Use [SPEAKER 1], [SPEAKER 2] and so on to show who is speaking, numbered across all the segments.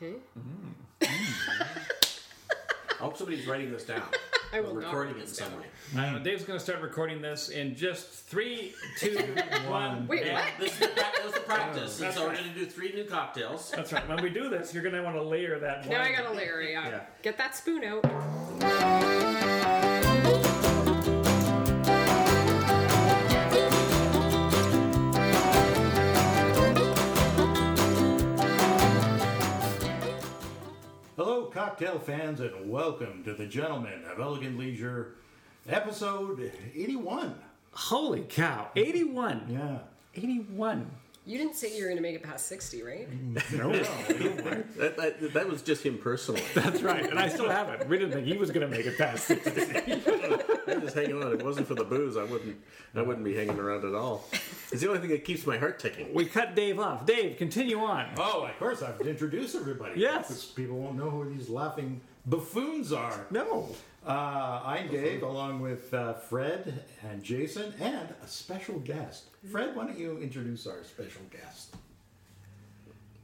[SPEAKER 1] Who?
[SPEAKER 2] I hope somebody's writing this down.
[SPEAKER 1] I
[SPEAKER 2] We're
[SPEAKER 1] will not
[SPEAKER 2] recording
[SPEAKER 1] write
[SPEAKER 2] it
[SPEAKER 1] this down.
[SPEAKER 2] somewhere.
[SPEAKER 3] I don't know. Uh, Dave's going to start recording this in just three, two, one.
[SPEAKER 1] Wait,
[SPEAKER 3] and-
[SPEAKER 1] what?
[SPEAKER 2] This is the, pra- that was the practice. and
[SPEAKER 3] That's
[SPEAKER 2] so we're
[SPEAKER 3] right.
[SPEAKER 2] going to do three new cocktails.
[SPEAKER 3] That's right. When we do this, you're going to want to layer that.
[SPEAKER 1] Now I
[SPEAKER 3] wine.
[SPEAKER 1] gotta layer it out.
[SPEAKER 2] Yeah.
[SPEAKER 1] Get that spoon out.
[SPEAKER 4] Hello, cocktail fans, and welcome to the Gentlemen of Elegant Leisure, episode 81.
[SPEAKER 3] Holy cow! Eighty-one.
[SPEAKER 4] Yeah.
[SPEAKER 3] Eighty-one.
[SPEAKER 1] You didn't say you were gonna make it past 60, right?
[SPEAKER 4] No, no,
[SPEAKER 2] That, that, that was just him personally.
[SPEAKER 3] That's right. And I still have it. We didn't think he was going to make it past sixty.
[SPEAKER 2] I'm just hanging on. If it wasn't for the booze, I wouldn't. I wouldn't be hanging around at all. It's the only thing that keeps my heart ticking.
[SPEAKER 3] We cut Dave off. Dave, continue on.
[SPEAKER 4] Oh, of course, I have to introduce everybody.
[SPEAKER 3] Yes.
[SPEAKER 4] Because People won't know who these laughing buffoons are.
[SPEAKER 3] No.
[SPEAKER 4] Uh, I'm Dave, along with uh, Fred and Jason, and a special guest. Fred, why don't you introduce our special guest?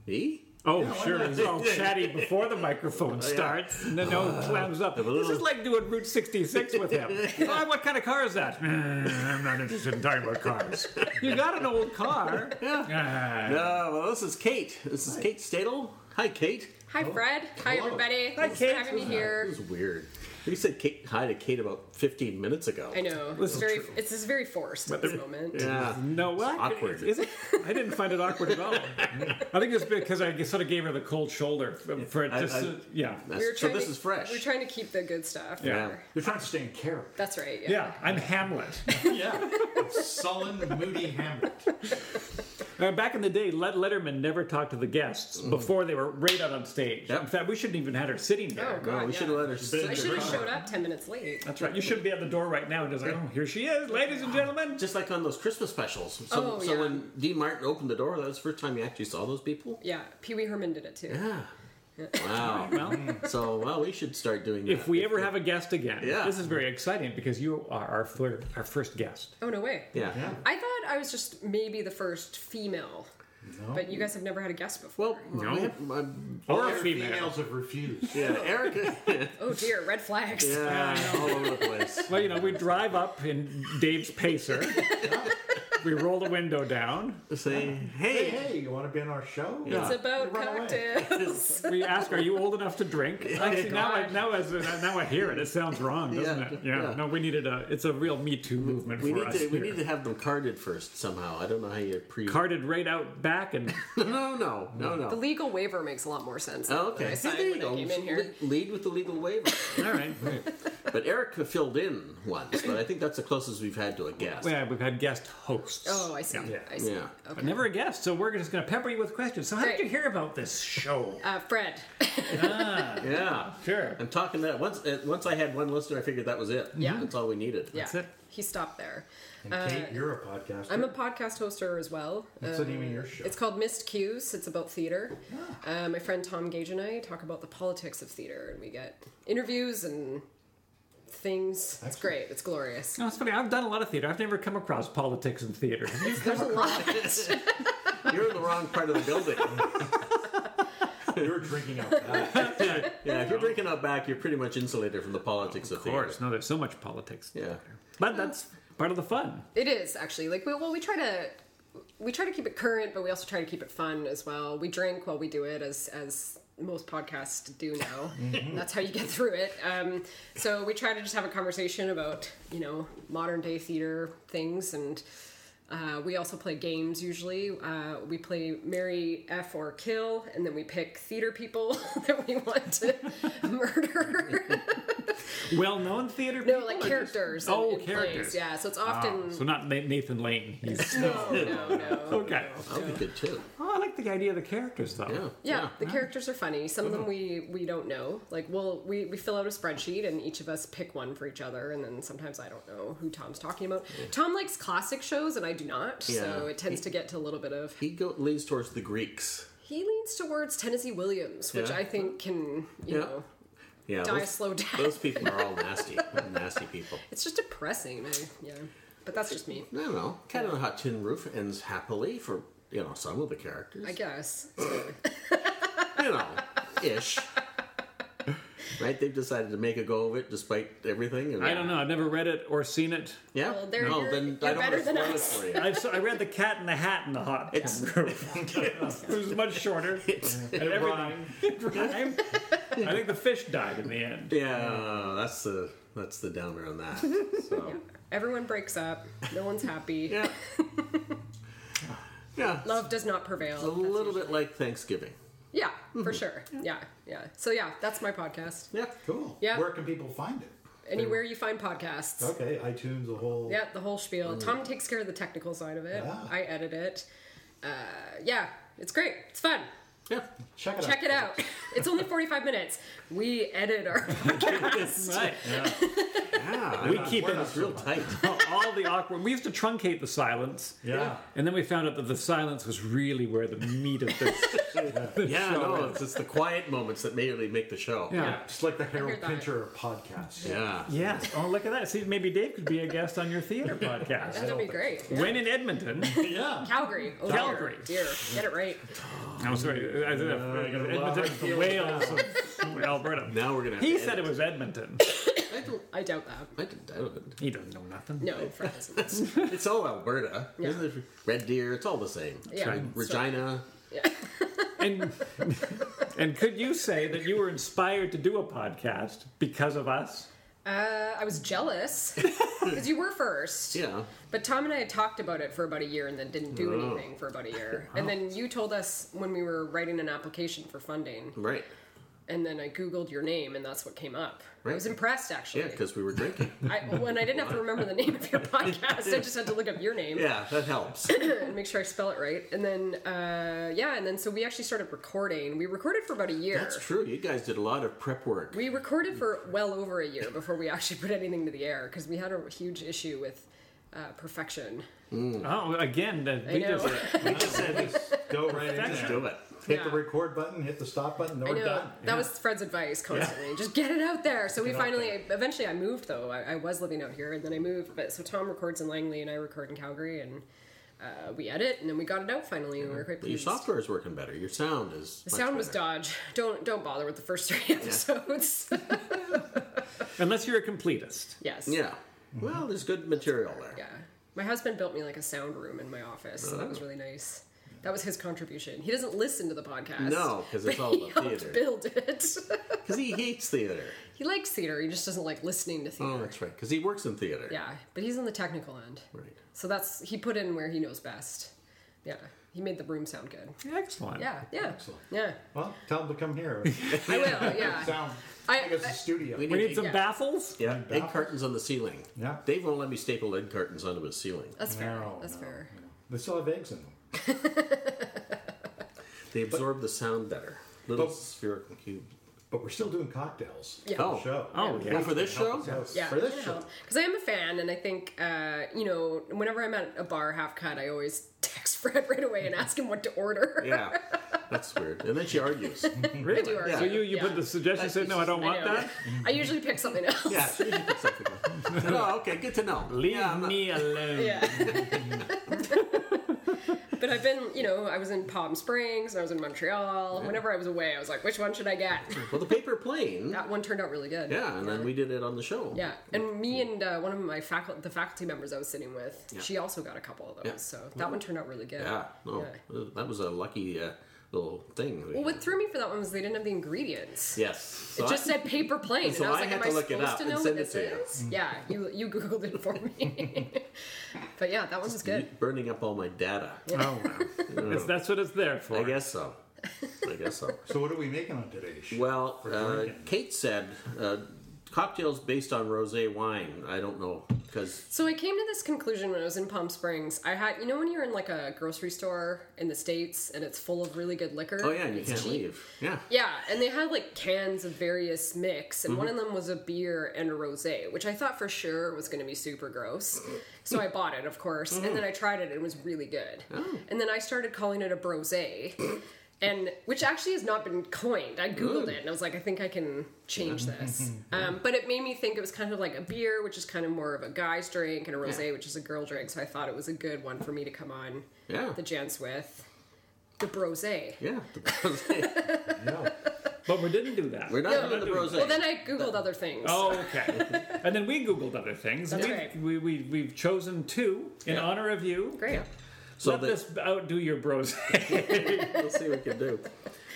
[SPEAKER 2] Me?
[SPEAKER 3] Oh,
[SPEAKER 4] why
[SPEAKER 3] sure.
[SPEAKER 4] not?
[SPEAKER 3] It's all chatty before the microphone starts. And then no clams up. This is like doing Route 66 with him. oh, what kind of car is that? "Mm, I'm not interested in talking about cars. You got an old car. Ah, Yeah.
[SPEAKER 2] Uh, well, this is Kate. This is Kate Stadel. Hi, Kate.
[SPEAKER 1] Hi, Fred. Hi,
[SPEAKER 4] Hello.
[SPEAKER 1] everybody.
[SPEAKER 3] Hi,
[SPEAKER 1] Thanks
[SPEAKER 3] Kate.
[SPEAKER 1] for having me
[SPEAKER 2] It
[SPEAKER 1] here.
[SPEAKER 2] was weird. You said Kate, hi to Kate about 15 minutes ago.
[SPEAKER 1] I know.
[SPEAKER 3] This
[SPEAKER 1] It's
[SPEAKER 3] is
[SPEAKER 1] very,
[SPEAKER 3] true.
[SPEAKER 1] it's it's very forced at this moment.
[SPEAKER 2] Yeah.
[SPEAKER 3] No, well, I-
[SPEAKER 2] awkward.
[SPEAKER 3] Is it? I didn't find it awkward at all. I think it's because I sort of gave her the cold shoulder for, for
[SPEAKER 2] I-
[SPEAKER 3] just,
[SPEAKER 2] I-
[SPEAKER 3] uh, yeah.
[SPEAKER 2] That's-
[SPEAKER 1] We were
[SPEAKER 2] so
[SPEAKER 1] trying
[SPEAKER 2] this
[SPEAKER 1] to,
[SPEAKER 2] is fresh.
[SPEAKER 1] We're trying to keep the good stuff.
[SPEAKER 3] Yeah.
[SPEAKER 1] for-
[SPEAKER 4] You're trying to stay in character.
[SPEAKER 1] That's right. Yeah.
[SPEAKER 3] Yeah, I'm Hamlet.
[SPEAKER 4] yeah. Sullen, moody Hamlet.
[SPEAKER 3] Uh, back in the day, Let Letterman never talked to the guests before they were right out on stage.
[SPEAKER 2] Mm. Yep.
[SPEAKER 3] In fact, we shouldn't even had her sitting there.
[SPEAKER 1] Oh,
[SPEAKER 2] no,
[SPEAKER 1] God,
[SPEAKER 2] we
[SPEAKER 1] yeah.
[SPEAKER 2] should have let her
[SPEAKER 1] I
[SPEAKER 2] sit
[SPEAKER 1] should
[SPEAKER 2] there.
[SPEAKER 1] have showed up 10 minutes late.
[SPEAKER 3] That's right. You should be at the door right now and just like, oh, here she is, ladies and gentlemen.
[SPEAKER 2] Just like on those Christmas specials. So,
[SPEAKER 1] Oh,
[SPEAKER 2] so
[SPEAKER 1] yeah.
[SPEAKER 2] when Dean Martin opened the door, that was the first time you actually saw those people?
[SPEAKER 1] Yeah. Pee Wee Herman did it too.
[SPEAKER 2] Yeah. Wow.
[SPEAKER 3] Well,
[SPEAKER 2] so, well, we should start doing that.
[SPEAKER 3] if we ever have a guest again,
[SPEAKER 2] Yeah.
[SPEAKER 3] this is very exciting because you are our, fir- our first guest.
[SPEAKER 1] Oh, no way.
[SPEAKER 2] Yeah.
[SPEAKER 4] Yeah.
[SPEAKER 1] I thought I was just maybe the first female,
[SPEAKER 4] No.
[SPEAKER 1] but you guys have never had a guest before.
[SPEAKER 2] Well,
[SPEAKER 3] No.
[SPEAKER 2] we have, my-
[SPEAKER 3] Or a
[SPEAKER 4] Other
[SPEAKER 3] female.
[SPEAKER 4] Females have refused.
[SPEAKER 2] yeah, Erica.
[SPEAKER 1] oh dear, red flags.
[SPEAKER 2] yeah, all over the place.
[SPEAKER 3] Well, you know, we drive up in Dave's pacer, we roll the window down,
[SPEAKER 2] Say,
[SPEAKER 4] Hey,
[SPEAKER 2] hey,
[SPEAKER 4] hey, you want to be on our show?
[SPEAKER 2] Yeah.
[SPEAKER 1] It's about
[SPEAKER 4] Run away.
[SPEAKER 1] cocktails.
[SPEAKER 3] we ask, Are you old enough to drink? Actually, now I, now, as, now I hear it, it sounds wrong, doesn't
[SPEAKER 2] Yeah.
[SPEAKER 3] it? Yeah.
[SPEAKER 2] Yeah.
[SPEAKER 3] No, we needed a, it's a real Me Too movement
[SPEAKER 2] we
[SPEAKER 3] for
[SPEAKER 2] need
[SPEAKER 3] us.
[SPEAKER 2] to we
[SPEAKER 3] here.
[SPEAKER 2] need to have them carded first somehow. I don't know how you pre.
[SPEAKER 3] Carted right out back and
[SPEAKER 2] no, no, no,
[SPEAKER 1] the
[SPEAKER 2] no.
[SPEAKER 1] legal waiver makes a lot more sense. than
[SPEAKER 2] Oh,
[SPEAKER 1] what
[SPEAKER 2] okay,
[SPEAKER 1] I
[SPEAKER 2] See,
[SPEAKER 1] signed
[SPEAKER 2] there you
[SPEAKER 1] when
[SPEAKER 2] go.
[SPEAKER 1] I came in here.
[SPEAKER 2] Le- lead with the legal waiver.
[SPEAKER 3] all right.
[SPEAKER 2] but Erica filled in once, but I think that's the closest we've had to a guest.
[SPEAKER 3] Yeah, we've had guest hosts.
[SPEAKER 1] Oh, I see.
[SPEAKER 3] Yeah.
[SPEAKER 1] I see.
[SPEAKER 2] Yeah.
[SPEAKER 1] Okay.
[SPEAKER 3] But never a guest, so we're just going to pepper you with questions. So, how
[SPEAKER 1] Great.
[SPEAKER 3] did you hear about this show? Ah,
[SPEAKER 1] Uh, Fred.
[SPEAKER 2] Yeah.
[SPEAKER 3] Sure.
[SPEAKER 2] I'm talking that once. Uh, once I had one listener, I figured that was it.
[SPEAKER 1] Yeah.
[SPEAKER 2] that's all we needed.
[SPEAKER 1] yeah.
[SPEAKER 3] That's it.
[SPEAKER 1] He stopped there.
[SPEAKER 4] And Kate, you're a podcaster.
[SPEAKER 1] Uh, I'm a podcast hoster as well.
[SPEAKER 4] What's the name of your show?
[SPEAKER 1] It's called Missed Cues. It's about theater.
[SPEAKER 2] Ah.
[SPEAKER 1] Uh, my friend Tom Gage and I talk about the politics of theater, and we get interviews and things. It's
[SPEAKER 4] Excellent.
[SPEAKER 1] great. It's glorious.
[SPEAKER 3] No, it's funny. I've done a lot of theater. I've never come across politics in theater.
[SPEAKER 1] There's a lot.
[SPEAKER 2] You're in the wrong part of the building.
[SPEAKER 4] You're drinking out loud.
[SPEAKER 2] yeah, if you're drinking out back, you're pretty much insulated from the politics of,
[SPEAKER 3] of course. No, there's so much politics.
[SPEAKER 2] Yeah.
[SPEAKER 3] But that's part of the fun.
[SPEAKER 1] It is actually like we, well, we try to we try to keep it current, but we also try to keep it fun as well. We drink while we do it, as as most podcasts do now.
[SPEAKER 3] Mm-hmm.
[SPEAKER 1] That's how you get through it. Um, so we try to just have a conversation about you know modern day theater things, and uh, we also play games. Usually, uh, we play marry, f, or kill, and then we pick theater people that we want to murder.
[SPEAKER 3] Well known theater
[SPEAKER 1] no,
[SPEAKER 3] people
[SPEAKER 1] like
[SPEAKER 3] or just-
[SPEAKER 1] characters. in-
[SPEAKER 3] Oh,
[SPEAKER 1] in plays.
[SPEAKER 3] characters.
[SPEAKER 1] Yeah, so it's
[SPEAKER 3] Ah,
[SPEAKER 1] often.
[SPEAKER 3] so, not Na- Nathan Lane. He's,
[SPEAKER 1] no, no, no.
[SPEAKER 3] okay.
[SPEAKER 2] That'd be good too.
[SPEAKER 3] Oh, I like the idea of the characters, though.
[SPEAKER 2] Yeah. Mm-hmm.
[SPEAKER 1] Yeah, the characters are funny. Some of them we we don't know. Like, we'll we we fill out a spreadsheet and each of us pick one for each other, and then sometimes I don't know who Tom's talking about. Tom likes classic shows, and I do not, so
[SPEAKER 2] Yeah.
[SPEAKER 1] it tends to get to a little bit of.
[SPEAKER 2] He go, leans towards the Greeks.
[SPEAKER 1] He leans towards Tennessee Williams, which
[SPEAKER 2] Yeah.
[SPEAKER 1] I think can you
[SPEAKER 2] Yeah.
[SPEAKER 1] know
[SPEAKER 2] Yeah,
[SPEAKER 1] die a
[SPEAKER 2] those,
[SPEAKER 1] slow death.
[SPEAKER 2] those people are all nasty, nasty people.
[SPEAKER 1] It's just depressing. I, yeah, but that's just me,
[SPEAKER 2] No, no. Cat on a Hot Tin Roof ends happily for you know some of the characters.
[SPEAKER 1] I guess.
[SPEAKER 2] you know, ish. Right? They've decided to make a go of it despite everything. And
[SPEAKER 5] I don't know. I've never read it or seen it.
[SPEAKER 2] Yeah.
[SPEAKER 1] Well, they're-
[SPEAKER 2] no,
[SPEAKER 1] you're-
[SPEAKER 2] then
[SPEAKER 1] you're
[SPEAKER 2] I don't want
[SPEAKER 1] better
[SPEAKER 2] to
[SPEAKER 1] than
[SPEAKER 2] spoil it
[SPEAKER 1] us.
[SPEAKER 2] for you.
[SPEAKER 5] I've, so I read the Cat in the Hat in the Hot.
[SPEAKER 2] It's-
[SPEAKER 5] Kangaroo. it was much shorter. And everything.
[SPEAKER 4] Rhyme.
[SPEAKER 5] It rhymed. I think the fish died in the end.
[SPEAKER 2] Yeah, that's the that's the downer on that.
[SPEAKER 5] So.
[SPEAKER 1] Everyone breaks up. No one's happy.
[SPEAKER 2] Yeah. yeah.
[SPEAKER 1] Love does not prevail.
[SPEAKER 2] a
[SPEAKER 1] That's
[SPEAKER 2] little
[SPEAKER 1] usually-
[SPEAKER 2] bit Mm-hmm. like Thanksgiving.
[SPEAKER 1] Yeah, for sure. Yeah, yeah. So yeah, that's my podcast.
[SPEAKER 2] Yeah.
[SPEAKER 4] Cool.
[SPEAKER 1] Yeah.
[SPEAKER 4] Where can people find it?
[SPEAKER 1] Anywhere you find podcasts.
[SPEAKER 4] Okay, iTunes, a whole.
[SPEAKER 1] Yeah, the whole spiel. Tom takes care of the technical side of it.
[SPEAKER 4] Yeah.
[SPEAKER 1] I edit it. Uh, yeah, it's great. It's fun.
[SPEAKER 2] Yeah.
[SPEAKER 4] Check it out.
[SPEAKER 1] Check it out. It's only 45 minutes. We edit our podcast.
[SPEAKER 5] Right.
[SPEAKER 2] Yeah.
[SPEAKER 5] We keep
[SPEAKER 2] we're
[SPEAKER 5] it
[SPEAKER 2] not real tight.
[SPEAKER 5] All- All the awkward. We used to truncate the silence.
[SPEAKER 4] Yeah.
[SPEAKER 5] And then we found out that the silence was really where the meat of the, the
[SPEAKER 2] Yeah,
[SPEAKER 5] show
[SPEAKER 2] no,
[SPEAKER 5] is.
[SPEAKER 2] it's, it's the quiet moments that really make the show.
[SPEAKER 5] Yeah.
[SPEAKER 4] It's like the Harold
[SPEAKER 1] heard that.
[SPEAKER 4] Pinter of podcasts.
[SPEAKER 2] Yeah.
[SPEAKER 5] Yes. Oh, look at that. See, maybe Dave could be a guest on your theater podcast.
[SPEAKER 1] That'd be great. Yeah.
[SPEAKER 5] When in Edmonton.
[SPEAKER 4] Yeah.
[SPEAKER 1] Calgary. Oh,
[SPEAKER 5] Calgary.
[SPEAKER 1] Dear. Get it right.
[SPEAKER 5] I'm sorry. I- I- Edmonton, is the Wales, of Alberta.
[SPEAKER 2] Now we're gonna. Have
[SPEAKER 5] He
[SPEAKER 2] to
[SPEAKER 5] said it
[SPEAKER 2] edit.
[SPEAKER 5] was Edmonton.
[SPEAKER 2] I don't.
[SPEAKER 1] I doubt that.
[SPEAKER 2] I didn't. I don't.
[SPEAKER 5] He doesn't know nothing.
[SPEAKER 1] No, for instance.
[SPEAKER 2] It's all Alberta,
[SPEAKER 1] Yeah.
[SPEAKER 2] isn't it? Red Deer. It's all the same.
[SPEAKER 1] Yeah.
[SPEAKER 2] Right.
[SPEAKER 1] Sorry.
[SPEAKER 2] Regina.
[SPEAKER 5] And and could you say that you were inspired to do a podcast because of us?
[SPEAKER 1] Uh, I was jealous because you were first.
[SPEAKER 2] Yeah.
[SPEAKER 1] But Tom and I had talked about it for about a year and then didn't do
[SPEAKER 2] Oh.
[SPEAKER 1] anything for about a year. And then you told us when we were writing an application for funding,
[SPEAKER 2] Right.
[SPEAKER 1] and then I Googled your name, and that's what came up. I
[SPEAKER 2] Right.
[SPEAKER 1] was impressed, actually.
[SPEAKER 2] Yeah, because we were drinking.
[SPEAKER 1] I, when I didn't have to remember the name of your podcast, I just had to look up your name
[SPEAKER 2] yeah, that helps.
[SPEAKER 1] and make sure I spell it right. And then, uh, yeah, and then so we actually started recording. We recorded for about a year.
[SPEAKER 2] That's true. You guys did a lot of prep work.
[SPEAKER 1] We recorded for well over a year before we actually put anything to the air because we had a huge issue with uh, perfection.
[SPEAKER 5] Oh, again, that we
[SPEAKER 1] know.
[SPEAKER 5] just
[SPEAKER 4] We just said just go right in.
[SPEAKER 2] Let's
[SPEAKER 4] there.
[SPEAKER 2] do it.
[SPEAKER 4] Hit the
[SPEAKER 1] Yeah.
[SPEAKER 4] record button, hit the stop button, and
[SPEAKER 1] I
[SPEAKER 4] we're
[SPEAKER 1] know
[SPEAKER 4] done.
[SPEAKER 1] that was Fred's advice constantly. Just get it out there. So we
[SPEAKER 4] it out
[SPEAKER 1] finally, eventually, I moved though. I, I was living out here, and then I moved. But so Tom records in Langley, and I record in Calgary, and uh, we edit, and then we got it out finally. And we were quite
[SPEAKER 2] Your
[SPEAKER 1] pleased.
[SPEAKER 2] software is working better. Your sound is.
[SPEAKER 1] the sound was dodge. Don't don't bother with the first three episodes.
[SPEAKER 5] unless you're a completist.
[SPEAKER 1] yes.
[SPEAKER 2] Yeah. Well, there's good material there.
[SPEAKER 1] Yeah. My husband built me like a sound room in my office, so that
[SPEAKER 2] Oh.
[SPEAKER 1] was really nice. That was his contribution. He doesn't listen to the podcast.
[SPEAKER 2] No, 'cause it's
[SPEAKER 1] but
[SPEAKER 2] all
[SPEAKER 1] he
[SPEAKER 2] about
[SPEAKER 1] helped
[SPEAKER 2] theater.
[SPEAKER 1] Build it.
[SPEAKER 2] Because he hates theater.
[SPEAKER 1] he likes theater. He just doesn't like listening to theater.
[SPEAKER 2] Oh, that's right. Because he works in theater.
[SPEAKER 1] Yeah, but he's on the technical end.
[SPEAKER 2] Right.
[SPEAKER 1] So that's he put in where he knows best. Yeah, he made the room sound good.
[SPEAKER 5] Excellent.
[SPEAKER 1] Yeah, yeah,
[SPEAKER 4] Excellent.
[SPEAKER 1] yeah.
[SPEAKER 4] Well, tell them to come here.
[SPEAKER 1] I will. Yeah,
[SPEAKER 4] Sound.
[SPEAKER 1] I-
[SPEAKER 4] Take us to
[SPEAKER 1] I-
[SPEAKER 4] studio.
[SPEAKER 2] We
[SPEAKER 5] We
[SPEAKER 2] need
[SPEAKER 5] need some
[SPEAKER 1] Yeah.
[SPEAKER 5] baffles.
[SPEAKER 2] Yeah, egg
[SPEAKER 4] baffles.
[SPEAKER 2] cartons on the ceiling.
[SPEAKER 4] Yeah.
[SPEAKER 2] Dave won't let me staple egg cartons onto his ceiling.
[SPEAKER 1] that's fair.
[SPEAKER 4] No,
[SPEAKER 1] that's
[SPEAKER 4] no,
[SPEAKER 1] fair.
[SPEAKER 4] no. They still have eggs in them.
[SPEAKER 2] They absorb the sound better. Little
[SPEAKER 4] But-
[SPEAKER 2] spherical cube.
[SPEAKER 4] But we're still doing cocktails.
[SPEAKER 1] Yeah.
[SPEAKER 2] Oh.
[SPEAKER 4] For the show.
[SPEAKER 5] Oh, yeah.
[SPEAKER 2] Well, for this show?
[SPEAKER 1] Yeah,
[SPEAKER 4] For this show.
[SPEAKER 1] because I am a fan, and I think uh, you know, whenever I'm at a bar half cut, I always text Fred right away and ask him what to order.
[SPEAKER 2] Yeah. That's weird. And then she argues.
[SPEAKER 5] Really?
[SPEAKER 1] do argue.
[SPEAKER 5] So you, you
[SPEAKER 1] Yeah.
[SPEAKER 5] put the suggestion, said, no, I don't
[SPEAKER 1] I
[SPEAKER 5] want
[SPEAKER 1] know.
[SPEAKER 5] that?
[SPEAKER 1] I usually pick something else.
[SPEAKER 2] yeah, she usually picks something up. No, Oh, okay, good to know.
[SPEAKER 5] Leave
[SPEAKER 2] yeah, I'm not-
[SPEAKER 5] me alone.
[SPEAKER 1] Yeah. but I've been, you know, I was in Palm Springs, I was in Montreal. Whenever I was away, I was like, which one should I get?
[SPEAKER 2] Well, the paper plane.
[SPEAKER 1] That one turned out really good.
[SPEAKER 2] Yeah, and then we did it on the show.
[SPEAKER 1] Yeah, and me and uh, one of my faculty, the faculty members I was sitting with, she also got a couple of those.
[SPEAKER 2] Yeah.
[SPEAKER 1] So that one turned out really good.
[SPEAKER 2] Yeah, no, uh, that was a lucky uh, little thing.
[SPEAKER 1] Well, what threw me for that one was they didn't have the ingredients.
[SPEAKER 2] Yes. So
[SPEAKER 1] It
[SPEAKER 2] I-
[SPEAKER 1] just said paper plane,
[SPEAKER 2] so
[SPEAKER 1] and I was
[SPEAKER 2] I
[SPEAKER 1] like,
[SPEAKER 2] had
[SPEAKER 1] "Am
[SPEAKER 2] to
[SPEAKER 1] I
[SPEAKER 2] look it
[SPEAKER 1] supposed
[SPEAKER 2] up
[SPEAKER 1] to
[SPEAKER 2] and
[SPEAKER 1] know what
[SPEAKER 2] send it
[SPEAKER 1] this
[SPEAKER 2] to
[SPEAKER 1] is?"
[SPEAKER 2] you.
[SPEAKER 1] Yeah, you you googled it for me. but yeah, that one was good.
[SPEAKER 2] burning up all my data.
[SPEAKER 5] Oh, wow. It's- that's what it's there for.
[SPEAKER 2] I guess so. I guess so.
[SPEAKER 4] So what are we making on today's show?
[SPEAKER 2] Well, uh,
[SPEAKER 4] drinking.
[SPEAKER 2] Kate said uh, cocktails based on rosé wine. I don't know because
[SPEAKER 1] So I came to this conclusion when I was in Palm Springs. I had, you know, when you're in like a grocery store in the states and it's full of really good liquor.
[SPEAKER 2] oh yeah, and you
[SPEAKER 1] it's
[SPEAKER 2] can't
[SPEAKER 1] cheap.
[SPEAKER 2] leave. Yeah,
[SPEAKER 1] Yeah, and they had like cans of various mix, and one
[SPEAKER 2] Mm-hmm.
[SPEAKER 1] of them was a beer and a rosé, which I thought for sure was going to be super gross. So I bought it, of course, and
[SPEAKER 2] Mm.
[SPEAKER 1] then I tried it, and it was really good.
[SPEAKER 2] Oh.
[SPEAKER 1] And then I started calling it a brosé, and which actually has not been coined. I googled
[SPEAKER 2] Good.
[SPEAKER 1] it, and I was like, I think I can change this. Um, but it made me think it was kind of like a beer, which is kind of more of a guy's drink, and a rosé, which is a girl drink. So I thought it was a good one for me to come on
[SPEAKER 2] yeah,
[SPEAKER 1] the Jans with the brosé.
[SPEAKER 2] yeah. The rosé.
[SPEAKER 4] Yeah.
[SPEAKER 3] But we didn't do that.
[SPEAKER 2] We're not
[SPEAKER 1] No.
[SPEAKER 2] doing the brose.
[SPEAKER 1] Well, then I googled other things.
[SPEAKER 3] Oh, okay. and then we Googled other things. and
[SPEAKER 1] That's
[SPEAKER 3] we've,
[SPEAKER 1] right.
[SPEAKER 3] we, we, we've chosen two in
[SPEAKER 2] Yeah.
[SPEAKER 3] honor of you.
[SPEAKER 1] great.
[SPEAKER 2] so
[SPEAKER 3] Let
[SPEAKER 2] that-
[SPEAKER 3] this outdo your bros.
[SPEAKER 2] Let's see what we can do.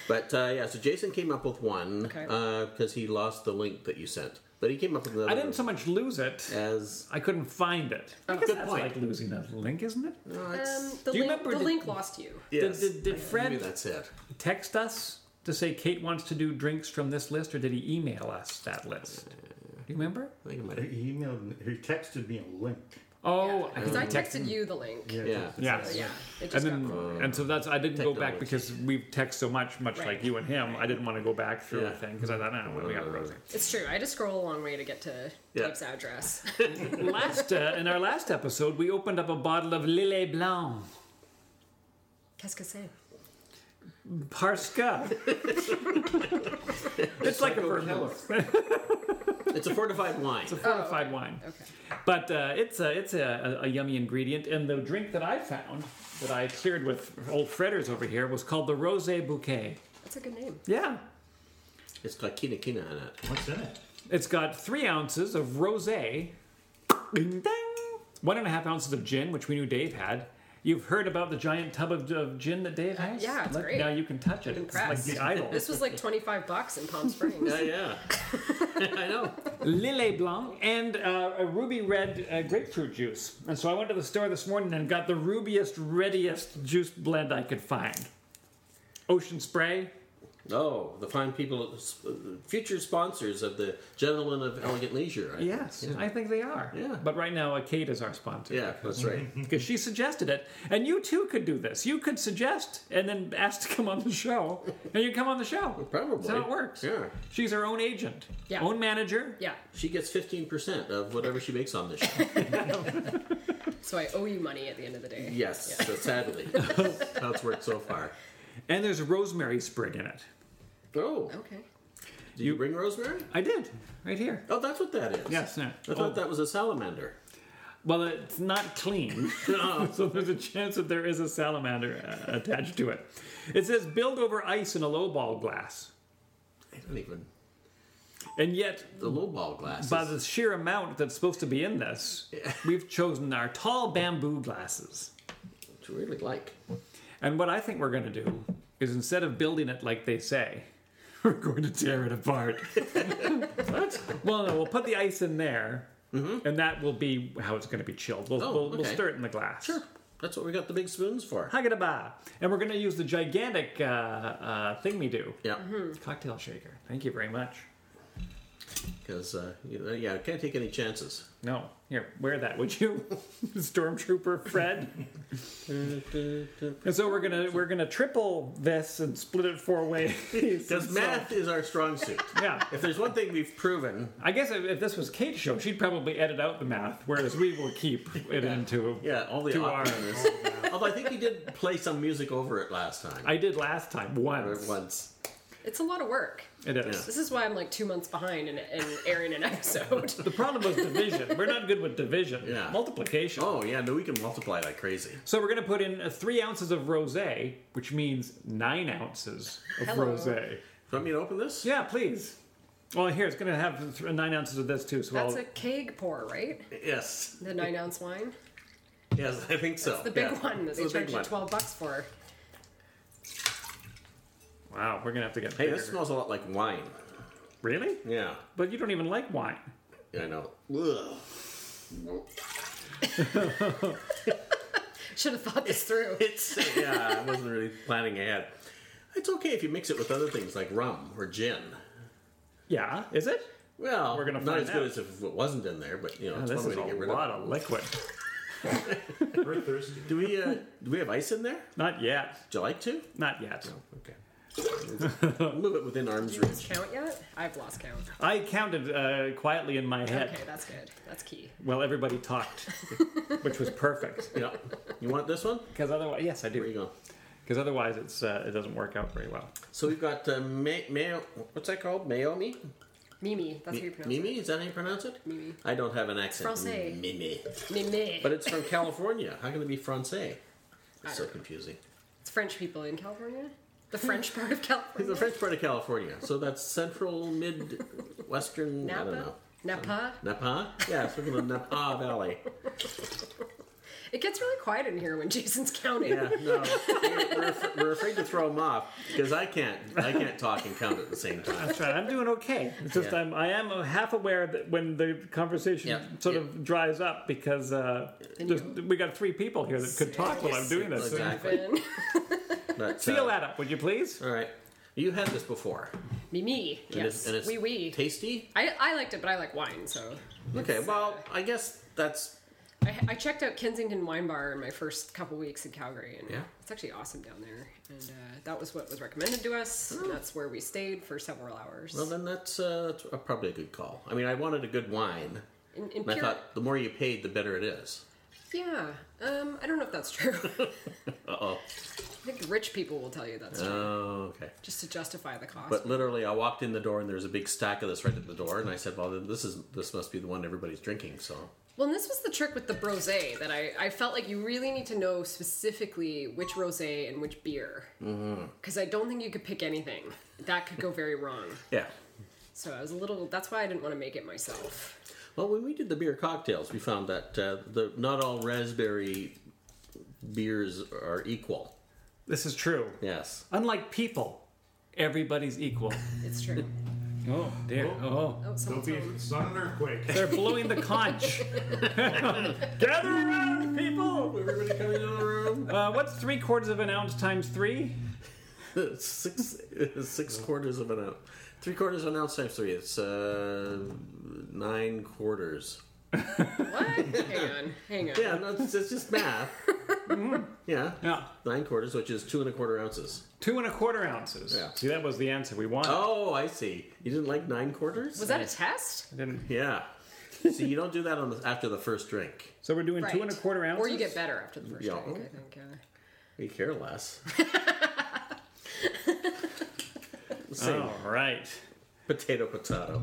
[SPEAKER 2] But uh, yeah, so Jason came up with one
[SPEAKER 1] Okay.
[SPEAKER 2] because he lost the link that you sent. But he came up with another.
[SPEAKER 3] I didn't so much lose it.
[SPEAKER 2] as
[SPEAKER 3] I couldn't find it.
[SPEAKER 2] good
[SPEAKER 3] That's
[SPEAKER 2] point.
[SPEAKER 3] like losing a link, isn't it?
[SPEAKER 2] No, uh, it's-
[SPEAKER 1] Um, the
[SPEAKER 3] Do you
[SPEAKER 1] link,
[SPEAKER 3] remember
[SPEAKER 1] the
[SPEAKER 3] the-
[SPEAKER 1] link lost you.
[SPEAKER 2] yes.
[SPEAKER 3] Did, did, did
[SPEAKER 2] Maybe
[SPEAKER 3] Fred
[SPEAKER 2] that's it.
[SPEAKER 3] text us to say Kate wants to do drinks from this list, or did he email us that list? Do you remember?
[SPEAKER 2] I think it might.
[SPEAKER 4] He emailed, me- he texted me a link.
[SPEAKER 3] Oh,
[SPEAKER 1] because I
[SPEAKER 3] text-
[SPEAKER 1] texted you the link. Yeah,
[SPEAKER 2] Yeah.
[SPEAKER 3] Yeah.
[SPEAKER 1] it
[SPEAKER 3] And
[SPEAKER 1] just
[SPEAKER 3] then,
[SPEAKER 1] got
[SPEAKER 3] and so that's I didn't go
[SPEAKER 2] Technology.
[SPEAKER 3] back because we text so much, much
[SPEAKER 1] Right.
[SPEAKER 3] like you and him. I didn't want to go back through
[SPEAKER 2] Yeah.
[SPEAKER 3] a thing because I thought, no, we got Rosie.
[SPEAKER 1] It's true. I had to scroll a long way to get to
[SPEAKER 2] Yeah.
[SPEAKER 1] Dave's address.
[SPEAKER 3] last uh, in our last episode, we opened up a bottle of Lillet Blanc.
[SPEAKER 1] Qu'est-ce que c'est?
[SPEAKER 3] Parska. it's like a
[SPEAKER 4] Keller.
[SPEAKER 3] fermented
[SPEAKER 2] It's a fortified wine.
[SPEAKER 3] fortified wine,
[SPEAKER 1] Oh, Okay.
[SPEAKER 3] but uh, it's a it's a, a, a yummy ingredient. And the drink that I found that I cleared with old Fredders over here was called the Rosé Bouquet.
[SPEAKER 1] That's a good name.
[SPEAKER 3] Yeah,
[SPEAKER 2] It's got kina kina in it.
[SPEAKER 4] What's in it?
[SPEAKER 3] It's got three ounces of rosé, Ding, ding. one and a half ounces of gin, which we knew Dave had. You've heard about the giant tub of, of gin that Dave has.
[SPEAKER 1] Uh, yeah, it's
[SPEAKER 3] Look,
[SPEAKER 1] great.
[SPEAKER 3] Now you can touch it. It's like
[SPEAKER 1] impressed.
[SPEAKER 3] the idol.
[SPEAKER 1] This was like 25 bucks in Palm Springs.
[SPEAKER 2] Yeah, yeah. I know.
[SPEAKER 3] Lillet Blanc and uh, a ruby red uh, grapefruit juice. And so I went to the store this morning and got the rubiest, readiest juice blend I could find. Ocean Spray.
[SPEAKER 2] Oh, the fine people, uh, future sponsors of the Gentlemen of Elegant Leisure. I think.
[SPEAKER 3] Yes, I think they are.
[SPEAKER 2] Yeah.
[SPEAKER 3] But right now, uh, Kate is our sponsor.
[SPEAKER 2] Yeah, that's right.
[SPEAKER 3] because she suggested it. And you too could do this. You could suggest and then ask to come on the show, and you come on the show.
[SPEAKER 2] Probably.
[SPEAKER 3] That's how it works.
[SPEAKER 2] Yeah.
[SPEAKER 3] She's her own agent,
[SPEAKER 1] Yeah.
[SPEAKER 3] own manager.
[SPEAKER 1] Yeah.
[SPEAKER 2] She gets 15% of whatever she makes on this show.
[SPEAKER 1] So I owe you money at the end of the day.
[SPEAKER 2] Yes, so sadly. how it's worked so far.
[SPEAKER 3] And there's a rosemary sprig in it.
[SPEAKER 2] Oh,
[SPEAKER 1] Okay.
[SPEAKER 2] did you bring rosemary?
[SPEAKER 3] I did, right here.
[SPEAKER 2] Oh, that's what that is.
[SPEAKER 3] Yes, yeah. Oh.
[SPEAKER 2] I thought that was a salamander.
[SPEAKER 3] Well, it's not clean, so there's a chance that there is a salamander uh, attached to it. It says build over ice in a lowball glass,
[SPEAKER 2] I don't even.
[SPEAKER 3] and yet
[SPEAKER 2] The lowball glasses.
[SPEAKER 3] by the sheer amount that's supposed to be in this, we've chosen our tall bamboo glasses.
[SPEAKER 2] Which I really like.
[SPEAKER 3] And what I think we're going to do is instead of building it like they say, we're going to tear it apart. what? Well, no, we'll put the ice in there, and that will be how it's going to be chilled. We'll,
[SPEAKER 2] Oh,
[SPEAKER 3] we'll, we'll
[SPEAKER 2] okay.
[SPEAKER 3] stir it in the glass. Sure.
[SPEAKER 2] That's what we got the big spoons for.
[SPEAKER 3] Haggadaba. And we're going to use the gigantic uh, uh, thing we do
[SPEAKER 2] Yeah,
[SPEAKER 3] cocktail shaker. Thank you very much.
[SPEAKER 2] because uh, you know, yeah, can't take any chances.
[SPEAKER 3] No, here, wear that, would you, Stormtrooper Fred? and so we're gonna we're gonna triple this and split it four ways.
[SPEAKER 2] Because math is our strong suit.
[SPEAKER 3] Yeah.
[SPEAKER 2] If there's one thing we've proven,
[SPEAKER 3] I guess if, if this was Kate's show, she'd probably edit out the math, whereas we will keep it into.
[SPEAKER 2] yeah, all the
[SPEAKER 3] Two
[SPEAKER 2] awkwardness. Although I think you did play some music over it last time.
[SPEAKER 3] I did last time once.
[SPEAKER 2] once.
[SPEAKER 1] It's a lot of work.
[SPEAKER 3] It is.
[SPEAKER 1] This is why I'm like two months behind in, in airing an episode.
[SPEAKER 3] The problem was division. We're not good with division.
[SPEAKER 2] Yeah.
[SPEAKER 3] Multiplication.
[SPEAKER 2] Oh yeah, no, we can multiply like crazy.
[SPEAKER 3] So we're going to put in uh, three ounces of rosé, which means nine ounces of
[SPEAKER 1] Hello.
[SPEAKER 3] rosé.
[SPEAKER 2] Want me to open this?
[SPEAKER 3] Yeah, please. Well, here it's going to have th- nine ounces of this too. So
[SPEAKER 1] That's
[SPEAKER 3] I'll-
[SPEAKER 1] a keg pour, right?
[SPEAKER 2] Yes.
[SPEAKER 1] The nine ounce wine.
[SPEAKER 2] Yes, I think so.
[SPEAKER 1] The big
[SPEAKER 2] yeah.
[SPEAKER 1] one that
[SPEAKER 2] The
[SPEAKER 1] they
[SPEAKER 2] big
[SPEAKER 1] charge you
[SPEAKER 2] one.
[SPEAKER 1] 12 bucks for.
[SPEAKER 3] wow, we're going to have to get.
[SPEAKER 2] Hey,
[SPEAKER 3] bigger.
[SPEAKER 2] this smells a lot like wine.
[SPEAKER 3] really?
[SPEAKER 2] Yeah.
[SPEAKER 3] But you don't even like wine.
[SPEAKER 2] Yeah, I know. Ugh.
[SPEAKER 1] Should have thought this through.
[SPEAKER 2] It's yeah, I wasn't really planning ahead. It's okay if you mix it with other things like rum or gin.
[SPEAKER 3] Yeah, is it?
[SPEAKER 2] Well,
[SPEAKER 3] We're gonna
[SPEAKER 2] not
[SPEAKER 3] find
[SPEAKER 2] as good
[SPEAKER 3] out.
[SPEAKER 2] as if it wasn't in there, but you know, it's
[SPEAKER 3] this
[SPEAKER 2] one way
[SPEAKER 3] is
[SPEAKER 2] to get
[SPEAKER 3] a
[SPEAKER 2] rid
[SPEAKER 3] lot
[SPEAKER 2] of.
[SPEAKER 3] of liquid.
[SPEAKER 4] We're thirsty.
[SPEAKER 2] Do we uh, do we have ice in there?
[SPEAKER 3] Not yet.
[SPEAKER 2] Would you like to?
[SPEAKER 3] Not yet.
[SPEAKER 2] Okay. Move it within arm's
[SPEAKER 1] Did you
[SPEAKER 2] reach.
[SPEAKER 1] count yet? I've lost count.
[SPEAKER 3] I counted uh, quietly in my head
[SPEAKER 1] Okay, that's good. That's key.
[SPEAKER 3] while everybody talked, which was perfect.
[SPEAKER 2] Yeah. You want this one?
[SPEAKER 3] Because otherwise, yes, I
[SPEAKER 2] Here you
[SPEAKER 3] do.
[SPEAKER 2] go.
[SPEAKER 3] Because otherwise, it's uh, it doesn't work out very well.
[SPEAKER 2] So we've got uh, May- Mayo. What's that called? Mayomi?
[SPEAKER 1] Mimi, that's how you pronounce
[SPEAKER 2] Mimi? Is that how you pronounce it?
[SPEAKER 1] Mimi.
[SPEAKER 2] I don't have an accent.
[SPEAKER 1] Francais.
[SPEAKER 2] Mimi.
[SPEAKER 1] it. Mimi.
[SPEAKER 2] But it's from California. How can it be Francais? It's so confusing.
[SPEAKER 1] It's French people in California. The French part of
[SPEAKER 2] It's the
[SPEAKER 1] California.
[SPEAKER 2] French part of California. So that's central, mid, western. I don't
[SPEAKER 1] Napa?
[SPEAKER 2] know.
[SPEAKER 1] Napa?
[SPEAKER 2] Napa? Yeah, it's from the Napa Valley.
[SPEAKER 1] It gets really quiet in here when Jason's counting.
[SPEAKER 2] Yeah, no, we're, we're, af- we're afraid to throw them off because I can't. I can't talk and count at the same time.
[SPEAKER 3] That's right. I'm doing okay. It's just
[SPEAKER 2] Yeah.
[SPEAKER 3] I'm, I am uh, half aware that when the conversation
[SPEAKER 2] Yeah.
[SPEAKER 3] sort
[SPEAKER 2] Yeah.
[SPEAKER 3] of dries up because uh,
[SPEAKER 1] And
[SPEAKER 3] there's-
[SPEAKER 1] you-
[SPEAKER 3] we got three people here that could talk while I'm doing this.
[SPEAKER 2] Exactly.
[SPEAKER 1] Even-
[SPEAKER 2] But,
[SPEAKER 3] Seal
[SPEAKER 2] uh,
[SPEAKER 3] that up, would you please?
[SPEAKER 2] All right, you had this before.
[SPEAKER 1] me, me.
[SPEAKER 2] And it's-
[SPEAKER 1] Yes.
[SPEAKER 2] and it's
[SPEAKER 1] we, we.
[SPEAKER 2] tasty.
[SPEAKER 1] I, I liked it, but I like wine, so.
[SPEAKER 2] Okay, well, I guess that's
[SPEAKER 1] I, I checked out Kensington Wine Bar in my first couple weeks in Calgary, and
[SPEAKER 2] Yeah.
[SPEAKER 1] it's actually awesome down there. And uh, that was what was recommended to us, and that's where we stayed for several hours.
[SPEAKER 2] well. Then that's, uh, that's a- probably a good call. I mean, I wanted a good wine,
[SPEAKER 1] in, in
[SPEAKER 2] and I
[SPEAKER 1] pure-
[SPEAKER 2] thought the more you paid, the better it is.
[SPEAKER 1] yeah, um, I don't know if that's true. I
[SPEAKER 2] Uh oh.
[SPEAKER 1] think the rich people will tell you that's true,
[SPEAKER 2] Oh, okay.
[SPEAKER 1] just to justify the cost.
[SPEAKER 2] But literally, I walked in the door and there was a big stack of this right at the door, and I said, "Well, then this is this must be the one everybody's drinking." So
[SPEAKER 1] Well, and this was the trick with the rosé that I, I felt like you really need to know specifically which rosé and which beer.
[SPEAKER 2] Mm-hmm.
[SPEAKER 1] Because I don't think you could pick anything. That could go very wrong.
[SPEAKER 2] yeah.
[SPEAKER 1] So I was a little, that's why I didn't want to make it myself.
[SPEAKER 2] Well, when we did the beer cocktails, we found that uh, the not all raspberry beers are equal.
[SPEAKER 3] This is true.
[SPEAKER 2] Yes.
[SPEAKER 3] Unlike people, everybody's equal.
[SPEAKER 1] It's true.
[SPEAKER 3] oh dear. Oh.
[SPEAKER 1] Oh,
[SPEAKER 4] Don't
[SPEAKER 1] someone's
[SPEAKER 4] be
[SPEAKER 1] home.
[SPEAKER 4] it's not an earthquake.
[SPEAKER 3] They're blowing the conch. Gather around, people.
[SPEAKER 2] Everybody coming in the room.
[SPEAKER 3] Uh, what's three quarters of an ounce times three?
[SPEAKER 2] six six quarters of an ounce. Three quarters of an ounce times three. It's uh, nine quarters.
[SPEAKER 1] What? Hang on. Hang on.
[SPEAKER 2] Yeah, no, it's, it's just math. Yeah.
[SPEAKER 3] Yeah.
[SPEAKER 2] Nine quarters, which is two and a quarter ounces.
[SPEAKER 3] Two and a quarter ounces.
[SPEAKER 2] Yeah.
[SPEAKER 3] See, that was the answer we wanted.
[SPEAKER 2] Oh, I see. You didn't like nine quarters?
[SPEAKER 1] Was that a test?
[SPEAKER 3] Didn't-
[SPEAKER 2] Yeah. See, you don't do that on the, after the first drink.
[SPEAKER 3] So we're doing two and a quarter ounces.
[SPEAKER 1] Or you get better after the first
[SPEAKER 2] Yeah.
[SPEAKER 1] drink, I think. Yeah.
[SPEAKER 2] We care less. Same.
[SPEAKER 3] All right.
[SPEAKER 2] Potato, potato.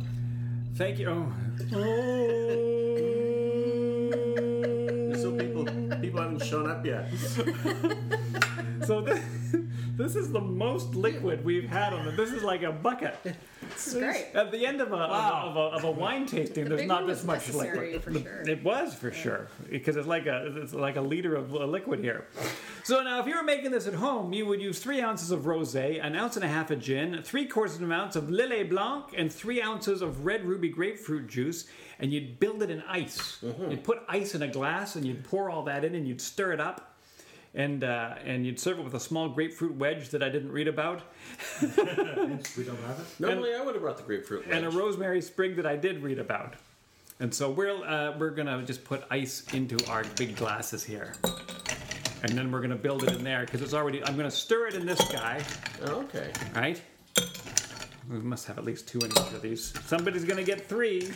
[SPEAKER 3] Thank you. Oh.
[SPEAKER 2] So people, people haven't shown up yet.
[SPEAKER 3] so this, this is the most liquid we've had on it. This is like a bucket.
[SPEAKER 1] This is great.
[SPEAKER 3] At the end of a, of a, of a, of a wine tasting, there's
[SPEAKER 1] Big
[SPEAKER 3] not
[SPEAKER 1] one
[SPEAKER 3] this
[SPEAKER 1] was
[SPEAKER 3] much
[SPEAKER 1] necessary
[SPEAKER 3] liquid.
[SPEAKER 1] for sure.
[SPEAKER 3] It was for sure because it's like a it's like a liter of uh, liquid here. So now, if you were making this at home, you would use three ounces of rosé, an ounce and a half of gin, three quarters of an ounce of Lillet Blanc, and three ounces of red ruby grapefruit juice, and you'd build it in ice. You'd put ice in a glass, and you'd pour all that in, and you'd stir it up. And, uh, and you'd serve it with a small grapefruit wedge that I didn't read about,
[SPEAKER 4] we don't have it.
[SPEAKER 2] Normally, I would have brought the grapefruit.
[SPEAKER 3] and a
[SPEAKER 2] wedge.
[SPEAKER 3] rosemary sprig that I did read about. And so we're uh, we're gonna just put ice into our big glasses here, and then we're gonna build it in there because it's already. I'm gonna stir it in this guy,
[SPEAKER 2] Oh, okay.
[SPEAKER 3] right? We must have at least two in each of these. Somebody's gonna get three.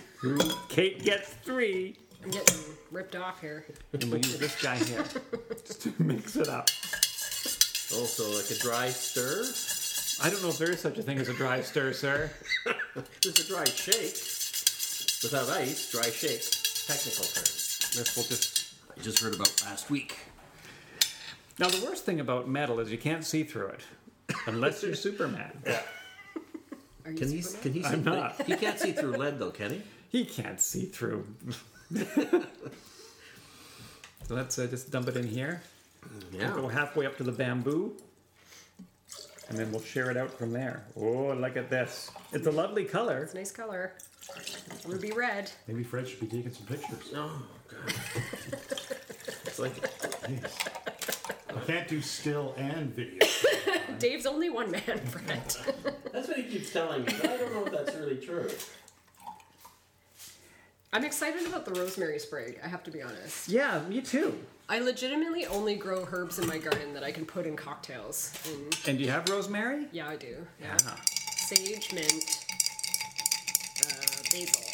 [SPEAKER 3] Kate gets three,
[SPEAKER 1] I'm getting ripped off here.
[SPEAKER 3] and we'll use this guy here just to mix it up.
[SPEAKER 2] Also, like a dry stir.
[SPEAKER 3] I don't know if there is such a thing as a dry stir, sir.
[SPEAKER 2] There's a dry shake. Without ice, dry shake. Technical term.
[SPEAKER 3] This will just.
[SPEAKER 2] I just heard about last week.
[SPEAKER 3] Now the worst thing about metal is you can't see through it, unless you're Superman.
[SPEAKER 1] Are you
[SPEAKER 2] Can he?
[SPEAKER 1] Superman?
[SPEAKER 2] Can he? See,
[SPEAKER 3] I'm not.
[SPEAKER 2] He can't see through lead, though, can he?
[SPEAKER 3] He can't see through. so let's uh, just dump it in here. Go
[SPEAKER 2] Yeah.
[SPEAKER 3] halfway up to the bamboo. And then we'll share it out from there. Oh, look at this. It's a lovely color.
[SPEAKER 1] It's a nice color. Ruby red.
[SPEAKER 4] Maybe Fred should be taking some pictures.
[SPEAKER 2] Oh god. It's like
[SPEAKER 4] I can't do still and video.
[SPEAKER 1] Dave's only one man, Brett.
[SPEAKER 2] that's what he keeps telling me. but I don't know if that's really true.
[SPEAKER 1] I'm excited about the rosemary sprig, I have to be honest.
[SPEAKER 3] Yeah, me too.
[SPEAKER 1] I legitimately only grow herbs in my garden that I can put in cocktails. And
[SPEAKER 3] And do you have rosemary?
[SPEAKER 1] yeah, I do.
[SPEAKER 3] Yeah.
[SPEAKER 1] Sage, mint, uh, basil.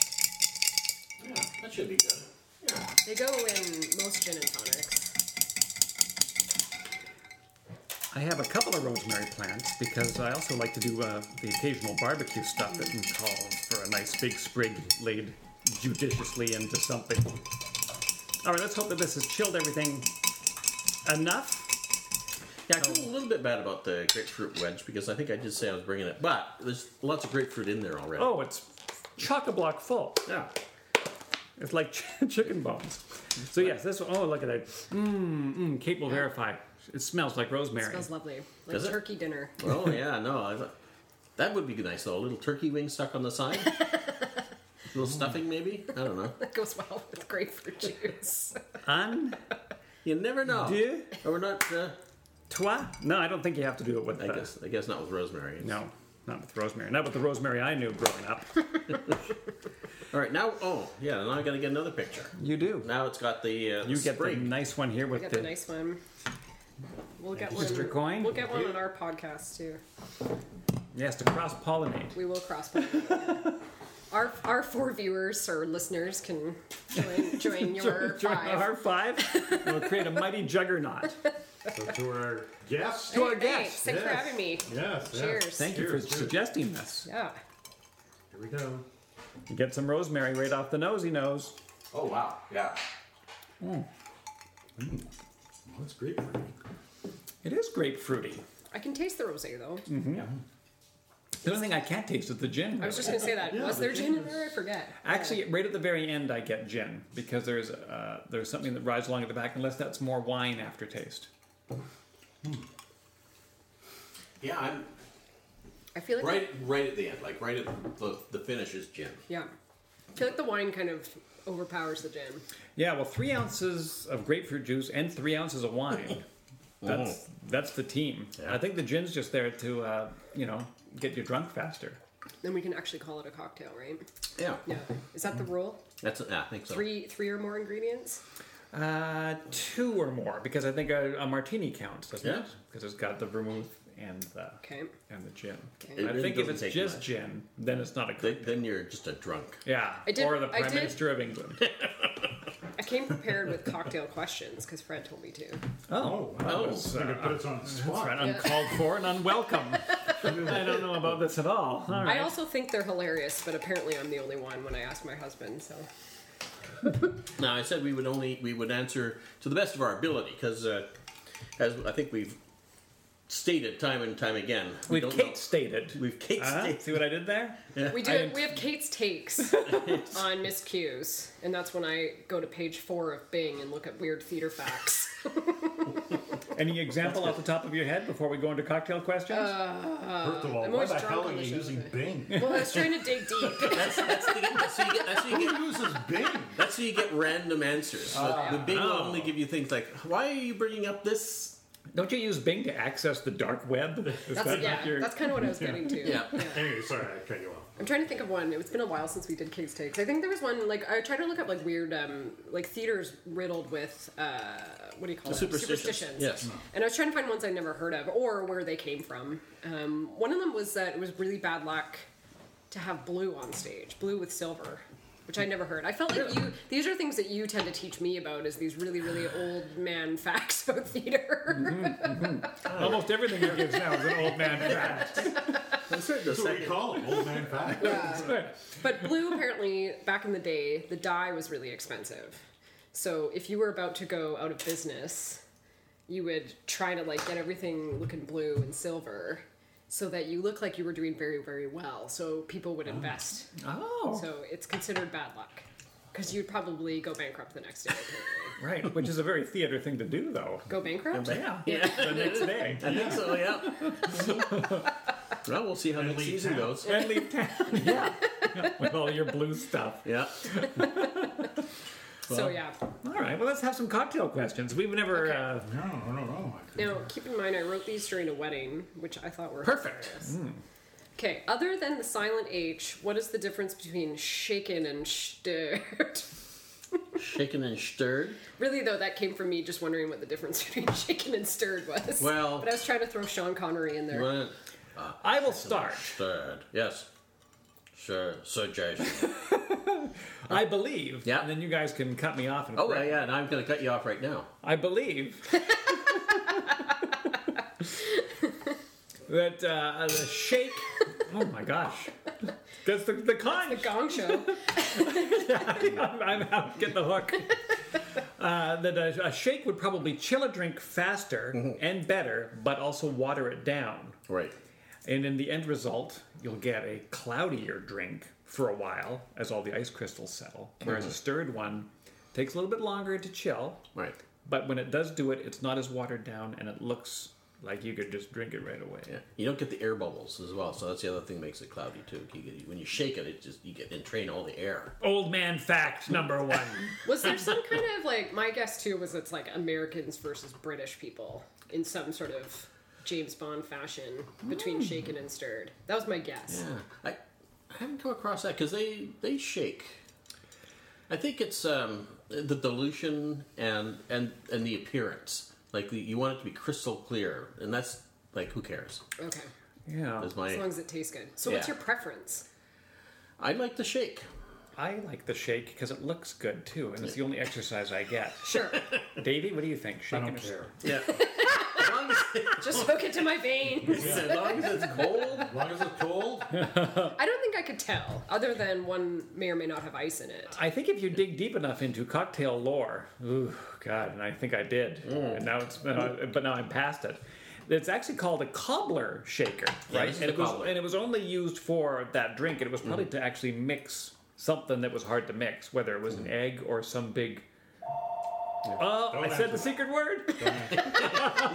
[SPEAKER 2] Yeah, that should be good. Yeah.
[SPEAKER 1] They go in most gin and tonics.
[SPEAKER 3] I have a couple of rosemary plants because I also like to do uh, the occasional barbecue stuff that can call for a nice big sprig laid judiciously into something. All right, let's hope that this has chilled everything enough.
[SPEAKER 2] Yeah, I feel a little bit bad about the grapefruit wedge because I think I did say I was bringing it, but there's lots of grapefruit in there already.
[SPEAKER 3] Oh, it's chock a block full.
[SPEAKER 2] yeah.
[SPEAKER 3] It's like ch- chicken bones. So yes, this. Oh, look at that. Mmm. Mm, Kate will verify. It smells like rosemary.
[SPEAKER 1] Smells lovely. Like
[SPEAKER 2] Does it?
[SPEAKER 1] turkey dinner.
[SPEAKER 2] Oh yeah, no, I, that would be nice though. A little turkey wing stuck on the side. a little stuffing maybe. I don't know.
[SPEAKER 1] That goes well with grapefruit juice.
[SPEAKER 3] Un
[SPEAKER 2] You never know.
[SPEAKER 3] deux
[SPEAKER 2] Or we're not. Uh,
[SPEAKER 3] trois. No, I don't think you have to do it with
[SPEAKER 2] I
[SPEAKER 3] that.
[SPEAKER 2] guess. I guess not with rosemary.
[SPEAKER 3] Uh. No, not with rosemary. Not with the rosemary I knew growing up.
[SPEAKER 2] All right, now. Oh yeah, now I got to get another picture.
[SPEAKER 3] You do.
[SPEAKER 2] Now it's got the. Uh,
[SPEAKER 3] You get the
[SPEAKER 2] spring.
[SPEAKER 3] nice one here with
[SPEAKER 1] Got
[SPEAKER 3] the.
[SPEAKER 1] the nice one. We'll get one.
[SPEAKER 3] Mr. Coyne?
[SPEAKER 1] We'll get one on our podcast too.
[SPEAKER 3] Yes, to cross pollinate.
[SPEAKER 1] We will cross pollinate. our our four viewers or listeners can join join your
[SPEAKER 3] Join
[SPEAKER 1] five.
[SPEAKER 3] our five. We'll create a mighty juggernaut.
[SPEAKER 4] So to our guests.
[SPEAKER 3] To
[SPEAKER 1] Hey,
[SPEAKER 3] our
[SPEAKER 1] hey,
[SPEAKER 3] guests.
[SPEAKER 1] thanks for
[SPEAKER 4] Yes.
[SPEAKER 1] having me.
[SPEAKER 4] Yes. yes.
[SPEAKER 1] Cheers.
[SPEAKER 3] Thank you for
[SPEAKER 4] Cheers, cheers.
[SPEAKER 3] suggesting this.
[SPEAKER 1] Yeah.
[SPEAKER 4] Here we go.
[SPEAKER 3] You get some rosemary right off the nosy nose.
[SPEAKER 2] Oh wow! Yeah.
[SPEAKER 4] Well, that's great. for you.
[SPEAKER 3] It is grapefruity.
[SPEAKER 1] I can taste the rosé though.
[SPEAKER 3] The only thing I can't taste is the gin.
[SPEAKER 1] I was
[SPEAKER 3] really.
[SPEAKER 1] just gonna say that.
[SPEAKER 4] Yeah,
[SPEAKER 1] Was there
[SPEAKER 4] the
[SPEAKER 1] gin in
[SPEAKER 4] gin
[SPEAKER 1] there? I forget.
[SPEAKER 3] Actually, right at the very end, I get gin because there's uh, there's something that rides along at the back, unless that's more wine aftertaste.
[SPEAKER 2] Yeah, I'm
[SPEAKER 1] I feel like
[SPEAKER 2] right. Right at the end, like right at the the finish is gin.
[SPEAKER 1] yeah. I feel like the wine kind of overpowers the gin.
[SPEAKER 3] Yeah, well, three ounces of grapefruit juice and three ounces of wine. That's that's the team. I think the gin's just there to uh, you know get you drunk faster.
[SPEAKER 1] Then we can actually call it a cocktail, right?
[SPEAKER 2] Yeah.
[SPEAKER 1] Yeah. Is that the rule?
[SPEAKER 2] That's. Yeah, I think so.
[SPEAKER 1] Three three or more ingredients?
[SPEAKER 3] Uh, two or more because I think a, a martini counts, doesn't it?
[SPEAKER 2] Yes.
[SPEAKER 3] Because it's got the vermouth and the
[SPEAKER 1] Okay.
[SPEAKER 3] and the gin.
[SPEAKER 1] Okay. It
[SPEAKER 3] I
[SPEAKER 2] really
[SPEAKER 3] think if
[SPEAKER 2] doesn't
[SPEAKER 3] it's
[SPEAKER 2] take
[SPEAKER 3] just
[SPEAKER 2] much.
[SPEAKER 3] gin, then it's not a
[SPEAKER 2] Then,
[SPEAKER 3] cocktail.
[SPEAKER 2] then you're just a drunk.
[SPEAKER 3] Yeah,
[SPEAKER 1] I did-
[SPEAKER 3] or the
[SPEAKER 1] I
[SPEAKER 3] Prime
[SPEAKER 1] did-
[SPEAKER 3] Minister of England.
[SPEAKER 1] I came prepared with cocktail questions because Fred told me to.
[SPEAKER 4] Oh, wow.
[SPEAKER 2] Oh,
[SPEAKER 4] I think it puts on the
[SPEAKER 3] That's
[SPEAKER 1] Oh,
[SPEAKER 4] spot.
[SPEAKER 3] right, uncalled for and unwelcome. I don't know about this at all. All
[SPEAKER 1] I
[SPEAKER 3] right.
[SPEAKER 1] also think they're hilarious, but apparently I'm the only one when I asked my husband. So
[SPEAKER 2] Now I said we would only we would answer to the best of our ability because, uh, as I think we've stated time and time again, we
[SPEAKER 3] We've
[SPEAKER 2] don't
[SPEAKER 3] Kate
[SPEAKER 2] know.
[SPEAKER 3] stated.
[SPEAKER 2] We've Kate
[SPEAKER 3] Uh-huh.
[SPEAKER 2] stated.
[SPEAKER 3] See what I did there?
[SPEAKER 1] we do.
[SPEAKER 3] I am-
[SPEAKER 1] we have Kate's takes on miscues, and that's when I go to page four of Bing and look at weird theater facts.
[SPEAKER 3] Any example off the top of your head before we go into cocktail questions?
[SPEAKER 4] First of all,
[SPEAKER 1] I'm
[SPEAKER 4] why
[SPEAKER 1] always
[SPEAKER 4] Uh, the
[SPEAKER 1] drunk
[SPEAKER 4] hell
[SPEAKER 1] on
[SPEAKER 4] are
[SPEAKER 1] the
[SPEAKER 4] you
[SPEAKER 1] show
[SPEAKER 4] using Bing?
[SPEAKER 1] well, I was trying to dig deep.
[SPEAKER 2] That's, that's, the, that's, how you get, that's, how you get,
[SPEAKER 4] Who uses Bing?
[SPEAKER 2] that's how you get random answers. the, the Bing will
[SPEAKER 3] Oh.
[SPEAKER 2] only give you things like, "Why are you bringing up this?"
[SPEAKER 3] Don't you use Bing to access the dark web? Is
[SPEAKER 1] That's,
[SPEAKER 3] that
[SPEAKER 1] yeah,
[SPEAKER 3] not your-
[SPEAKER 1] that's kind of what I was getting to.
[SPEAKER 2] Yeah.
[SPEAKER 4] Anyway, sorry, I cut you off.
[SPEAKER 1] I'm trying to think of one. It's been a while since we did Kate's takes. I think there was one like I tried to look up like weird um like theaters riddled with uh what do you call it?
[SPEAKER 2] Superstitions. Yes.
[SPEAKER 1] And I was trying to find ones I never heard of or where they came from. Um, one of them was that it was really bad luck to have blue on stage, blue with silver. Which I never heard. I felt like you. These are things that you tend to teach me about. Is these really, really old man facts about theater?
[SPEAKER 3] Almost everything he gives now is an old man fact.
[SPEAKER 2] That's it, the
[SPEAKER 4] That's what we
[SPEAKER 2] second.
[SPEAKER 4] call him, old man fact.
[SPEAKER 1] But blue, apparently, back in the day, the dye was really expensive. So if you were about to go out of business, you would try to like get everything looking blue and silver, so that you look like you were doing very, very well. So people would invest.
[SPEAKER 3] Oh,
[SPEAKER 1] So it's considered bad luck, because you'd probably go bankrupt the next day. apparently.
[SPEAKER 3] right. Which is a very theater thing to do, though.
[SPEAKER 1] go bankrupt?
[SPEAKER 3] Yeah.
[SPEAKER 2] Yeah.
[SPEAKER 3] The next day.
[SPEAKER 2] I think so. Yeah. well, we'll see how next
[SPEAKER 4] leave
[SPEAKER 2] season
[SPEAKER 4] town.
[SPEAKER 2] goes.
[SPEAKER 3] And leave town. Yeah. With all your blue stuff.
[SPEAKER 2] Yeah.
[SPEAKER 1] So yeah.
[SPEAKER 3] All right. Well, let's have some cocktail questions. We've never.
[SPEAKER 1] Okay.
[SPEAKER 3] Uh,
[SPEAKER 4] No, no, no, no. I couldn't-
[SPEAKER 1] Now keep in mind, I wrote these during a wedding, which I thought were
[SPEAKER 3] Perfect.
[SPEAKER 1] hilarious.
[SPEAKER 2] Mm.
[SPEAKER 1] Okay, other than the silent H, what is the difference between shaken and stirred?
[SPEAKER 2] Shaken and stirred.
[SPEAKER 1] Really, though, that came from me just wondering what the difference between shaken and stirred was.
[SPEAKER 2] Well-
[SPEAKER 1] but I was trying to throw Sean Connery in there.
[SPEAKER 2] Well,
[SPEAKER 3] I will start.
[SPEAKER 2] Stirred. Yes. Sure. So, Jason.
[SPEAKER 3] I believe.
[SPEAKER 2] Yeah.
[SPEAKER 3] And then you guys can cut me off. And
[SPEAKER 2] Oh yeah,
[SPEAKER 3] correct me.
[SPEAKER 2] yeah. And I'm going to cut you off right now.
[SPEAKER 3] I believe that uh, the shake. Oh my gosh. That's the, the con.
[SPEAKER 1] The Gong Show.
[SPEAKER 3] I'm, I'm out. Get the hook. uh, that a, a shake would probably chill a drink faster and better, but also water it down.
[SPEAKER 2] Right.
[SPEAKER 3] And in the end result, you'll get a cloudier drink for a while as all the ice crystals settle, whereas a stirred one takes a little bit longer to chill,
[SPEAKER 2] Right.
[SPEAKER 3] but when it does do it, it's not as watered down and it looks like you could just drink it right away.
[SPEAKER 2] Yeah. You don't get the air bubbles as well, so that's the other thing that makes it cloudy too. You get, when you shake it, it just you get and train all the air.
[SPEAKER 3] Old man fact number one.
[SPEAKER 1] Was there some kind of like my guess too was it's like Americans versus British people in some sort of James Bond fashion between
[SPEAKER 2] Hmm.
[SPEAKER 1] shaken and stirred. That was my guess.
[SPEAKER 2] Yeah. I, I haven't come across that because they they shake. I think it's um, the dilution and and and the appearance. Like the, you want it to be crystal clear, and that's like who cares?
[SPEAKER 1] Okay.
[SPEAKER 3] yeah.
[SPEAKER 2] Is my
[SPEAKER 1] As long as it tastes good. So what's
[SPEAKER 2] Yeah.
[SPEAKER 1] your preference?
[SPEAKER 2] I like to shake.
[SPEAKER 3] I like the shake because it looks good too, and it's the only exercise I get.
[SPEAKER 1] Sure.
[SPEAKER 3] Davey, what do you think? Shake
[SPEAKER 4] I don't
[SPEAKER 3] it or-
[SPEAKER 2] Yeah.
[SPEAKER 4] care.
[SPEAKER 2] as, long as,
[SPEAKER 1] Just hook it to my veins.
[SPEAKER 2] as long as it's cold,
[SPEAKER 4] As long as it's cold,
[SPEAKER 1] I don't think I could tell, other than one may or may not have ice in it.
[SPEAKER 3] I think if you dig deep enough into cocktail lore, ooh, God, and I think I did, and now it's, uh, but now I'm past it. It's actually called a cobbler shaker,
[SPEAKER 2] Yeah,
[SPEAKER 3] right?
[SPEAKER 2] this is
[SPEAKER 3] and,
[SPEAKER 2] a
[SPEAKER 3] it was,
[SPEAKER 2] cobbler.
[SPEAKER 3] and it was only used for that drink. and It was probably to actually mix something that was hard to mix, whether it was an egg or some big. Oh,
[SPEAKER 4] Don't
[SPEAKER 3] I said
[SPEAKER 4] answer
[SPEAKER 3] the secret word.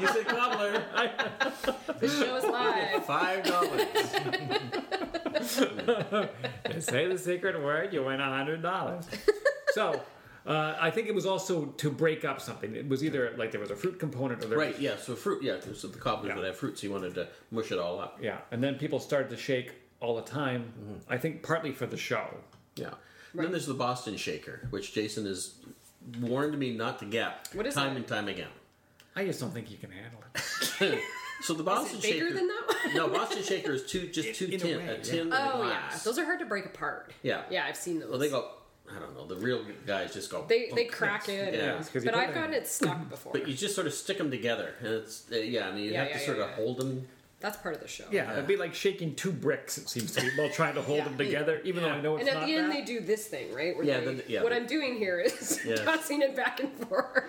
[SPEAKER 2] you say cobbler.
[SPEAKER 1] The show is live.
[SPEAKER 2] Five dollars.
[SPEAKER 3] Say the secret word, you win hundred dollars. so, uh, I think it was also to break up something. It was either like there was a fruit component or there was
[SPEAKER 2] Right. Yeah. So fruit. Yeah. So the cobblers would have fruit, so you wanted to mush it all up.
[SPEAKER 3] Yeah, and then people started to shake all the time. I think partly for the show.
[SPEAKER 2] Yeah. And Then there's the Boston Shaker, which Jason has warned me not to get
[SPEAKER 1] What is
[SPEAKER 2] time
[SPEAKER 1] that?
[SPEAKER 2] and time again.
[SPEAKER 3] I just don't think you can handle it.
[SPEAKER 2] So the Boston
[SPEAKER 1] Bigger
[SPEAKER 2] Shaker.
[SPEAKER 1] than that one?
[SPEAKER 2] no, Boston Shaker is two, just two
[SPEAKER 3] in a
[SPEAKER 2] tin,
[SPEAKER 3] way,
[SPEAKER 2] a,
[SPEAKER 3] yeah.
[SPEAKER 2] tin and a
[SPEAKER 1] Oh yeah,
[SPEAKER 2] glass.
[SPEAKER 1] those are hard to break apart.
[SPEAKER 2] Yeah.
[SPEAKER 1] Yeah, I've seen those.
[SPEAKER 2] Well, they go. I don't know. The real guys just go.
[SPEAKER 1] They they
[SPEAKER 2] plunk.
[SPEAKER 1] crack it.
[SPEAKER 2] Yeah.
[SPEAKER 3] It's 'cause you
[SPEAKER 1] But
[SPEAKER 3] put
[SPEAKER 1] I've
[SPEAKER 3] it-
[SPEAKER 1] gotten it stuck before.
[SPEAKER 2] But you just sort of stick them together, and it's uh, yeah, and you
[SPEAKER 1] Yeah,
[SPEAKER 2] have to
[SPEAKER 1] yeah,
[SPEAKER 2] sort
[SPEAKER 1] yeah,
[SPEAKER 2] of
[SPEAKER 1] yeah.
[SPEAKER 2] hold them.
[SPEAKER 1] That's part of the show.
[SPEAKER 3] Yeah, it'd be like shaking two bricks. It seems to be while trying to hold
[SPEAKER 1] Yeah.
[SPEAKER 3] them together, even though I
[SPEAKER 2] Oh,
[SPEAKER 3] know it's
[SPEAKER 1] And at
[SPEAKER 3] not
[SPEAKER 1] the end,
[SPEAKER 3] that.
[SPEAKER 1] they do this thing, right? Where
[SPEAKER 2] Yeah,
[SPEAKER 1] they-
[SPEAKER 2] then- yeah,
[SPEAKER 1] What
[SPEAKER 2] they-
[SPEAKER 1] I'm doing here is
[SPEAKER 2] Yes.
[SPEAKER 1] tossing it back and forth.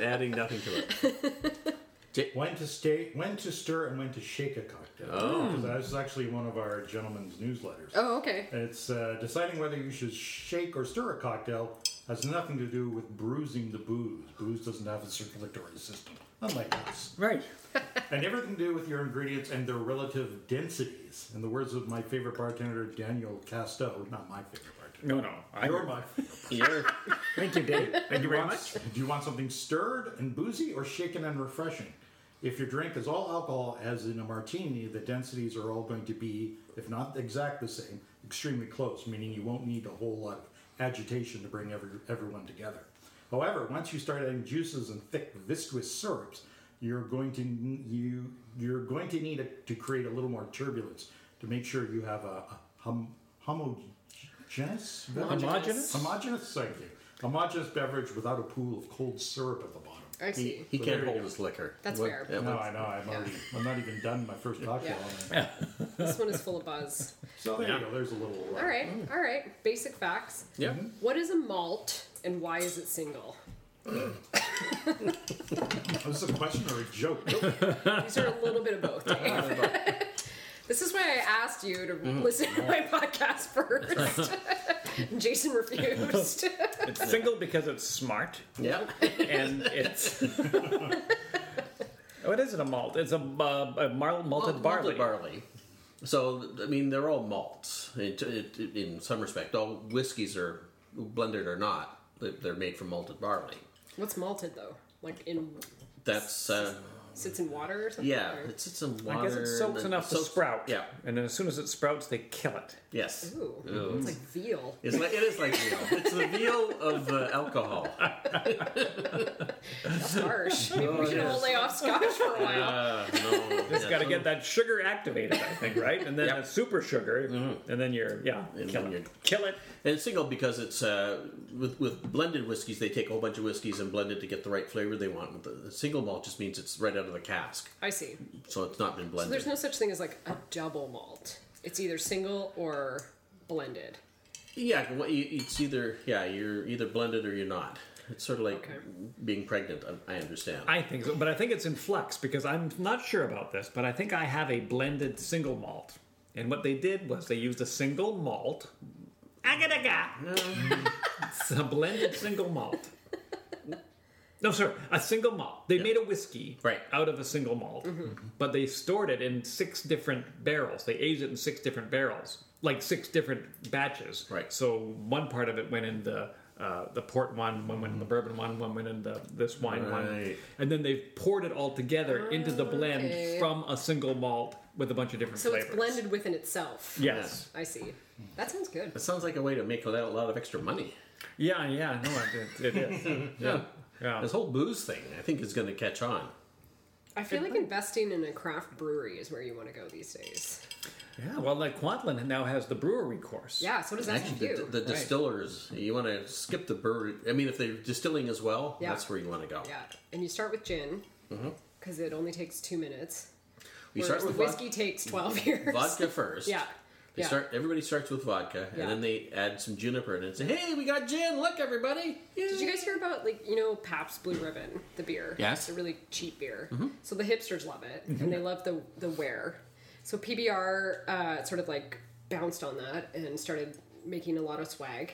[SPEAKER 2] adding nothing to it.
[SPEAKER 4] when to stay, when to stir, and when to shake a cocktail. because that was actually one of our gentlemen's newsletters.
[SPEAKER 1] oh, okay.
[SPEAKER 4] It's uh, deciding whether you should shake or stir a cocktail has nothing to do with bruising the booze. Booze doesn't have a circulatory system, unlike us.
[SPEAKER 3] right.
[SPEAKER 4] And everything to do with your ingredients and their relative densities. In the words of my favorite bartender, Daniel Casto, not my favorite bartender.
[SPEAKER 3] No, no. I,
[SPEAKER 4] You're my
[SPEAKER 2] You're,
[SPEAKER 3] thank you, Dave. Thank you very much.
[SPEAKER 4] Do you want something stirred and boozy or shaken and refreshing? If your drink is all alcohol, as in a martini, the densities are all going to be, if not exact the same, extremely close, meaning you won't need a whole lot of agitation to bring every, everyone together. However, once you start adding juices and thick, viscous syrups, you're going to n- you you're going to need it to create a little more turbulence to make sure you have a, a hum, homogeneous
[SPEAKER 3] Homogenous?
[SPEAKER 4] Homogeneous, thank you. Homogeneous beverage without a pool of cold syrup at the bottom.
[SPEAKER 1] I see.
[SPEAKER 2] he, he can't
[SPEAKER 4] There you
[SPEAKER 2] hold
[SPEAKER 4] go.
[SPEAKER 2] his liquor.
[SPEAKER 1] That's
[SPEAKER 2] What-
[SPEAKER 1] fair.
[SPEAKER 2] yeah,
[SPEAKER 4] No,
[SPEAKER 2] what-
[SPEAKER 4] I know. I'm, already, I'm not even done my first cocktail.
[SPEAKER 1] This one is full of buzz.
[SPEAKER 4] So there you go. There's a little. Uh,
[SPEAKER 1] All right. All right. Basic facts.
[SPEAKER 2] yeah.
[SPEAKER 1] What is a malt and why is it single?
[SPEAKER 4] Was oh, this a question or a joke?
[SPEAKER 1] These are a little bit of both. Dave. this is why I asked you to listen to my podcast first. Jason refused.
[SPEAKER 3] It's single because it's smart,
[SPEAKER 2] Yeah.
[SPEAKER 3] and it's. What is it? A malt? It's a, uh, a mar-
[SPEAKER 2] Malted
[SPEAKER 3] malted barley.
[SPEAKER 2] barley. So I mean, they're all malts in, in some respect. All whiskies are blended or not. they- They're made from malted barley.
[SPEAKER 1] What's malted though? Like in
[SPEAKER 2] That's uh,
[SPEAKER 1] sits in water or something?
[SPEAKER 2] yeah.
[SPEAKER 1] Or-
[SPEAKER 2] It's it's in water.
[SPEAKER 3] I guess it soaks
[SPEAKER 2] and-
[SPEAKER 3] enough to
[SPEAKER 2] soaks-
[SPEAKER 3] sprout.
[SPEAKER 2] Yeah.
[SPEAKER 3] and then as soon as it sprouts, they kill it.
[SPEAKER 2] Yes.
[SPEAKER 1] Ooh, it's like veal.
[SPEAKER 2] It's like it is like veal. It's the veal of uh, alcohol.
[SPEAKER 1] Harsh. Maybe we should
[SPEAKER 2] yes.
[SPEAKER 1] all lay off scotch for a while.
[SPEAKER 2] Uh, no.
[SPEAKER 3] Just got to get that sugar activated, I think, right? And then
[SPEAKER 2] Yep. Mm-hmm.
[SPEAKER 3] a super sugar, and then you're yeah,
[SPEAKER 2] And
[SPEAKER 3] kill
[SPEAKER 2] then
[SPEAKER 3] it,
[SPEAKER 2] you're-
[SPEAKER 3] kill it.
[SPEAKER 2] And it's single because it's uh, with with blended whiskies. They take a whole bunch of whiskies and blend it to get the right flavor they want. With the, the single malt just means it's right out of the cask,
[SPEAKER 1] I see.
[SPEAKER 2] so it's not been
[SPEAKER 1] So
[SPEAKER 2] blended.
[SPEAKER 1] there's no such thing as like a double malt. It's either single or blended.
[SPEAKER 2] Yeah, well, you- it's either yeah, you're either blended or you're not. It's sort of like
[SPEAKER 1] Okay.
[SPEAKER 2] being pregnant. I, I understand.
[SPEAKER 3] I think so, but I think it's in flux because I'm not sure about this, but I think I have a blended single malt. And what they did was they used a single malt. Agadaga!
[SPEAKER 2] Mm.
[SPEAKER 3] it's a blended single malt. No, sir, a single malt. They made a whiskey
[SPEAKER 2] Right.
[SPEAKER 3] out of a single malt,
[SPEAKER 1] Mm-hmm.
[SPEAKER 3] but they stored it in six different barrels. They aged it in six different barrels, like six different batches.
[SPEAKER 2] Right.
[SPEAKER 3] So one part of it went in the uh, the port one, one went
[SPEAKER 1] Mm-hmm.
[SPEAKER 3] in the bourbon one, one went in the this wine one,
[SPEAKER 2] Right.
[SPEAKER 3] and then they've poured it all together into the blend
[SPEAKER 1] Okay.
[SPEAKER 3] from a single malt with a bunch of different
[SPEAKER 1] So
[SPEAKER 3] flavors.
[SPEAKER 1] it's blended within itself.
[SPEAKER 3] Yes.
[SPEAKER 1] I see. That sounds good.
[SPEAKER 2] it sounds like a way to make a lot, a lot of extra money.
[SPEAKER 3] Yeah. Yeah. No, it, it is.
[SPEAKER 2] Yeah.
[SPEAKER 3] Yeah.
[SPEAKER 2] This whole booze thing, I think, is going to catch on.
[SPEAKER 1] I feel like investing in a craft brewery is where you want to go these days.
[SPEAKER 3] Yeah. Well, like Quantlin now has the brewery course.
[SPEAKER 1] Yeah, so what does that
[SPEAKER 2] Actually,
[SPEAKER 1] do?
[SPEAKER 2] the, the distillers, you want to skip the brewery. I mean, if they're distilling as well,
[SPEAKER 1] Yeah.
[SPEAKER 2] that's where you want to go.
[SPEAKER 1] yeah, and you start with gin because it only takes two minutes.
[SPEAKER 2] We
[SPEAKER 1] whereas
[SPEAKER 2] Mm-hmm. start with
[SPEAKER 1] the whiskey
[SPEAKER 2] vod-
[SPEAKER 1] takes twelve years.
[SPEAKER 2] vodka first.
[SPEAKER 1] Yeah.
[SPEAKER 2] They
[SPEAKER 1] Yeah.
[SPEAKER 2] start. Everybody starts with vodka,
[SPEAKER 1] Yeah.
[SPEAKER 2] and then they add some juniper in it and say, "Hey, we got gin! Look, everybody!"
[SPEAKER 1] Did you guys hear about like you know Pabst Blue Ribbon, the beer?
[SPEAKER 2] Yes. Mm-hmm.
[SPEAKER 1] it's a really cheap beer. So the hipsters love it, and they love the the wear. So PBR uh, sort of like bounced on that and started making a lot of swag,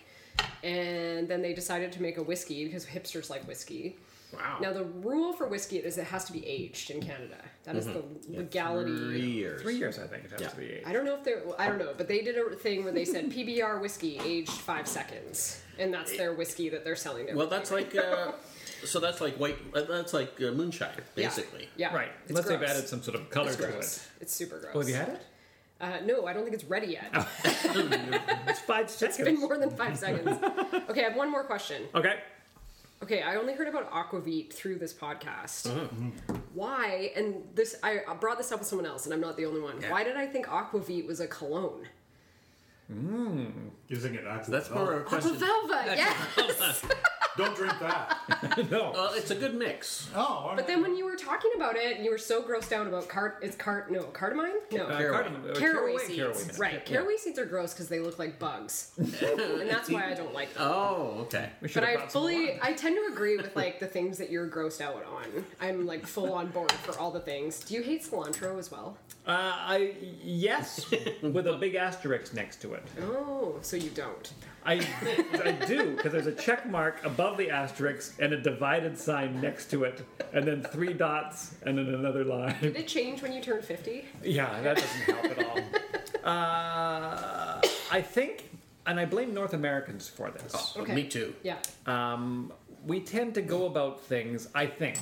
[SPEAKER 1] and then they decided to make a whiskey because hipsters like whiskey.
[SPEAKER 2] Wow.
[SPEAKER 1] Now the rule for whiskey is it has to be aged in Canada. That is
[SPEAKER 2] Mm-hmm.
[SPEAKER 1] the legality.
[SPEAKER 2] three years.
[SPEAKER 3] Three years, I think it has
[SPEAKER 2] Yeah.
[SPEAKER 3] to be. Eight.
[SPEAKER 1] I don't know if they. I don't know, but they did a thing where they said PBR whiskey aged five seconds, and that's their whiskey that they're selling. to
[SPEAKER 2] Well, that's like. Uh, so that's like white. uh, That's like uh, moonshine,
[SPEAKER 1] Yeah.
[SPEAKER 2] basically.
[SPEAKER 1] Yeah.
[SPEAKER 3] Right.
[SPEAKER 1] It's
[SPEAKER 3] Unless they've
[SPEAKER 1] gross.
[SPEAKER 3] added some sort of color
[SPEAKER 1] It's
[SPEAKER 3] to
[SPEAKER 1] gross.
[SPEAKER 3] it.
[SPEAKER 1] It's super gross.
[SPEAKER 3] Oh, have you had Oh, it?
[SPEAKER 1] Uh, no, I don't think it's ready yet.
[SPEAKER 3] It's five
[SPEAKER 1] It's
[SPEAKER 3] seconds.
[SPEAKER 1] been more than five seconds. Okay, I have one more question.
[SPEAKER 3] Okay.
[SPEAKER 1] Okay, I only heard about Aquavit through this podcast.
[SPEAKER 2] Mm-hmm.
[SPEAKER 1] Why? And this, I I brought this up with someone else, and I'm not the only one. Why did I think Aquavit was a cologne?
[SPEAKER 4] Using it aqua.
[SPEAKER 3] Oh.
[SPEAKER 2] That's more a question.
[SPEAKER 1] Aquavelva, yes.
[SPEAKER 4] Don't drink that.
[SPEAKER 3] No.
[SPEAKER 1] Oh,
[SPEAKER 2] Well, it's a good mix.
[SPEAKER 4] Oh, all
[SPEAKER 1] But then when you were talking about it, and you were so grossed out about cart, it's cart, no, cardamine, no.
[SPEAKER 3] Uh,
[SPEAKER 2] Caraway.
[SPEAKER 3] cardamom- uh,
[SPEAKER 1] oh, Caraway, seeds,
[SPEAKER 3] caraway seeds.
[SPEAKER 1] right?
[SPEAKER 3] Yeah.
[SPEAKER 1] Caraway seeds are gross because they look like bugs, and that's why I don't like them.
[SPEAKER 2] Oh, okay.
[SPEAKER 3] We should
[SPEAKER 1] But
[SPEAKER 3] have
[SPEAKER 1] I
[SPEAKER 3] brought some
[SPEAKER 1] fully,
[SPEAKER 3] wine.
[SPEAKER 1] I tend to agree with like the things that you're grossed out on. I'm like full on board for all the things. Do you hate cilantro as well?
[SPEAKER 3] Uh, I yes, with a big asterisk next to it.
[SPEAKER 1] Oh, so you don't.
[SPEAKER 3] I I do because there's a check mark above the asterisk and a divided sign next to it, and then three dots and then another line.
[SPEAKER 1] Did it change when you turned 50?
[SPEAKER 3] Yeah, that doesn't help at all. Uh, I think, and I blame North Americans for this.
[SPEAKER 1] Okay.
[SPEAKER 2] Me too. Uh,
[SPEAKER 1] Yeah.
[SPEAKER 3] um, we tend to go about things, I think,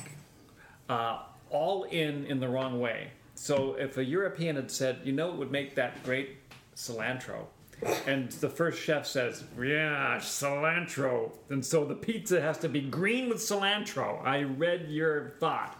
[SPEAKER 3] uh, all in in the wrong way. So if a European had said, you know, it would make that great cilantro, and the first chef says, yeah, cilantro, and so the pizza has to be green with cilantro. I read your thought.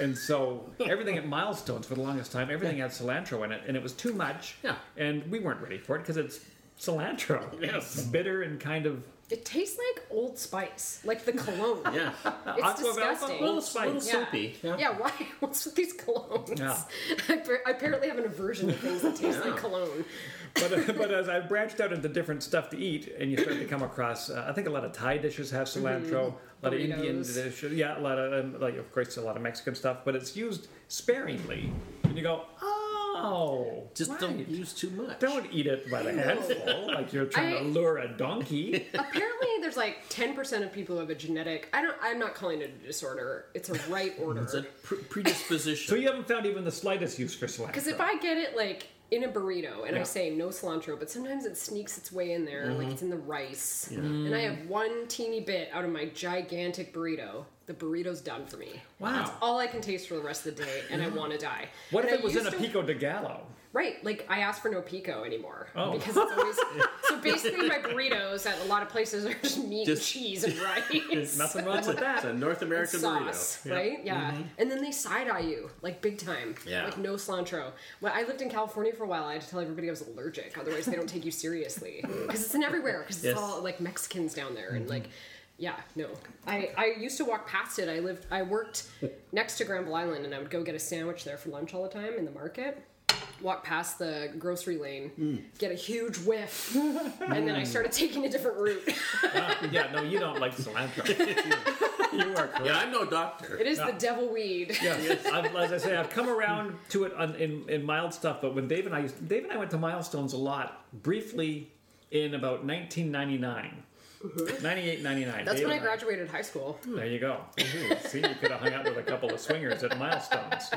[SPEAKER 3] And so everything at Milestones for the longest time, everything had cilantro in it, and it was too much.
[SPEAKER 2] Yeah.
[SPEAKER 3] And we weren't ready for it because it's cilantro. Yes. Bitter and kind of
[SPEAKER 1] It tastes like Old Spice, like the cologne.
[SPEAKER 2] Yeah.
[SPEAKER 1] It's
[SPEAKER 3] Aqua Velva?
[SPEAKER 1] disgusting.
[SPEAKER 2] little,
[SPEAKER 3] Old
[SPEAKER 2] spice. little
[SPEAKER 3] Spice.
[SPEAKER 1] Yeah.
[SPEAKER 2] soapy. Yeah.
[SPEAKER 1] yeah. why? What's with these colognes?
[SPEAKER 3] Yeah.
[SPEAKER 1] I per- I apparently have an aversion to things that taste like cologne.
[SPEAKER 3] but, but as I've branched out into different stuff to eat, and you start to come across, uh, I think a lot of Thai dishes have cilantro, a lot of Indian
[SPEAKER 1] Mm-hmm. Burritos.
[SPEAKER 3] dishes, yeah, a lot of um, like of course a lot of Mexican stuff, but it's used sparingly, and you go, oh,
[SPEAKER 2] Just
[SPEAKER 3] right.
[SPEAKER 2] don't use too much.
[SPEAKER 3] Don't eat it by the handful like you're trying
[SPEAKER 1] I-
[SPEAKER 3] to lure a donkey.
[SPEAKER 1] Apparently, there's like 10% of people who have a genetic. I don't. I'm not calling it a disorder. It's a right order.
[SPEAKER 2] It's a pre-
[SPEAKER 3] so
[SPEAKER 2] predisposition.
[SPEAKER 3] you haven't found even the slightest use for cilantro.
[SPEAKER 1] Because if I get it like in a burrito and I
[SPEAKER 3] Yeah. Mm-hmm.
[SPEAKER 1] say no cilantro, but sometimes it sneaks its way in there, like it's in the rice, and I have one teeny bit out of my gigantic burrito, the burrito's done for me.
[SPEAKER 3] Wow.
[SPEAKER 1] That's all I can taste for the rest of the day, and I want to die.
[SPEAKER 3] what if
[SPEAKER 1] And
[SPEAKER 3] it
[SPEAKER 1] I
[SPEAKER 3] was in a
[SPEAKER 1] used to-
[SPEAKER 3] pico de gallo?
[SPEAKER 1] Right, like I ask for no pico anymore
[SPEAKER 3] Oh.
[SPEAKER 1] because it's always so. Basically, my burritos at a lot of places are just meat, and
[SPEAKER 2] Just-
[SPEAKER 1] cheese, and rice.
[SPEAKER 3] Nothing wrong with that.
[SPEAKER 2] It's a North American
[SPEAKER 1] sauce,
[SPEAKER 2] burrito. Mm-hmm.
[SPEAKER 1] right? Yeah. And then they side eye you like big time.
[SPEAKER 2] Yeah.
[SPEAKER 1] Like no cilantro. When I lived in California for a while, I had to tell everybody I was allergic. Otherwise, they don't take you seriously because it's in everywhere. Because
[SPEAKER 2] Yes. Mm-hmm.
[SPEAKER 1] it's all like Mexicans down there and like. Yeah, no. I, I used to walk past it. I lived, I worked next to Granville Island, and I would go get a sandwich there for lunch all the time in the market. walk past the grocery lane,
[SPEAKER 2] Mm.
[SPEAKER 1] get a huge whiff, and then I started taking a different route.
[SPEAKER 3] yeah, no, you don't like cilantro. you are correct.
[SPEAKER 2] Yeah, I'm no doctor.
[SPEAKER 1] It is the devil weed.
[SPEAKER 3] Yes. I've, as I say, I've come around to it on, in, in mild stuff, but when Dave and I used Dave and I went to milestones a lot briefly in about 1999. 98, 99.
[SPEAKER 1] That's
[SPEAKER 3] Dave
[SPEAKER 1] when I
[SPEAKER 3] and
[SPEAKER 1] graduated high school.
[SPEAKER 3] There you go. See, you could have hung out with a couple of swingers at milestones.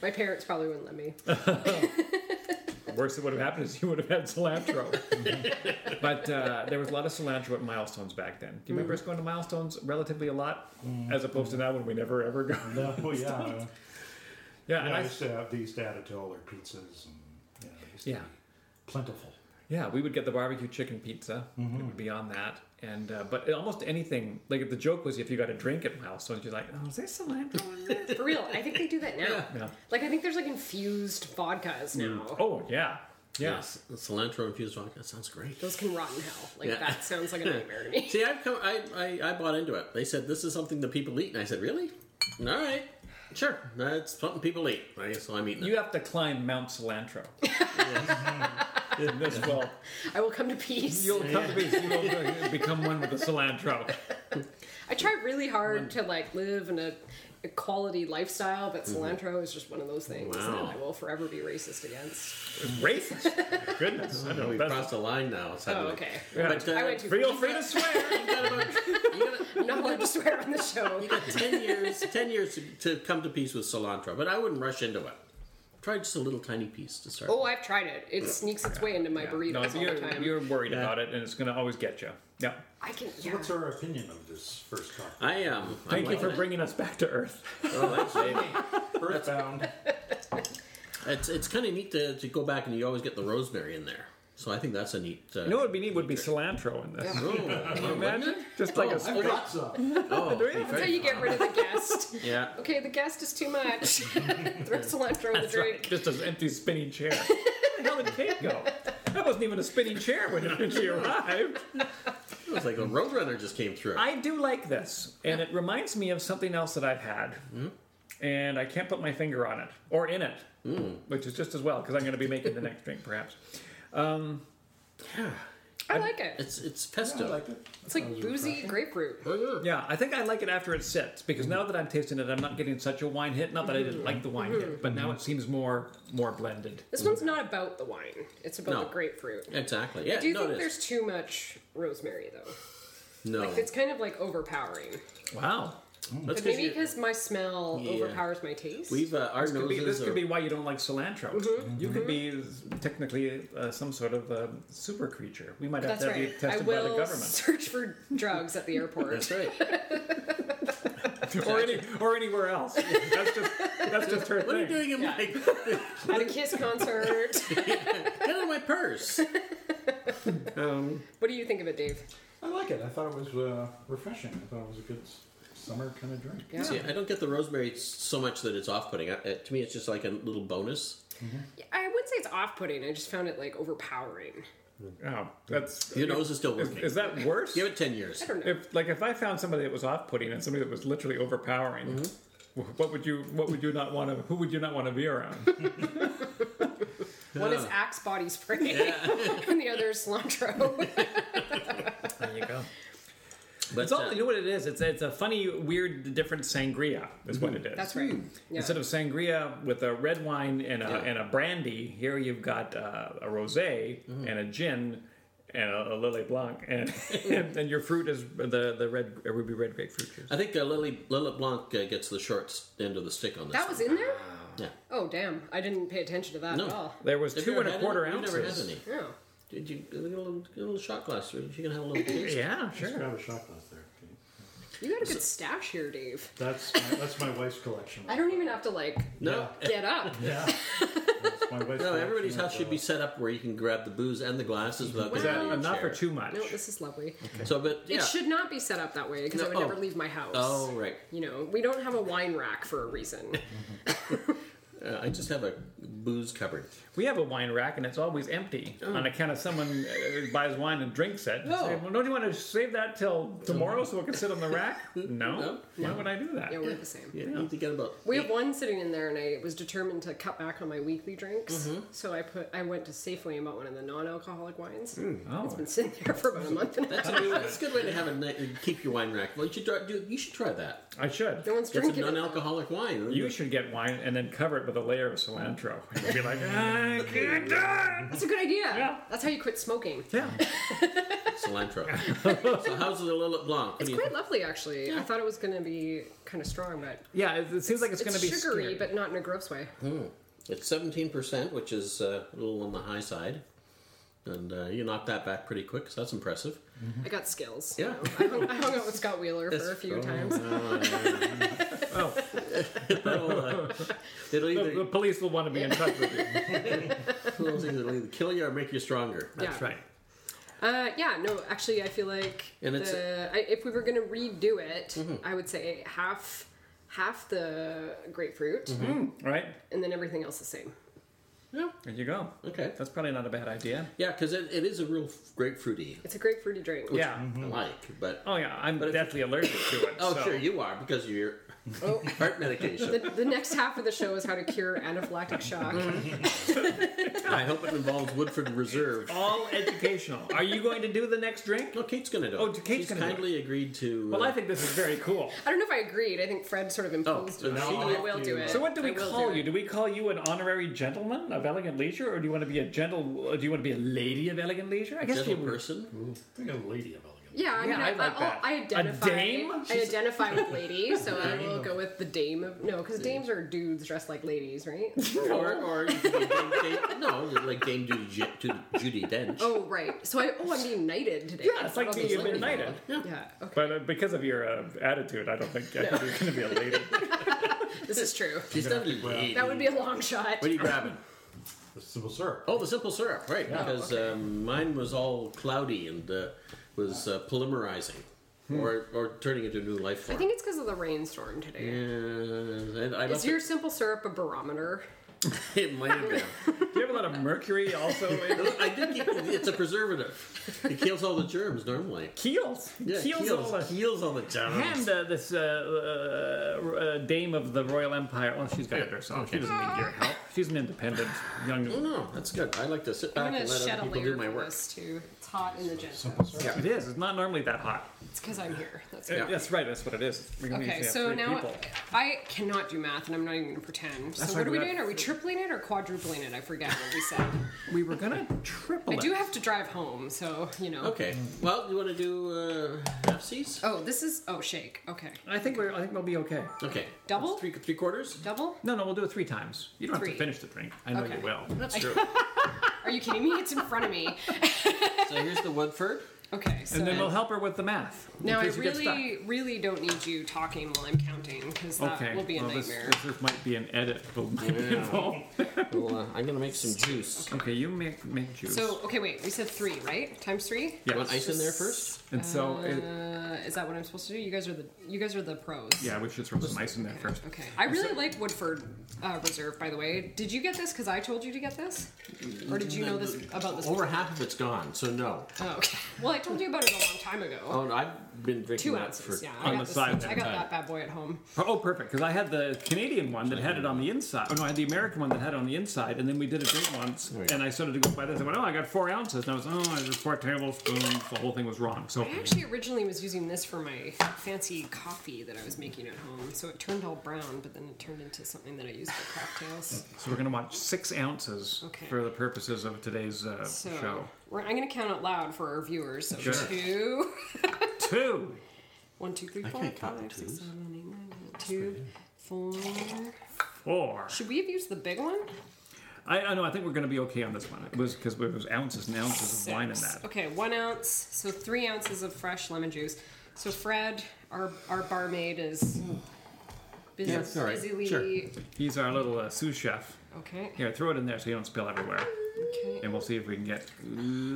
[SPEAKER 1] My parents probably wouldn't let me.
[SPEAKER 3] worst that would have happened is you would have had cilantro. but uh, there was a lot of cilantro at milestones back then. Do you remember us going to milestones relatively a lot, as opposed to now when we never ever go?
[SPEAKER 4] No, yeah.
[SPEAKER 3] Yeah, and
[SPEAKER 4] I
[SPEAKER 3] I-
[SPEAKER 4] used to have these dad at all their pizzas and you know, it used to
[SPEAKER 3] yeah,
[SPEAKER 4] be plentiful.
[SPEAKER 3] yeah. We would get the barbecue chicken pizza.
[SPEAKER 1] Mm-hmm.
[SPEAKER 3] It would be on that, and uh, but almost anything. Like the joke was, if you got a drink at milestones, you're like, oh, is there cilantro in this?
[SPEAKER 1] For real, I think they do that now.
[SPEAKER 3] Yeah.
[SPEAKER 1] Like I think there's like infused vodkas now.
[SPEAKER 3] oh yeah, yeah.
[SPEAKER 2] Yes, cilantro infused vodka that sounds great.
[SPEAKER 1] Those can rot in hell. Like
[SPEAKER 2] Yeah.
[SPEAKER 1] that sounds like a nightmare to me.
[SPEAKER 2] See, I've come, I, I, I bought into it. They said this is something that people eat, and I said, really? All right, sure. That's something people eat. I guess so I'm eating it.
[SPEAKER 3] You have to climb Mount Cilantro. In this well,
[SPEAKER 1] I will come to peace.
[SPEAKER 3] you'll come to peace. You will become one with the cilantro.
[SPEAKER 1] I try really hard to like live in a, a quality lifestyle, but cilantro is just one of those things
[SPEAKER 2] Wow.
[SPEAKER 1] that I will forever be racist against.
[SPEAKER 3] racist. Goodness, I know.
[SPEAKER 2] We've
[SPEAKER 3] That's,
[SPEAKER 2] crossed the line now.
[SPEAKER 1] Oh,
[SPEAKER 2] suddenly.
[SPEAKER 1] okay.
[SPEAKER 2] But, uh,
[SPEAKER 1] I went too
[SPEAKER 3] feel
[SPEAKER 1] far.
[SPEAKER 3] free to swear.
[SPEAKER 2] you got about- you got-
[SPEAKER 1] I'm not allowed to swear on the show.
[SPEAKER 2] You got ten years, ten years to, to come to peace with cilantro, but I wouldn't rush into it. Try just a little tiny piece to start.
[SPEAKER 1] Oh, I've tried it. It sneaks its way into my burritos
[SPEAKER 3] no,
[SPEAKER 1] all
[SPEAKER 3] if
[SPEAKER 1] the
[SPEAKER 3] you're,
[SPEAKER 1] time.
[SPEAKER 3] you're worried
[SPEAKER 2] Yeah.
[SPEAKER 3] about it, and it's going to always get you. Yeah.
[SPEAKER 1] I can.
[SPEAKER 4] So
[SPEAKER 1] Yeah.
[SPEAKER 4] what's our opinion of this first cocktail?
[SPEAKER 2] I am. Um,
[SPEAKER 3] Thank
[SPEAKER 2] I'm
[SPEAKER 3] you for
[SPEAKER 2] liking
[SPEAKER 3] bringing us back to earth.
[SPEAKER 2] it. Oh, thanks, Dave.
[SPEAKER 4] Earthbound.
[SPEAKER 2] It's it's kind of neat to, to go back and you always get the rosemary in there. So I think that's a neat. Uh,
[SPEAKER 3] You know what would be neat would be cilantro in this.
[SPEAKER 2] Oh, well,
[SPEAKER 3] Imagine just like a
[SPEAKER 4] I've
[SPEAKER 3] spoon.
[SPEAKER 4] got some.
[SPEAKER 2] oh, be
[SPEAKER 1] That's how
[SPEAKER 2] very-
[SPEAKER 1] you get rid of the guest.
[SPEAKER 2] Yeah.
[SPEAKER 1] Okay, the guest is too much. Throw cilantro in the
[SPEAKER 3] That's right,
[SPEAKER 1] drink.
[SPEAKER 3] Just an empty spinning chair. Where the hell did Kate go? That wasn't even a spinning chair when when she arrived.
[SPEAKER 2] It was like a roadrunner just came through.
[SPEAKER 3] I do like this, and it reminds me of something else that I've had, and I can't put my finger on it or in it, which is just as well because I'm going to be making the next drink perhaps.
[SPEAKER 1] I like it.
[SPEAKER 2] it's it's pesto. Oh,
[SPEAKER 4] I liked it.
[SPEAKER 1] It's like boozy grapefruit.
[SPEAKER 3] Yeah, I think I like it after it sits because now that I'm tasting it, I'm not getting such a wine hit. Not that I didn't like the wine hit, but now it seems more more blended.
[SPEAKER 1] This one's not about the wine. It's about
[SPEAKER 2] No.
[SPEAKER 1] the grapefruit.
[SPEAKER 2] exactly. Yeah.
[SPEAKER 1] I do
[SPEAKER 2] no,
[SPEAKER 1] think
[SPEAKER 2] it
[SPEAKER 1] there's
[SPEAKER 2] is.
[SPEAKER 1] too much rosemary though.
[SPEAKER 2] no.
[SPEAKER 1] It's kind of like overpowering.
[SPEAKER 3] Wow,
[SPEAKER 2] That's
[SPEAKER 1] But maybe
[SPEAKER 2] you-
[SPEAKER 1] because my smell
[SPEAKER 2] Yeah.
[SPEAKER 1] overpowers my taste.
[SPEAKER 2] we've uh, our
[SPEAKER 3] this could, be,
[SPEAKER 2] noses
[SPEAKER 3] this
[SPEAKER 2] are
[SPEAKER 3] could be why you don't like cilantro.
[SPEAKER 1] Mm-hmm,
[SPEAKER 3] You could be technically uh, some sort of uh, super creature. We might have
[SPEAKER 1] That's
[SPEAKER 3] to be
[SPEAKER 1] right. I
[SPEAKER 3] tested by the
[SPEAKER 1] will
[SPEAKER 3] government
[SPEAKER 1] search for drugs at the airport.
[SPEAKER 2] That's right.
[SPEAKER 3] or any or anywhere else. That's just that's just her
[SPEAKER 2] What are you
[SPEAKER 3] thing.
[SPEAKER 2] doing in
[SPEAKER 1] Yeah.
[SPEAKER 2] my?
[SPEAKER 1] at a Kiss concert.
[SPEAKER 2] Get out of my purse.
[SPEAKER 1] what do you think of it, Dave?
[SPEAKER 4] I like it. I thought it was uh, refreshing. I thought it was a good s- summer kind of drink.
[SPEAKER 1] Yeah.
[SPEAKER 2] See, I don't get the rosemary s- so much that it's off-putting. I, uh, to me, it's just like a little bonus.
[SPEAKER 1] I wouldn't say it's off-putting. I just found it like overpowering.
[SPEAKER 3] Oh, that's
[SPEAKER 2] Your nose is still
[SPEAKER 3] is,
[SPEAKER 2] working.
[SPEAKER 3] is that worse?
[SPEAKER 2] Give it ten years.
[SPEAKER 1] I don't know.
[SPEAKER 3] if like if I found somebody that was off-putting and somebody that was literally overpowering, wh- what would you what would you not want to who would you not want to be around?
[SPEAKER 1] One is Axe body spray, and the other is cilantro.
[SPEAKER 3] there you go.
[SPEAKER 2] But
[SPEAKER 3] It's all
[SPEAKER 2] uh,
[SPEAKER 3] you know what it is. It's it's a funny, weird, different sangria is what
[SPEAKER 2] Mm-hmm.
[SPEAKER 3] it is.
[SPEAKER 1] That's right. Yeah.
[SPEAKER 3] Instead of sangria with a red wine and a,
[SPEAKER 2] Mm. Yeah.
[SPEAKER 3] and a brandy, here you've got uh, a rosé
[SPEAKER 2] Mm-hmm.
[SPEAKER 3] and a gin and a, a Lillet Blanc, and, and your fruit is the the red uh, ruby red grapefruit juice.
[SPEAKER 2] I think uh, Lily Lilith Blanc uh, gets the short s- end of the stick on this.
[SPEAKER 1] that was in there.
[SPEAKER 2] Yeah.
[SPEAKER 1] Oh damn! I didn't pay attention to that
[SPEAKER 2] No.
[SPEAKER 1] at all.
[SPEAKER 3] There was
[SPEAKER 2] Have you
[SPEAKER 3] two and
[SPEAKER 2] ever
[SPEAKER 3] a
[SPEAKER 2] had
[SPEAKER 3] quarter
[SPEAKER 2] any? You
[SPEAKER 3] ounces.
[SPEAKER 2] never had any.
[SPEAKER 1] No.
[SPEAKER 2] Did you uh, get a little, get a little shot glass? Or you can have a little taste.
[SPEAKER 3] Yeah,
[SPEAKER 4] Just
[SPEAKER 3] sure.
[SPEAKER 4] grab a shot glass there. Kate.
[SPEAKER 1] You got a good stash here, Dave.
[SPEAKER 4] That's my, that's my wife's collection.
[SPEAKER 1] I don't even have to like
[SPEAKER 2] No.
[SPEAKER 1] get up.
[SPEAKER 4] Yeah. That's my wife's
[SPEAKER 2] No, everybody's
[SPEAKER 4] collection
[SPEAKER 2] house
[SPEAKER 4] of,
[SPEAKER 2] should be
[SPEAKER 4] uh,
[SPEAKER 2] set up where you can grab the booze and the glasses without
[SPEAKER 3] Is
[SPEAKER 2] getting out
[SPEAKER 3] that
[SPEAKER 2] of your
[SPEAKER 3] enough
[SPEAKER 2] chair.
[SPEAKER 3] or too much?
[SPEAKER 1] No, this is lovely.
[SPEAKER 2] So, but yeah.
[SPEAKER 1] It should not be set up that way because I would
[SPEAKER 2] No, oh.
[SPEAKER 1] never leave my house.
[SPEAKER 2] Oh right.
[SPEAKER 1] You know, we don't have a wine rack for a reason.
[SPEAKER 2] Uh, I just have a booze cupboard.
[SPEAKER 3] We have a wine rack and it's always empty on account of someone uh, buys wine and drinks it.
[SPEAKER 2] No.
[SPEAKER 3] Say, well, don't you want to save that till tomorrow so it can sit on the rack? No.
[SPEAKER 2] No.
[SPEAKER 3] Why would I do that?
[SPEAKER 1] Yeah, we're the same.
[SPEAKER 2] Yeah, you need to get about.
[SPEAKER 1] We have one sitting in there, and I was determined to cut back on my weekly drinks.
[SPEAKER 2] Mm-hmm.
[SPEAKER 1] So I put I went to Safeway and bought one of the non-alcoholic wines.
[SPEAKER 2] Mm.
[SPEAKER 1] It's
[SPEAKER 3] Oh.
[SPEAKER 1] been sitting there for about a month and a
[SPEAKER 2] That's
[SPEAKER 1] half.
[SPEAKER 2] a, good, that's a good way to have a night, keep your wine rack. Well, you should try, do, you should try that.
[SPEAKER 3] I should.
[SPEAKER 1] No one's
[SPEAKER 2] It's a
[SPEAKER 1] drinking. it.
[SPEAKER 2] non-alcoholic wine.
[SPEAKER 3] You should get wine and then cover it with a layer of cilantro. And be like, I can't do it.
[SPEAKER 1] That's a good idea.
[SPEAKER 3] Yeah.
[SPEAKER 1] That's how you quit smoking.
[SPEAKER 3] Yeah.
[SPEAKER 2] cilantro. so how's the Lillet Blanc? What do
[SPEAKER 1] It's
[SPEAKER 2] you
[SPEAKER 1] quite
[SPEAKER 2] think?
[SPEAKER 1] lovely, actually. I thought it was going to be kind of strong, but
[SPEAKER 3] Yeah, it, it seems like it's, going to be
[SPEAKER 1] sugary,
[SPEAKER 3] scared.
[SPEAKER 1] but not in a gross way.
[SPEAKER 2] It's seventeen percent, which is uh, a little on the high side, and uh, you knock that back pretty quick. So that's impressive.
[SPEAKER 1] I got skills.
[SPEAKER 2] Yeah.
[SPEAKER 1] I hung, I hung out with Scott Wheeler for a
[SPEAKER 2] That's-
[SPEAKER 1] few
[SPEAKER 2] oh,
[SPEAKER 1] times.
[SPEAKER 3] Oh,
[SPEAKER 2] That'll, uh, it'll
[SPEAKER 3] the, the
[SPEAKER 2] either
[SPEAKER 3] police will want to be in touch with you.
[SPEAKER 2] it'll either kill you or make you stronger.
[SPEAKER 3] That's
[SPEAKER 1] yeah.
[SPEAKER 3] right.
[SPEAKER 1] Uh, yeah, no, actually, I feel like
[SPEAKER 2] And it's
[SPEAKER 1] the, I if we were going to redo it,
[SPEAKER 3] Mm-hmm.
[SPEAKER 1] I would say half half the grapefruit,
[SPEAKER 3] Mm-hmm. Right?
[SPEAKER 1] and then everything else the same.
[SPEAKER 2] Yeah.
[SPEAKER 3] There you go.
[SPEAKER 2] Okay.
[SPEAKER 3] That's probably not a bad idea.
[SPEAKER 2] Yeah, because it, it is a real grapefruity.
[SPEAKER 1] It's a grapefruity drink.
[SPEAKER 3] Yeah.
[SPEAKER 2] I like, but
[SPEAKER 3] Oh, yeah. I'm
[SPEAKER 2] if-
[SPEAKER 3] definitely allergic to it.
[SPEAKER 2] oh,
[SPEAKER 3] so.
[SPEAKER 2] sure you are because of your
[SPEAKER 1] Oh.
[SPEAKER 2] heart medication.
[SPEAKER 1] The, the next half of the show is how to cure anaphylactic shock.
[SPEAKER 3] Mm-hmm.
[SPEAKER 2] I hope it involves Woodford Reserve.
[SPEAKER 3] All educational. Are you going to do the next drink?
[SPEAKER 2] No, Kate's gonna do it.
[SPEAKER 3] Oh, Kate's
[SPEAKER 2] She's
[SPEAKER 3] gonna do
[SPEAKER 2] kindly agreed to.
[SPEAKER 3] Well,
[SPEAKER 2] uh,
[SPEAKER 3] I think this is very cool.
[SPEAKER 1] I don't know if I agreed. I think Fred sort of imposed
[SPEAKER 2] so
[SPEAKER 1] it.
[SPEAKER 2] now
[SPEAKER 1] on me,
[SPEAKER 2] I'll
[SPEAKER 1] but I
[SPEAKER 2] have
[SPEAKER 1] will
[SPEAKER 2] to-
[SPEAKER 1] do it.
[SPEAKER 3] Oh, So what do we
[SPEAKER 1] I will
[SPEAKER 3] call
[SPEAKER 1] do
[SPEAKER 3] you?
[SPEAKER 1] it.
[SPEAKER 3] Do we call you an honorary gentleman of elegant leisure, or do you want to be a gentle? uh, Do you want to be a lady of elegant leisure? I guess
[SPEAKER 2] gentle
[SPEAKER 3] you would.
[SPEAKER 2] person.
[SPEAKER 4] I think a lady of elegance.
[SPEAKER 1] Yeah, I mean,
[SPEAKER 3] Yeah,
[SPEAKER 1] I,
[SPEAKER 3] I like
[SPEAKER 1] I'll-
[SPEAKER 3] that.
[SPEAKER 1] I identify.
[SPEAKER 3] dame?
[SPEAKER 1] I identify with lady, so I will go with the dame of no, because dames are dudes dressed like ladies, right?
[SPEAKER 2] Or, or you could be Dame, Dame, no, like Dame Judy, Ju- to Judy Dench.
[SPEAKER 1] oh right. So I oh I'm being knighted today.
[SPEAKER 3] Yeah, it's like
[SPEAKER 1] What
[SPEAKER 3] being
[SPEAKER 1] else is there?
[SPEAKER 3] knighted.
[SPEAKER 1] Yeah, okay.
[SPEAKER 3] But uh, because of your uh, attitude, I don't think I think you're going to be a lady.
[SPEAKER 1] This is true.
[SPEAKER 2] She's not a lady.
[SPEAKER 1] That would be a long shot.
[SPEAKER 2] What are you grabbing?
[SPEAKER 4] The simple syrup.
[SPEAKER 2] Oh, the simple syrup, right? because um, mine was all cloudy and uh, was uh, polymerizing,
[SPEAKER 3] Hmm.
[SPEAKER 2] or or turning into a new life
[SPEAKER 1] I
[SPEAKER 2] form.
[SPEAKER 1] think it's because of the rainstorm
[SPEAKER 2] Uh,
[SPEAKER 1] today.
[SPEAKER 2] and I
[SPEAKER 1] Is
[SPEAKER 2] left
[SPEAKER 1] your simple syrup a barometer?
[SPEAKER 2] it, it might have been.
[SPEAKER 3] Do you have a lot of mercury also? in
[SPEAKER 2] I did keep. It's a preservative. It kills all the germs normally.
[SPEAKER 3] Keels,
[SPEAKER 2] Yeah,
[SPEAKER 3] keels, all the.
[SPEAKER 2] heals all the germs.
[SPEAKER 3] And uh, this uh, uh, uh, dame of the royal empire. Well, she's got it herself. She doesn't need your help. She's an independent young.
[SPEAKER 2] Oh, No, that's good. I like to sit
[SPEAKER 1] I'm
[SPEAKER 2] back
[SPEAKER 1] gonna
[SPEAKER 2] and let
[SPEAKER 1] shed
[SPEAKER 2] other
[SPEAKER 1] a
[SPEAKER 2] people do
[SPEAKER 1] layer
[SPEAKER 2] my
[SPEAKER 1] for
[SPEAKER 2] work.
[SPEAKER 1] this too. It's hot in the gym.
[SPEAKER 4] Simple syrup.
[SPEAKER 3] It is. It's not normally that hot.
[SPEAKER 1] It's because I'm here. That's
[SPEAKER 3] Uh,
[SPEAKER 1] why.
[SPEAKER 3] That's right. That's what it is. We're gonna
[SPEAKER 1] Okay,
[SPEAKER 3] need to have
[SPEAKER 1] so
[SPEAKER 3] three
[SPEAKER 1] now
[SPEAKER 3] people.
[SPEAKER 1] I cannot do math, and I'm not even going to pretend. so
[SPEAKER 3] why
[SPEAKER 1] what are we
[SPEAKER 3] we're at
[SPEAKER 1] doing? Are we tripling it or quadrupling it? I forget what we said.
[SPEAKER 3] we were gonna triple
[SPEAKER 1] I
[SPEAKER 3] it.
[SPEAKER 1] do have to drive home, so you know.
[SPEAKER 2] Okay. Well, you want to do uh, half C's?
[SPEAKER 1] Oh, this is oh shake. Okay,
[SPEAKER 3] I think we're. I think we'll be okay.
[SPEAKER 2] Okay.
[SPEAKER 1] Double?
[SPEAKER 2] That's Three, three quarters?
[SPEAKER 1] double.
[SPEAKER 3] No, no, we'll do it three times. You don't
[SPEAKER 1] Three.
[SPEAKER 3] have to finish the drink. I know
[SPEAKER 1] Okay.
[SPEAKER 3] you will.
[SPEAKER 2] That's true.
[SPEAKER 1] Are you kidding me? It's in front of me.
[SPEAKER 2] so here's the Woodford.
[SPEAKER 1] Okay, so
[SPEAKER 3] And then we'll help her with the math. in
[SPEAKER 1] now I
[SPEAKER 3] case you get stuck.
[SPEAKER 1] really, really don't need you talking while I'm counting because that
[SPEAKER 3] Okay.
[SPEAKER 1] will be a
[SPEAKER 3] well, this,
[SPEAKER 1] nightmare.
[SPEAKER 3] this might be an edit. But might be involved.
[SPEAKER 2] Well, uh, I'm going to make some juice.
[SPEAKER 3] Okay, you make make juice.
[SPEAKER 1] So okay, wait. We said three, right? Times three.
[SPEAKER 3] yes.
[SPEAKER 2] You want ice in there first?
[SPEAKER 3] And so it,
[SPEAKER 1] Uh, is that what I'm supposed to do? You guys are the you guys are the pros.
[SPEAKER 3] yeah, we should throw some ice in there first.
[SPEAKER 1] Okay. I really liked Woodford uh, Reserve, by the way. Did you get this because I told you to get this? Or did you know this about this?
[SPEAKER 2] Over half of it's gone, so no.
[SPEAKER 1] Oh, okay. Well, I told you about it a long time ago.
[SPEAKER 2] Oh, no, I've been drinking
[SPEAKER 1] Two
[SPEAKER 2] that
[SPEAKER 1] ounces,
[SPEAKER 2] for.
[SPEAKER 1] yeah.
[SPEAKER 3] on
[SPEAKER 1] I got,
[SPEAKER 3] the
[SPEAKER 1] this,
[SPEAKER 3] side
[SPEAKER 1] I
[SPEAKER 3] that
[SPEAKER 1] got
[SPEAKER 3] time.
[SPEAKER 1] that bad boy at home.
[SPEAKER 3] Oh, perfect. Because I had the Canadian one that had it on the inside. Oh no, I had the American one that had it on the inside, and then we did a drink once,
[SPEAKER 2] Right.
[SPEAKER 3] and I started to go by this. I went, oh, I got four ounces, and I was, oh, I did four tablespoons. The whole thing was wrong. So
[SPEAKER 1] I actually originally was using this for my fancy coffee that I was making at home, so it turned all brown, but then it turned into something that I used for cocktails.
[SPEAKER 3] So we're gonna watch six ounces
[SPEAKER 1] Okay.
[SPEAKER 3] for the purposes of today's uh,
[SPEAKER 1] So
[SPEAKER 3] show.
[SPEAKER 1] we're, I'm going to count out loud for our viewers. So
[SPEAKER 3] Sure.
[SPEAKER 1] two,
[SPEAKER 3] Two.
[SPEAKER 1] one, two, three,
[SPEAKER 2] I
[SPEAKER 1] four,
[SPEAKER 2] can't count
[SPEAKER 1] five, six,
[SPEAKER 2] twos.
[SPEAKER 1] seven, eight, nine, nine, two, four.
[SPEAKER 3] Four.
[SPEAKER 1] Should we have used the big one?
[SPEAKER 3] I, I know. I think we're gonna be okay on this one. It was because it was ounces and ounces of wine in
[SPEAKER 1] Six.
[SPEAKER 3] that.
[SPEAKER 1] Okay, one ounce, so three ounces of fresh lemon juice. So Fred, our our barmaid is busy,
[SPEAKER 2] Yeah, it's all right.
[SPEAKER 1] busily.
[SPEAKER 2] Sure.
[SPEAKER 3] He's our little uh, sous chef.
[SPEAKER 1] Okay.
[SPEAKER 3] Here, throw it in there so you don't spill everywhere.
[SPEAKER 1] Okay.
[SPEAKER 3] and we'll see if we can get.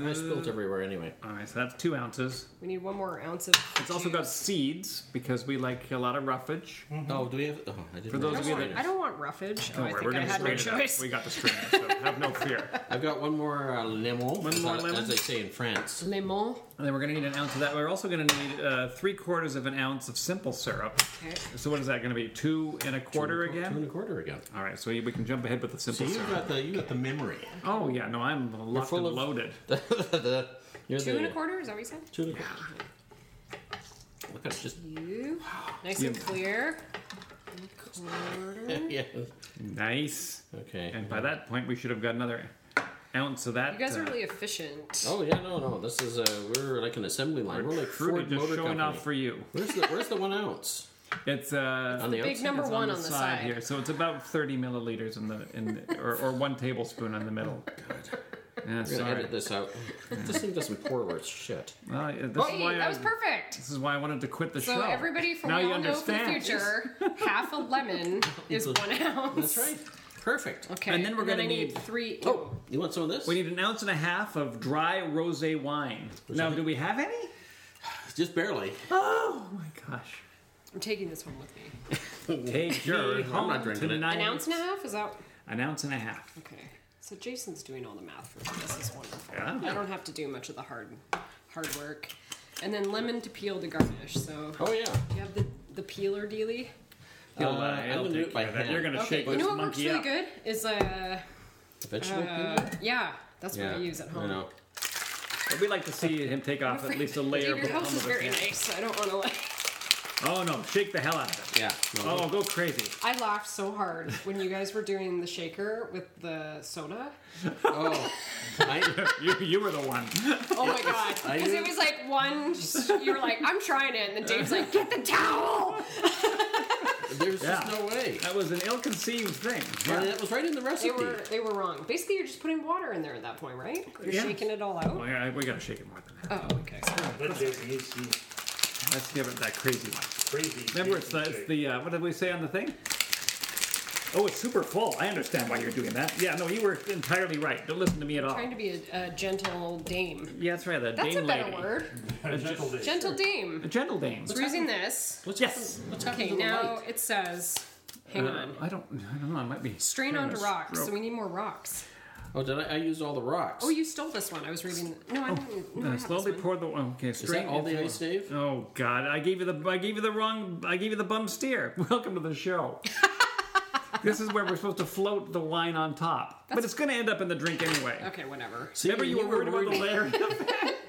[SPEAKER 2] I spilled everywhere anyway.
[SPEAKER 3] All right, so that's two ounces.
[SPEAKER 1] We need one more ounce of.
[SPEAKER 3] It's also got seeds because we like a lot of roughage.
[SPEAKER 2] Oh, do we have? Oh, I didn't.
[SPEAKER 3] For those
[SPEAKER 1] I
[SPEAKER 3] of
[SPEAKER 1] don't
[SPEAKER 3] you
[SPEAKER 1] want,
[SPEAKER 3] that-
[SPEAKER 1] I don't want roughage. Oh, Mm-hmm. I think I
[SPEAKER 3] gonna
[SPEAKER 1] had my
[SPEAKER 3] straighten it out.
[SPEAKER 1] choice.
[SPEAKER 3] We got the strainer, so have no fear.
[SPEAKER 2] I've got one more uh, lemon,
[SPEAKER 3] One more
[SPEAKER 2] as,
[SPEAKER 3] lemon?
[SPEAKER 2] as they say in France.
[SPEAKER 1] Lemon.
[SPEAKER 3] And then we're going to need an ounce of that. We're also going to need uh, three quarters of an ounce of simple syrup.
[SPEAKER 1] Okay.
[SPEAKER 3] So what is that going to be? Two and a quarter
[SPEAKER 2] Two
[SPEAKER 3] again.
[SPEAKER 2] and a quarter again.
[SPEAKER 3] All right, so we can jump ahead with the
[SPEAKER 2] So
[SPEAKER 3] simple
[SPEAKER 2] you
[SPEAKER 3] syrup.
[SPEAKER 2] got the you got the memory.
[SPEAKER 3] Oh yeah, no, I'm locked
[SPEAKER 2] full
[SPEAKER 3] and
[SPEAKER 2] of-
[SPEAKER 3] loaded.
[SPEAKER 2] The- you're
[SPEAKER 1] Two
[SPEAKER 2] the-
[SPEAKER 1] and a quarter, is that what you said?
[SPEAKER 2] Two and a quarter. Look at it, just
[SPEAKER 1] You. Nice and
[SPEAKER 3] Yeah.
[SPEAKER 1] clear. And Quarter.
[SPEAKER 2] yeah.
[SPEAKER 3] Nice.
[SPEAKER 2] Okay.
[SPEAKER 3] And by that point, we should have got another ounce of that.
[SPEAKER 1] You guys are
[SPEAKER 3] uh,
[SPEAKER 1] really efficient.
[SPEAKER 2] Oh yeah, no, no. This is uh, we're like an assembly line. We're like
[SPEAKER 3] Fruity,
[SPEAKER 2] Ford
[SPEAKER 3] just
[SPEAKER 2] Motor
[SPEAKER 3] showing
[SPEAKER 2] Company.
[SPEAKER 3] off for you.
[SPEAKER 2] Where's the Where's the one ounce?
[SPEAKER 3] It's uh,
[SPEAKER 2] On the
[SPEAKER 1] Big
[SPEAKER 2] outside?
[SPEAKER 1] number
[SPEAKER 3] it's
[SPEAKER 1] one on the, side.
[SPEAKER 3] here, so it's about 30 milliliters in the in the, or, or one tablespoon on the middle. Yeah,
[SPEAKER 2] We're gonna
[SPEAKER 3] sorry.
[SPEAKER 2] edit this out. This thing doesn't pour where it's shit.
[SPEAKER 3] Well, yeah, this is
[SPEAKER 1] Oh, Hey,
[SPEAKER 3] why I,
[SPEAKER 1] that was perfect.
[SPEAKER 3] This is why I wanted to quit the
[SPEAKER 1] So
[SPEAKER 3] show.
[SPEAKER 1] everybody from
[SPEAKER 3] now
[SPEAKER 1] now
[SPEAKER 3] you
[SPEAKER 1] know for the
[SPEAKER 3] understand.
[SPEAKER 1] future, half a lemon is one ounce.
[SPEAKER 2] Perfect.
[SPEAKER 1] Okay.
[SPEAKER 3] And then we're
[SPEAKER 1] I
[SPEAKER 3] gonna
[SPEAKER 1] need,
[SPEAKER 3] need-
[SPEAKER 1] three.
[SPEAKER 2] Oh, you want some of this?
[SPEAKER 3] We need an ounce and a half of dry rosé wine. now,
[SPEAKER 2] I-
[SPEAKER 3] do we have any?
[SPEAKER 2] Just barely.
[SPEAKER 3] Oh my gosh!
[SPEAKER 1] I'm taking this home with me.
[SPEAKER 3] Take
[SPEAKER 2] Sure,
[SPEAKER 3] me
[SPEAKER 2] I'm
[SPEAKER 3] home
[SPEAKER 2] not drinking it.
[SPEAKER 3] tonight.
[SPEAKER 1] An ounce and a half? Is that
[SPEAKER 3] An ounce and a half.
[SPEAKER 1] okay? So Jason's doing all the math for me. This is wonderful.
[SPEAKER 3] Yeah.
[SPEAKER 1] I don't have to do much of the hard, hard work. And then lemon to peel to garnish. So
[SPEAKER 2] Oh yeah.
[SPEAKER 1] do you have the the peeler dealy.
[SPEAKER 3] He'll,
[SPEAKER 2] Uh, I'm
[SPEAKER 3] he'll
[SPEAKER 2] gonna do
[SPEAKER 3] take
[SPEAKER 2] it by
[SPEAKER 3] care of that.
[SPEAKER 2] hand.
[SPEAKER 3] You're gonna
[SPEAKER 1] Okay.
[SPEAKER 3] shake
[SPEAKER 1] You
[SPEAKER 3] this
[SPEAKER 1] know what works
[SPEAKER 3] monkey
[SPEAKER 1] really
[SPEAKER 3] up.
[SPEAKER 1] good is uh,
[SPEAKER 2] Vegetable.
[SPEAKER 1] uh
[SPEAKER 2] peanut?
[SPEAKER 1] yeah. That's what I use at home.
[SPEAKER 2] I know.
[SPEAKER 3] But we like to see him take off at least a layer.
[SPEAKER 1] Your
[SPEAKER 3] of
[SPEAKER 1] house is
[SPEAKER 3] the
[SPEAKER 1] very
[SPEAKER 3] ham.
[SPEAKER 1] nice. I don't want to like.
[SPEAKER 3] Oh no! Shake the hell out of it.
[SPEAKER 2] Yeah. no,
[SPEAKER 3] Oh, go crazy!
[SPEAKER 1] I laughed so hard when you guys were doing the shaker with the soda.
[SPEAKER 2] Oh. I,
[SPEAKER 3] You, you were the one.
[SPEAKER 1] Oh my god!
[SPEAKER 2] I
[SPEAKER 1] Because
[SPEAKER 2] knew-
[SPEAKER 1] it was like one. You were like, "I'm trying it," and then Dave's like, "Get the towel."
[SPEAKER 2] there's
[SPEAKER 3] Yeah.
[SPEAKER 2] just no way.
[SPEAKER 3] That was an ill-conceived thing.
[SPEAKER 2] And that was right in the
[SPEAKER 1] They
[SPEAKER 2] recipe.
[SPEAKER 1] were they were wrong. Basically, you're just putting water in there at that point, right? You're
[SPEAKER 3] Yeah.
[SPEAKER 1] shaking it all
[SPEAKER 3] Oh,
[SPEAKER 1] out.
[SPEAKER 3] yeah, we gotta shake it more than that.
[SPEAKER 1] Oh, okay.
[SPEAKER 6] That's it. He's, he's
[SPEAKER 3] Let's give it that crazy one.
[SPEAKER 6] crazy.
[SPEAKER 3] Remember, it's the,
[SPEAKER 6] He's-
[SPEAKER 3] it's the uh, what did we say on the thing? Oh, it's super full. I understand why you're doing that. Yeah, no, you were entirely right. Don't listen to me at all.
[SPEAKER 1] Trying to be a, a gentle dame.
[SPEAKER 3] Yeah, that's right. The
[SPEAKER 1] That's
[SPEAKER 3] dame
[SPEAKER 1] a better
[SPEAKER 3] lady.
[SPEAKER 1] word.
[SPEAKER 6] gentle day.
[SPEAKER 1] Gentle dame.
[SPEAKER 3] A gentle dame.
[SPEAKER 1] So we're using this.
[SPEAKER 2] What's
[SPEAKER 3] Yes.
[SPEAKER 2] What's
[SPEAKER 1] Okay,
[SPEAKER 2] happening to the
[SPEAKER 1] now
[SPEAKER 2] light?
[SPEAKER 1] it says, hang on.
[SPEAKER 3] I don't. I don't know. I might be
[SPEAKER 1] Strain
[SPEAKER 3] having
[SPEAKER 1] onto
[SPEAKER 3] Uh, a
[SPEAKER 1] rocks. So
[SPEAKER 3] stroke.
[SPEAKER 1] we need more rocks.
[SPEAKER 2] Oh, did I, I used all the rocks?
[SPEAKER 1] Oh, you stole this one. I was reading. No, I didn't. No, I
[SPEAKER 3] Uh,
[SPEAKER 1] have
[SPEAKER 3] slowly
[SPEAKER 1] this one.
[SPEAKER 3] pour the. Okay,
[SPEAKER 2] Is
[SPEAKER 3] strain
[SPEAKER 2] that all the
[SPEAKER 3] into-
[SPEAKER 2] ice, Dave?
[SPEAKER 3] Oh God! I gave you the I gave you the wrong I gave you the bum steer. Welcome to the show. this is where we're supposed to float the wine on top, but it's going to end up in the drink anyway.
[SPEAKER 1] Okay, whatever.
[SPEAKER 3] Remember, you, were worried about the layering.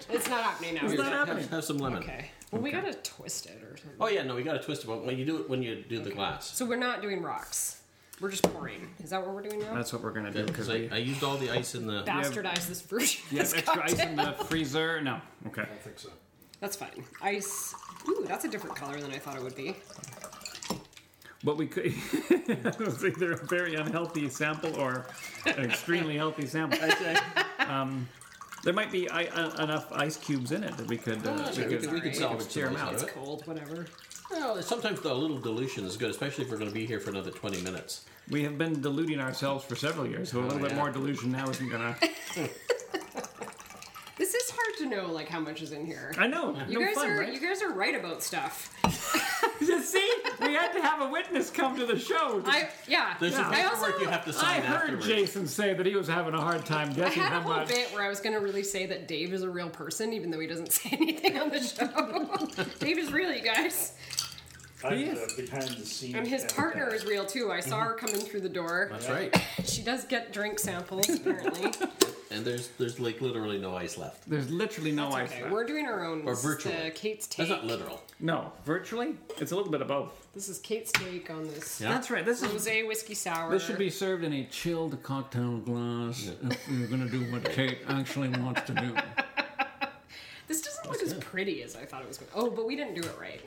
[SPEAKER 1] It's not happening now.
[SPEAKER 3] not
[SPEAKER 2] Have-
[SPEAKER 3] happening.
[SPEAKER 2] Have, some lemon.
[SPEAKER 1] Okay. Well, we gotta twist it or something.
[SPEAKER 2] Oh yeah, no, we got to twist it. But when you do it, when you do the glass,
[SPEAKER 1] So we're not doing rocks. We're just pouring. Is that what we're doing now?
[SPEAKER 3] That's what we're going to do because
[SPEAKER 2] because I,
[SPEAKER 3] we
[SPEAKER 2] I used all the ice in the.
[SPEAKER 1] Bastardize this version. of
[SPEAKER 3] we have
[SPEAKER 1] this
[SPEAKER 3] extra ice
[SPEAKER 1] cocktail.
[SPEAKER 3] in the freezer. No, okay.
[SPEAKER 4] I think so.
[SPEAKER 1] That's fine. Ice. Ooh, that's a different color than I thought it would be.
[SPEAKER 3] But we could. it was either a very unhealthy sample or an extremely healthy sample. um, there might be I, uh, enough ice cubes in it that we could. Uh,
[SPEAKER 2] Oh,
[SPEAKER 3] we
[SPEAKER 2] yeah, we
[SPEAKER 3] could-
[SPEAKER 2] could, we could
[SPEAKER 1] Alright.
[SPEAKER 2] salvage
[SPEAKER 3] Tear
[SPEAKER 2] some ice
[SPEAKER 3] 'em out.
[SPEAKER 2] out of
[SPEAKER 1] It's
[SPEAKER 2] it.
[SPEAKER 1] cold, whatever.
[SPEAKER 2] Well, sometimes the little dilution is good, especially if we're going to be here for another twenty minutes.
[SPEAKER 3] We have been deluding ourselves for several years, so a little
[SPEAKER 2] yeah.
[SPEAKER 3] bit more delusion now isn't gonna.
[SPEAKER 1] This is hard to know, like how much is in here.
[SPEAKER 3] I know.
[SPEAKER 1] You
[SPEAKER 3] no
[SPEAKER 1] guys
[SPEAKER 3] fun,
[SPEAKER 1] are
[SPEAKER 3] right?
[SPEAKER 1] you guys are right about stuff.
[SPEAKER 3] You see, we had to have a witness come to the show.
[SPEAKER 1] I yeah.
[SPEAKER 2] There's some
[SPEAKER 1] I
[SPEAKER 2] paperwork
[SPEAKER 1] also-
[SPEAKER 2] you have to sign.
[SPEAKER 3] I heard
[SPEAKER 2] afterwards.
[SPEAKER 3] Jason say that he was having a hard time
[SPEAKER 1] I
[SPEAKER 3] guessing
[SPEAKER 1] had a
[SPEAKER 3] how
[SPEAKER 1] whole
[SPEAKER 3] much.
[SPEAKER 1] bit where I was going to really say that Dave is a real person, even though he doesn't say anything on the show. Dave is real, you guys.
[SPEAKER 6] I'm
[SPEAKER 3] He
[SPEAKER 4] uh,
[SPEAKER 6] the behind the scenes.
[SPEAKER 1] And his partner is real, too. I saw her coming through the door.
[SPEAKER 2] That's right.
[SPEAKER 1] She does get drink samples, apparently.
[SPEAKER 2] And there's there's like literally no ice left.
[SPEAKER 3] There's literally no ice.
[SPEAKER 1] Okay,
[SPEAKER 3] left.
[SPEAKER 1] we're doing our own.
[SPEAKER 2] Or
[SPEAKER 1] This is,
[SPEAKER 2] virtually.
[SPEAKER 1] uh, Kate's take.
[SPEAKER 2] That's not literal.
[SPEAKER 3] No, virtually, it's a little bit of both.
[SPEAKER 1] This is Kate's take on this
[SPEAKER 2] Yeah.
[SPEAKER 3] That's right. This is
[SPEAKER 1] rosé whiskey sour.
[SPEAKER 3] This should be served in a chilled cocktail glass if you're going to do what Kate actually wants to do.
[SPEAKER 1] This doesn't look as pretty as I thought it was going to. Oh, but we didn't do it right.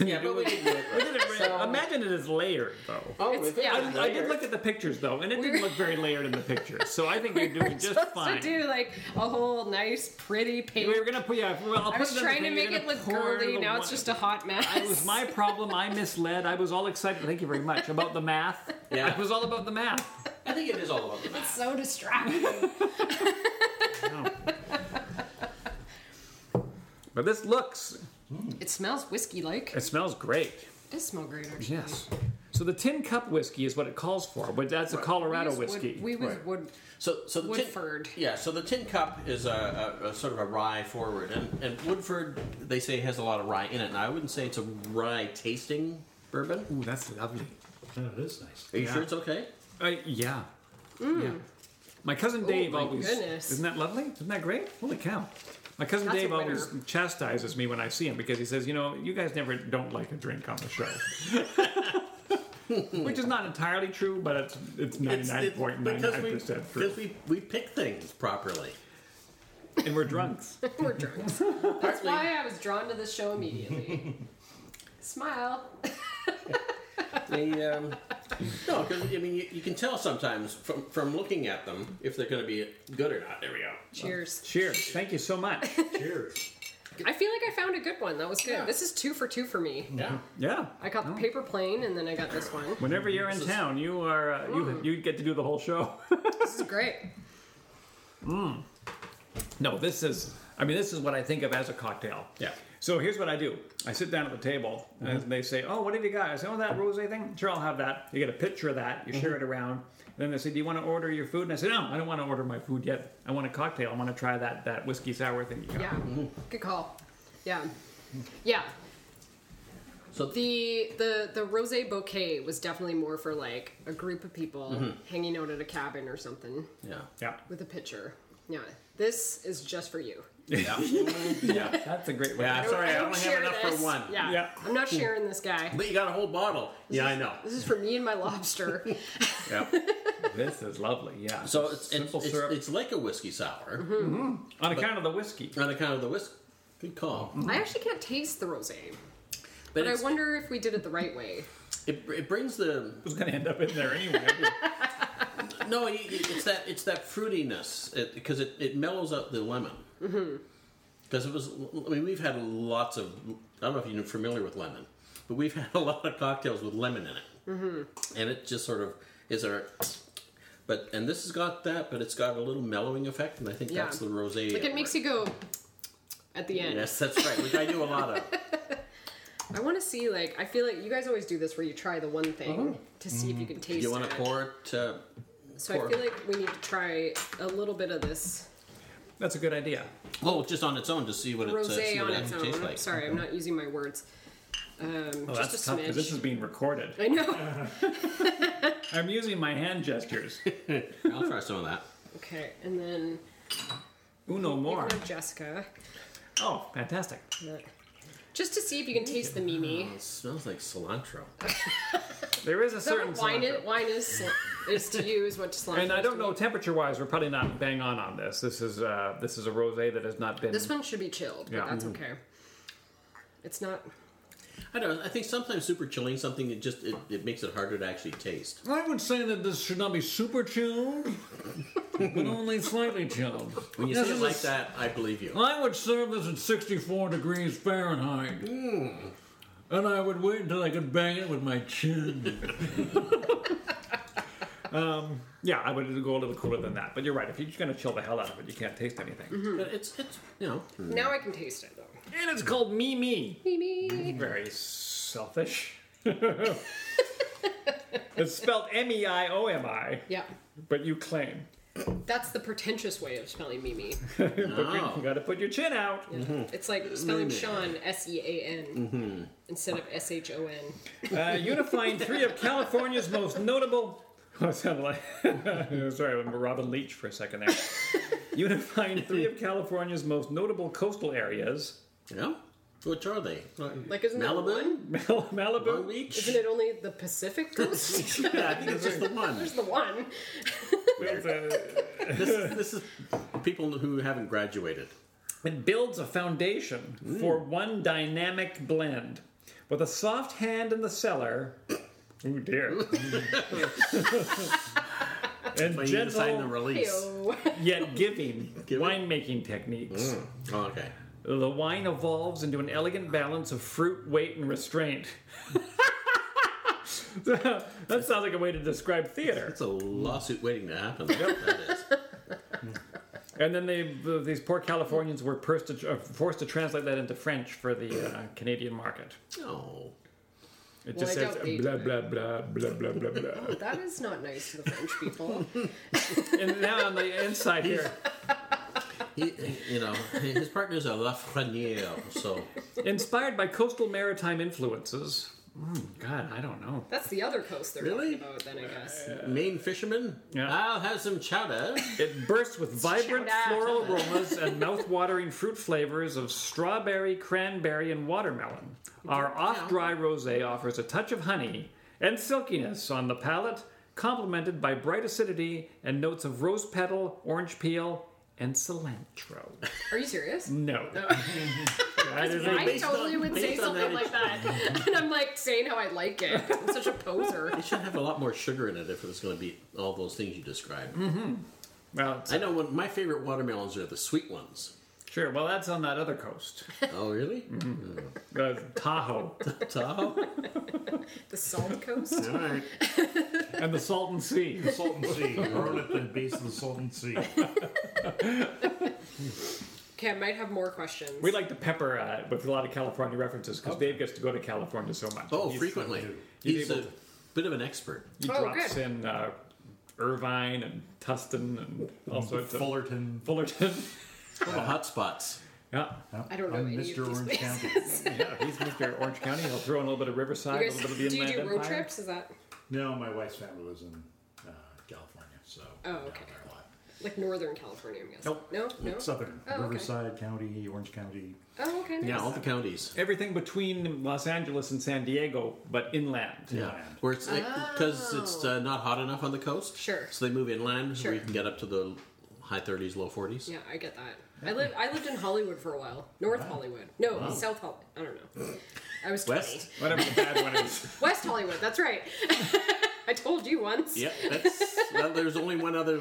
[SPEAKER 2] Yeah, but we didn't do it. right.
[SPEAKER 3] Imagine it is layered, though.
[SPEAKER 2] Oh,
[SPEAKER 1] It's-
[SPEAKER 2] if it
[SPEAKER 1] yeah.
[SPEAKER 2] was
[SPEAKER 3] I did
[SPEAKER 2] layered-
[SPEAKER 3] look at the pictures, though, and it didn't look very layered in the pictures, so I think you're doing just
[SPEAKER 1] supposed
[SPEAKER 3] fine.
[SPEAKER 1] to do like a whole nice, pretty
[SPEAKER 3] We
[SPEAKER 1] pink.
[SPEAKER 3] were going to put, yeah, well, I'll
[SPEAKER 1] I
[SPEAKER 3] put
[SPEAKER 1] was
[SPEAKER 3] it in the
[SPEAKER 1] trying to
[SPEAKER 3] thing,
[SPEAKER 1] make
[SPEAKER 3] you're
[SPEAKER 1] it
[SPEAKER 3] gonna
[SPEAKER 1] look
[SPEAKER 3] pour
[SPEAKER 1] girly.
[SPEAKER 3] the
[SPEAKER 1] Now it's
[SPEAKER 3] wine-
[SPEAKER 1] just a hot mess.
[SPEAKER 3] It was my problem. I misled. I was all excited. Thank you very much about the math.
[SPEAKER 2] Yeah.
[SPEAKER 3] It was all about the math.
[SPEAKER 2] I think it is all about the map.
[SPEAKER 1] so distracting.
[SPEAKER 3] But this looks.
[SPEAKER 1] it smells whiskey like.
[SPEAKER 3] It smells great.
[SPEAKER 1] It does smell great, actually.
[SPEAKER 3] Yes. So the tin cup whiskey is what it calls for, but that's a
[SPEAKER 1] We
[SPEAKER 3] Colorado
[SPEAKER 1] use wood-
[SPEAKER 3] whiskey.
[SPEAKER 1] we use
[SPEAKER 2] Right.
[SPEAKER 1] wood.
[SPEAKER 2] So, so the tin-
[SPEAKER 1] Woodford.
[SPEAKER 2] yeah, so the tin cup is a, a, a sort of a rye forward, and, and Woodford they say has a lot of rye in it, and I wouldn't say it's a rye tasting bourbon.
[SPEAKER 7] Ooh, that's lovely.
[SPEAKER 4] Yeah, it is nice.
[SPEAKER 2] Are you sure it's okay?
[SPEAKER 3] Uh, yeah. Yeah. My cousin Dave
[SPEAKER 1] my
[SPEAKER 3] always.
[SPEAKER 1] goodness.
[SPEAKER 3] Isn't that lovely? Isn't that great? Holy cow. My cousin
[SPEAKER 1] That's a
[SPEAKER 3] Dave
[SPEAKER 1] winner.
[SPEAKER 3] always chastises me when I see him because he says, you know, you guys never don't like a drink on the show. Which is not entirely true, but it's
[SPEAKER 2] It's-
[SPEAKER 3] it's ninety-nine
[SPEAKER 2] it's-
[SPEAKER 3] point nine
[SPEAKER 2] because
[SPEAKER 3] nine
[SPEAKER 2] we
[SPEAKER 3] percent true,
[SPEAKER 2] because we we pick things properly.
[SPEAKER 3] and we're drunks.
[SPEAKER 1] We're drunks. That's why I was drawn to this show immediately. Smile.
[SPEAKER 2] They, um, no, because I mean you, you can tell sometimes from from looking at them if they're going to be good or not. There we go.
[SPEAKER 1] Cheers.
[SPEAKER 3] Cheers! Thank you so much.
[SPEAKER 4] Cheers.
[SPEAKER 1] I feel like I found a good one. That was good. This is two for two for me.
[SPEAKER 2] Yeah.
[SPEAKER 3] Yeah.
[SPEAKER 1] I got the paper plane, and then I got this one.
[SPEAKER 3] Whenever you're in town, you are uh, you you get to do the whole show.
[SPEAKER 1] This is great.
[SPEAKER 3] No, this is. I mean, this is what I think of as a cocktail.
[SPEAKER 2] Yeah.
[SPEAKER 3] So here's what I do. I sit down at the table, and
[SPEAKER 2] Mm-hmm.
[SPEAKER 3] they say, "Oh, what have you got?" I say, "Oh, that rosé thing. Sure, I'll have that." You get a picture of that. You
[SPEAKER 2] Mm-hmm.
[SPEAKER 3] share it around. And then they say, "Do you want to order your food?" And I say, "No, I don't want to order my food yet. I want a cocktail. I want to try that that whiskey sour thing." You got."
[SPEAKER 1] Yeah. Good call. Yeah. Yeah.
[SPEAKER 2] So-
[SPEAKER 1] the the the rosé bouquet was definitely more for like a group of people hanging out at a cabin or something
[SPEAKER 2] Yeah.
[SPEAKER 3] Yeah.
[SPEAKER 1] with a pitcher. Yeah. This is just for you.
[SPEAKER 3] Yeah. That's a great way.
[SPEAKER 2] Yeah.
[SPEAKER 1] I
[SPEAKER 2] I'm
[SPEAKER 1] don't-
[SPEAKER 2] sorry, I,
[SPEAKER 1] don't
[SPEAKER 2] only
[SPEAKER 1] share
[SPEAKER 2] have enough
[SPEAKER 1] this.
[SPEAKER 2] for one.
[SPEAKER 1] Yeah.
[SPEAKER 3] Yeah.
[SPEAKER 1] I'm not sharing this guy.
[SPEAKER 2] But you got a whole bottle. yeah, I know.
[SPEAKER 1] This is for me and my lobster.
[SPEAKER 2] Yeah.
[SPEAKER 3] This is lovely. Yeah.
[SPEAKER 2] So it's it's,
[SPEAKER 3] simple
[SPEAKER 2] it's,
[SPEAKER 3] syrup
[SPEAKER 2] it's like a whiskey sour
[SPEAKER 3] on account of the whiskey.
[SPEAKER 2] on account of the whiskey. Good call.
[SPEAKER 1] I actually can't taste the rosé,
[SPEAKER 2] But,
[SPEAKER 1] Mm-hmm. but I
[SPEAKER 2] it's,
[SPEAKER 1] wonder if we did it the right way.
[SPEAKER 2] it, it brings the
[SPEAKER 3] It was going to end up in there anyway.
[SPEAKER 2] no. y- y- It's that it's that fruitiness because it, it, mellows up the lemon.
[SPEAKER 1] Mm-hmm.
[SPEAKER 2] Because it was. I mean, we've had lots of. I don't know if you're familiar with lemon, but we've had a lot of cocktails with lemon in it, mm-hmm. and it just sort of is our. But and this has got that, but it's got a little mellowing effect, and I think
[SPEAKER 1] Yeah.
[SPEAKER 2] that's the rosé.
[SPEAKER 1] Like
[SPEAKER 2] at
[SPEAKER 1] it makes
[SPEAKER 2] work.
[SPEAKER 1] you go at the end.
[SPEAKER 2] Yes, that's right. Which I do a lot of.
[SPEAKER 1] I want to see like I feel like you guys always do this where you try the one thing to see if you can taste.
[SPEAKER 2] Uh-huh. Mm-hmm. You want
[SPEAKER 1] it.
[SPEAKER 2] to pour it. Uh,
[SPEAKER 1] So
[SPEAKER 2] pour.
[SPEAKER 1] I feel like we need to try a little bit of this
[SPEAKER 3] That's a good idea.
[SPEAKER 2] Oh, just on its own to see what it, uh, see
[SPEAKER 1] rosé
[SPEAKER 2] what
[SPEAKER 1] on
[SPEAKER 2] it
[SPEAKER 1] its
[SPEAKER 2] tastes
[SPEAKER 1] own.
[SPEAKER 2] like.
[SPEAKER 1] Sorry, I'm not using my words. Um,
[SPEAKER 3] Well,
[SPEAKER 1] just
[SPEAKER 3] Oh, that's
[SPEAKER 1] a
[SPEAKER 3] tough
[SPEAKER 1] smidge.
[SPEAKER 3] because this is being recorded.
[SPEAKER 1] I know.
[SPEAKER 3] I'm using my hand gestures.
[SPEAKER 2] I'll try some of that.
[SPEAKER 1] Okay, and then
[SPEAKER 3] Uno more.
[SPEAKER 1] or Jessica,
[SPEAKER 3] Oh, fantastic.
[SPEAKER 1] just to see if you can taste the Mimi.
[SPEAKER 2] Oh, It smells like cilantro.
[SPEAKER 3] There is a
[SPEAKER 1] Is that
[SPEAKER 3] certain
[SPEAKER 1] what wine
[SPEAKER 3] cilantro.
[SPEAKER 1] is? Wine is is to you is what cilantro.
[SPEAKER 3] And I
[SPEAKER 1] is
[SPEAKER 3] don't
[SPEAKER 1] to
[SPEAKER 3] know
[SPEAKER 1] me.
[SPEAKER 3] temperature wise. We're probably not bang on on this. This is uh, this is a rosé that has not been.
[SPEAKER 1] This one should be chilled, but
[SPEAKER 3] Yeah.
[SPEAKER 1] that's okay. It's not.
[SPEAKER 2] Mm-hmm. I don't. know, I think sometimes super chilling something it just it, it makes it harder to actually taste.
[SPEAKER 3] I would say that this should not be super chilled, but only slightly chilled.
[SPEAKER 2] When you say it like that, I believe you.
[SPEAKER 3] I would serve this at 64 degrees Fahrenheit.
[SPEAKER 4] Hmm.
[SPEAKER 3] And I would wait until I could bang it with my chin. um, yeah, I would go a little cooler than that. But you're right. If you're just going to chill the hell out of it, you can't taste anything.
[SPEAKER 1] Mm-hmm.
[SPEAKER 2] But it's it's you know
[SPEAKER 1] Now I can taste it though.
[SPEAKER 3] And it's called Mimi.
[SPEAKER 1] Mimi.
[SPEAKER 3] Very selfish. it's spelled M E I O M I,
[SPEAKER 1] Yeah,
[SPEAKER 3] but you claim.
[SPEAKER 1] that's the pretentious way of spelling Mimi.
[SPEAKER 3] You
[SPEAKER 1] Oh.
[SPEAKER 2] no.
[SPEAKER 3] gotta put your chin out.
[SPEAKER 1] It's like spelling Sean S E A N
[SPEAKER 2] Mm-hmm.
[SPEAKER 1] instead of S H O N.
[SPEAKER 3] Uh, unifying three of California's most notable. I sound like. Sorry, I'm Robin Leach for a second there. unifying three of California's most notable coastal areas
[SPEAKER 2] You know which are they?
[SPEAKER 1] Like isn't that
[SPEAKER 2] Malibu,
[SPEAKER 1] one?
[SPEAKER 3] Mal-
[SPEAKER 2] Long
[SPEAKER 3] Malibu.
[SPEAKER 2] Beach.
[SPEAKER 1] Isn't it only the Pacific Coast?
[SPEAKER 2] yeah, I think it's just the one.
[SPEAKER 1] There's the one.
[SPEAKER 3] It's a-
[SPEAKER 2] This is, this is people who haven't graduated.
[SPEAKER 3] It builds a foundation for one dynamic blend. With a soft hand in the cellar. Ooh, dear. and
[SPEAKER 2] When you sign the
[SPEAKER 3] gentle
[SPEAKER 2] release.
[SPEAKER 1] Ew.
[SPEAKER 3] yet giving
[SPEAKER 2] Give it-
[SPEAKER 3] winemaking techniques.
[SPEAKER 2] Oh, okay.
[SPEAKER 3] The wine evolves into an elegant balance of fruit, weight, and restraint. that sounds like a way to describe theater.
[SPEAKER 2] That's a lawsuit waiting to happen. That is.
[SPEAKER 3] And then they, the, these poor Californians were forced to, uh, forced to translate that into French for the uh, Canadian market.
[SPEAKER 2] Oh.
[SPEAKER 3] It
[SPEAKER 1] Well,
[SPEAKER 3] just
[SPEAKER 1] I
[SPEAKER 3] says
[SPEAKER 1] doubt they-
[SPEAKER 3] blah blah blah blah blah blah blah.
[SPEAKER 1] That is not nice to the French people.
[SPEAKER 3] and now on the inside here,
[SPEAKER 2] He, you know, his partners are Lafreniere, so
[SPEAKER 3] inspired by coastal maritime influences. Mm, God, I don't know.
[SPEAKER 1] That's the other coast they're
[SPEAKER 2] Really?
[SPEAKER 1] talking about, then I guess.
[SPEAKER 2] Maine fisherman.
[SPEAKER 3] Yeah.
[SPEAKER 2] I'll have some chowder.
[SPEAKER 3] It bursts with vibrant
[SPEAKER 1] Shout out.
[SPEAKER 3] floral aromas and mouth-watering fruit flavors of strawberry, cranberry, and watermelon. Our off-dry rosé offers a touch of honey and silkiness on the palate, complemented by bright acidity and notes of rose petal, orange peel, and cilantro.
[SPEAKER 1] Are you serious?
[SPEAKER 3] No. That is a-
[SPEAKER 1] I
[SPEAKER 2] Mm, based
[SPEAKER 1] totally
[SPEAKER 2] on-
[SPEAKER 1] would say
[SPEAKER 2] based on
[SPEAKER 1] something
[SPEAKER 2] that-
[SPEAKER 1] like that. and I'm like saying how I like it. I'm such a poser.
[SPEAKER 2] It should have a lot more sugar in it if it was going to be all those things you described.
[SPEAKER 1] Mm.
[SPEAKER 3] well, it's-
[SPEAKER 2] I know one, my favorite watermelons are the sweet ones.
[SPEAKER 3] sure. Well, that's on that other coast,
[SPEAKER 2] Oh, really?
[SPEAKER 1] Mm.
[SPEAKER 3] uh, Tahoe,
[SPEAKER 2] Tahoe?
[SPEAKER 1] The salt coast?
[SPEAKER 6] All right.
[SPEAKER 3] and the Salton Sea.
[SPEAKER 6] Salton Sea. Grown at the base of the Salton Sea.
[SPEAKER 1] Okay, I might have more questions.
[SPEAKER 3] We like to pepper uh, with a lot of California references because Dave gets to go to California so much.
[SPEAKER 2] Oh,
[SPEAKER 6] He's
[SPEAKER 2] frequently.
[SPEAKER 6] able to-
[SPEAKER 2] He's
[SPEAKER 3] he's able
[SPEAKER 2] a bit of an expert.
[SPEAKER 3] He
[SPEAKER 1] Oh,
[SPEAKER 3] drops
[SPEAKER 1] good.
[SPEAKER 3] in uh, Irvine and Tustin and all sorts of
[SPEAKER 6] Fullerton.
[SPEAKER 3] Fullerton.
[SPEAKER 2] All the hot spots.
[SPEAKER 3] Yeah,
[SPEAKER 1] I
[SPEAKER 4] Uh,
[SPEAKER 1] don't know
[SPEAKER 6] I'm
[SPEAKER 1] any of
[SPEAKER 6] Mr.
[SPEAKER 1] these
[SPEAKER 6] Orange
[SPEAKER 1] places.
[SPEAKER 6] County.
[SPEAKER 3] yeah, he's Mr. Orange County. He'll throw in a little bit of Riverside,
[SPEAKER 1] You
[SPEAKER 3] a
[SPEAKER 1] guys,
[SPEAKER 3] little
[SPEAKER 1] do
[SPEAKER 3] bit
[SPEAKER 1] you
[SPEAKER 3] of the
[SPEAKER 1] do road
[SPEAKER 3] Inland Empire.
[SPEAKER 1] trips? Is that
[SPEAKER 4] No, my wife's family was in uh, California, so.
[SPEAKER 1] Oh,
[SPEAKER 4] down
[SPEAKER 1] okay.
[SPEAKER 4] there a lot.
[SPEAKER 1] like Northern California? I'm guessing.
[SPEAKER 4] Nope.
[SPEAKER 1] No, no.
[SPEAKER 4] Southern
[SPEAKER 1] Oh, okay.
[SPEAKER 4] Riverside County, Orange County.
[SPEAKER 1] Oh, okay. Nice.
[SPEAKER 2] Yeah, all the counties.
[SPEAKER 3] Everything between Los Angeles and San Diego, but inland.
[SPEAKER 2] Yeah, where it's because it's uh, not hot enough on the coast.
[SPEAKER 1] Sure.
[SPEAKER 2] So they move inland
[SPEAKER 1] Sure.
[SPEAKER 2] where you can get up to the high 30s, low 40s.
[SPEAKER 1] Yeah, I get that. I lived I lived in Hollywood for a while. North Hollywood. No, South Hollywood. I don't know. I was 20.
[SPEAKER 2] West?
[SPEAKER 3] Whatever the bad one is.
[SPEAKER 1] West Hollywood. That's right. I told you once.
[SPEAKER 2] Yep. That's, well, there's only one other.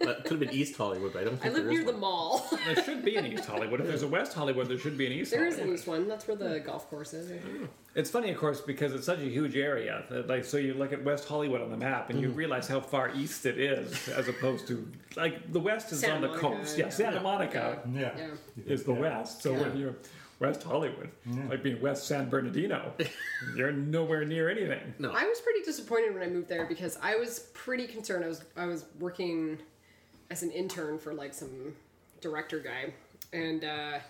[SPEAKER 2] That could have been East Hollywood, but I don't
[SPEAKER 1] I
[SPEAKER 2] think
[SPEAKER 1] live
[SPEAKER 2] there is
[SPEAKER 1] near the
[SPEAKER 2] one.
[SPEAKER 1] mall.
[SPEAKER 3] There should be an East Hollywood. If there's a West Hollywood, there should be an East
[SPEAKER 1] there is
[SPEAKER 3] Hollywood.
[SPEAKER 1] an east one. That's where the golf course is. I
[SPEAKER 2] Mm-hmm.
[SPEAKER 1] think.
[SPEAKER 3] It's funny, of course, because it's such a huge area. that, Like, so you look at West Hollywood on the map, and you realize how far east it is, as opposed to like the West is
[SPEAKER 1] Santa
[SPEAKER 3] on the
[SPEAKER 1] Monica,
[SPEAKER 3] coast. Yeah,
[SPEAKER 1] yeah.
[SPEAKER 3] Santa Monica
[SPEAKER 4] Yeah.
[SPEAKER 1] Yeah.
[SPEAKER 3] is the
[SPEAKER 4] Yeah.
[SPEAKER 3] West. So when you're West Hollywood, like being West San Bernardino, you're nowhere near anything.
[SPEAKER 1] I was pretty disappointed when I moved there because I was pretty concerned. I was I was working as an intern for like some director guy, and uh, I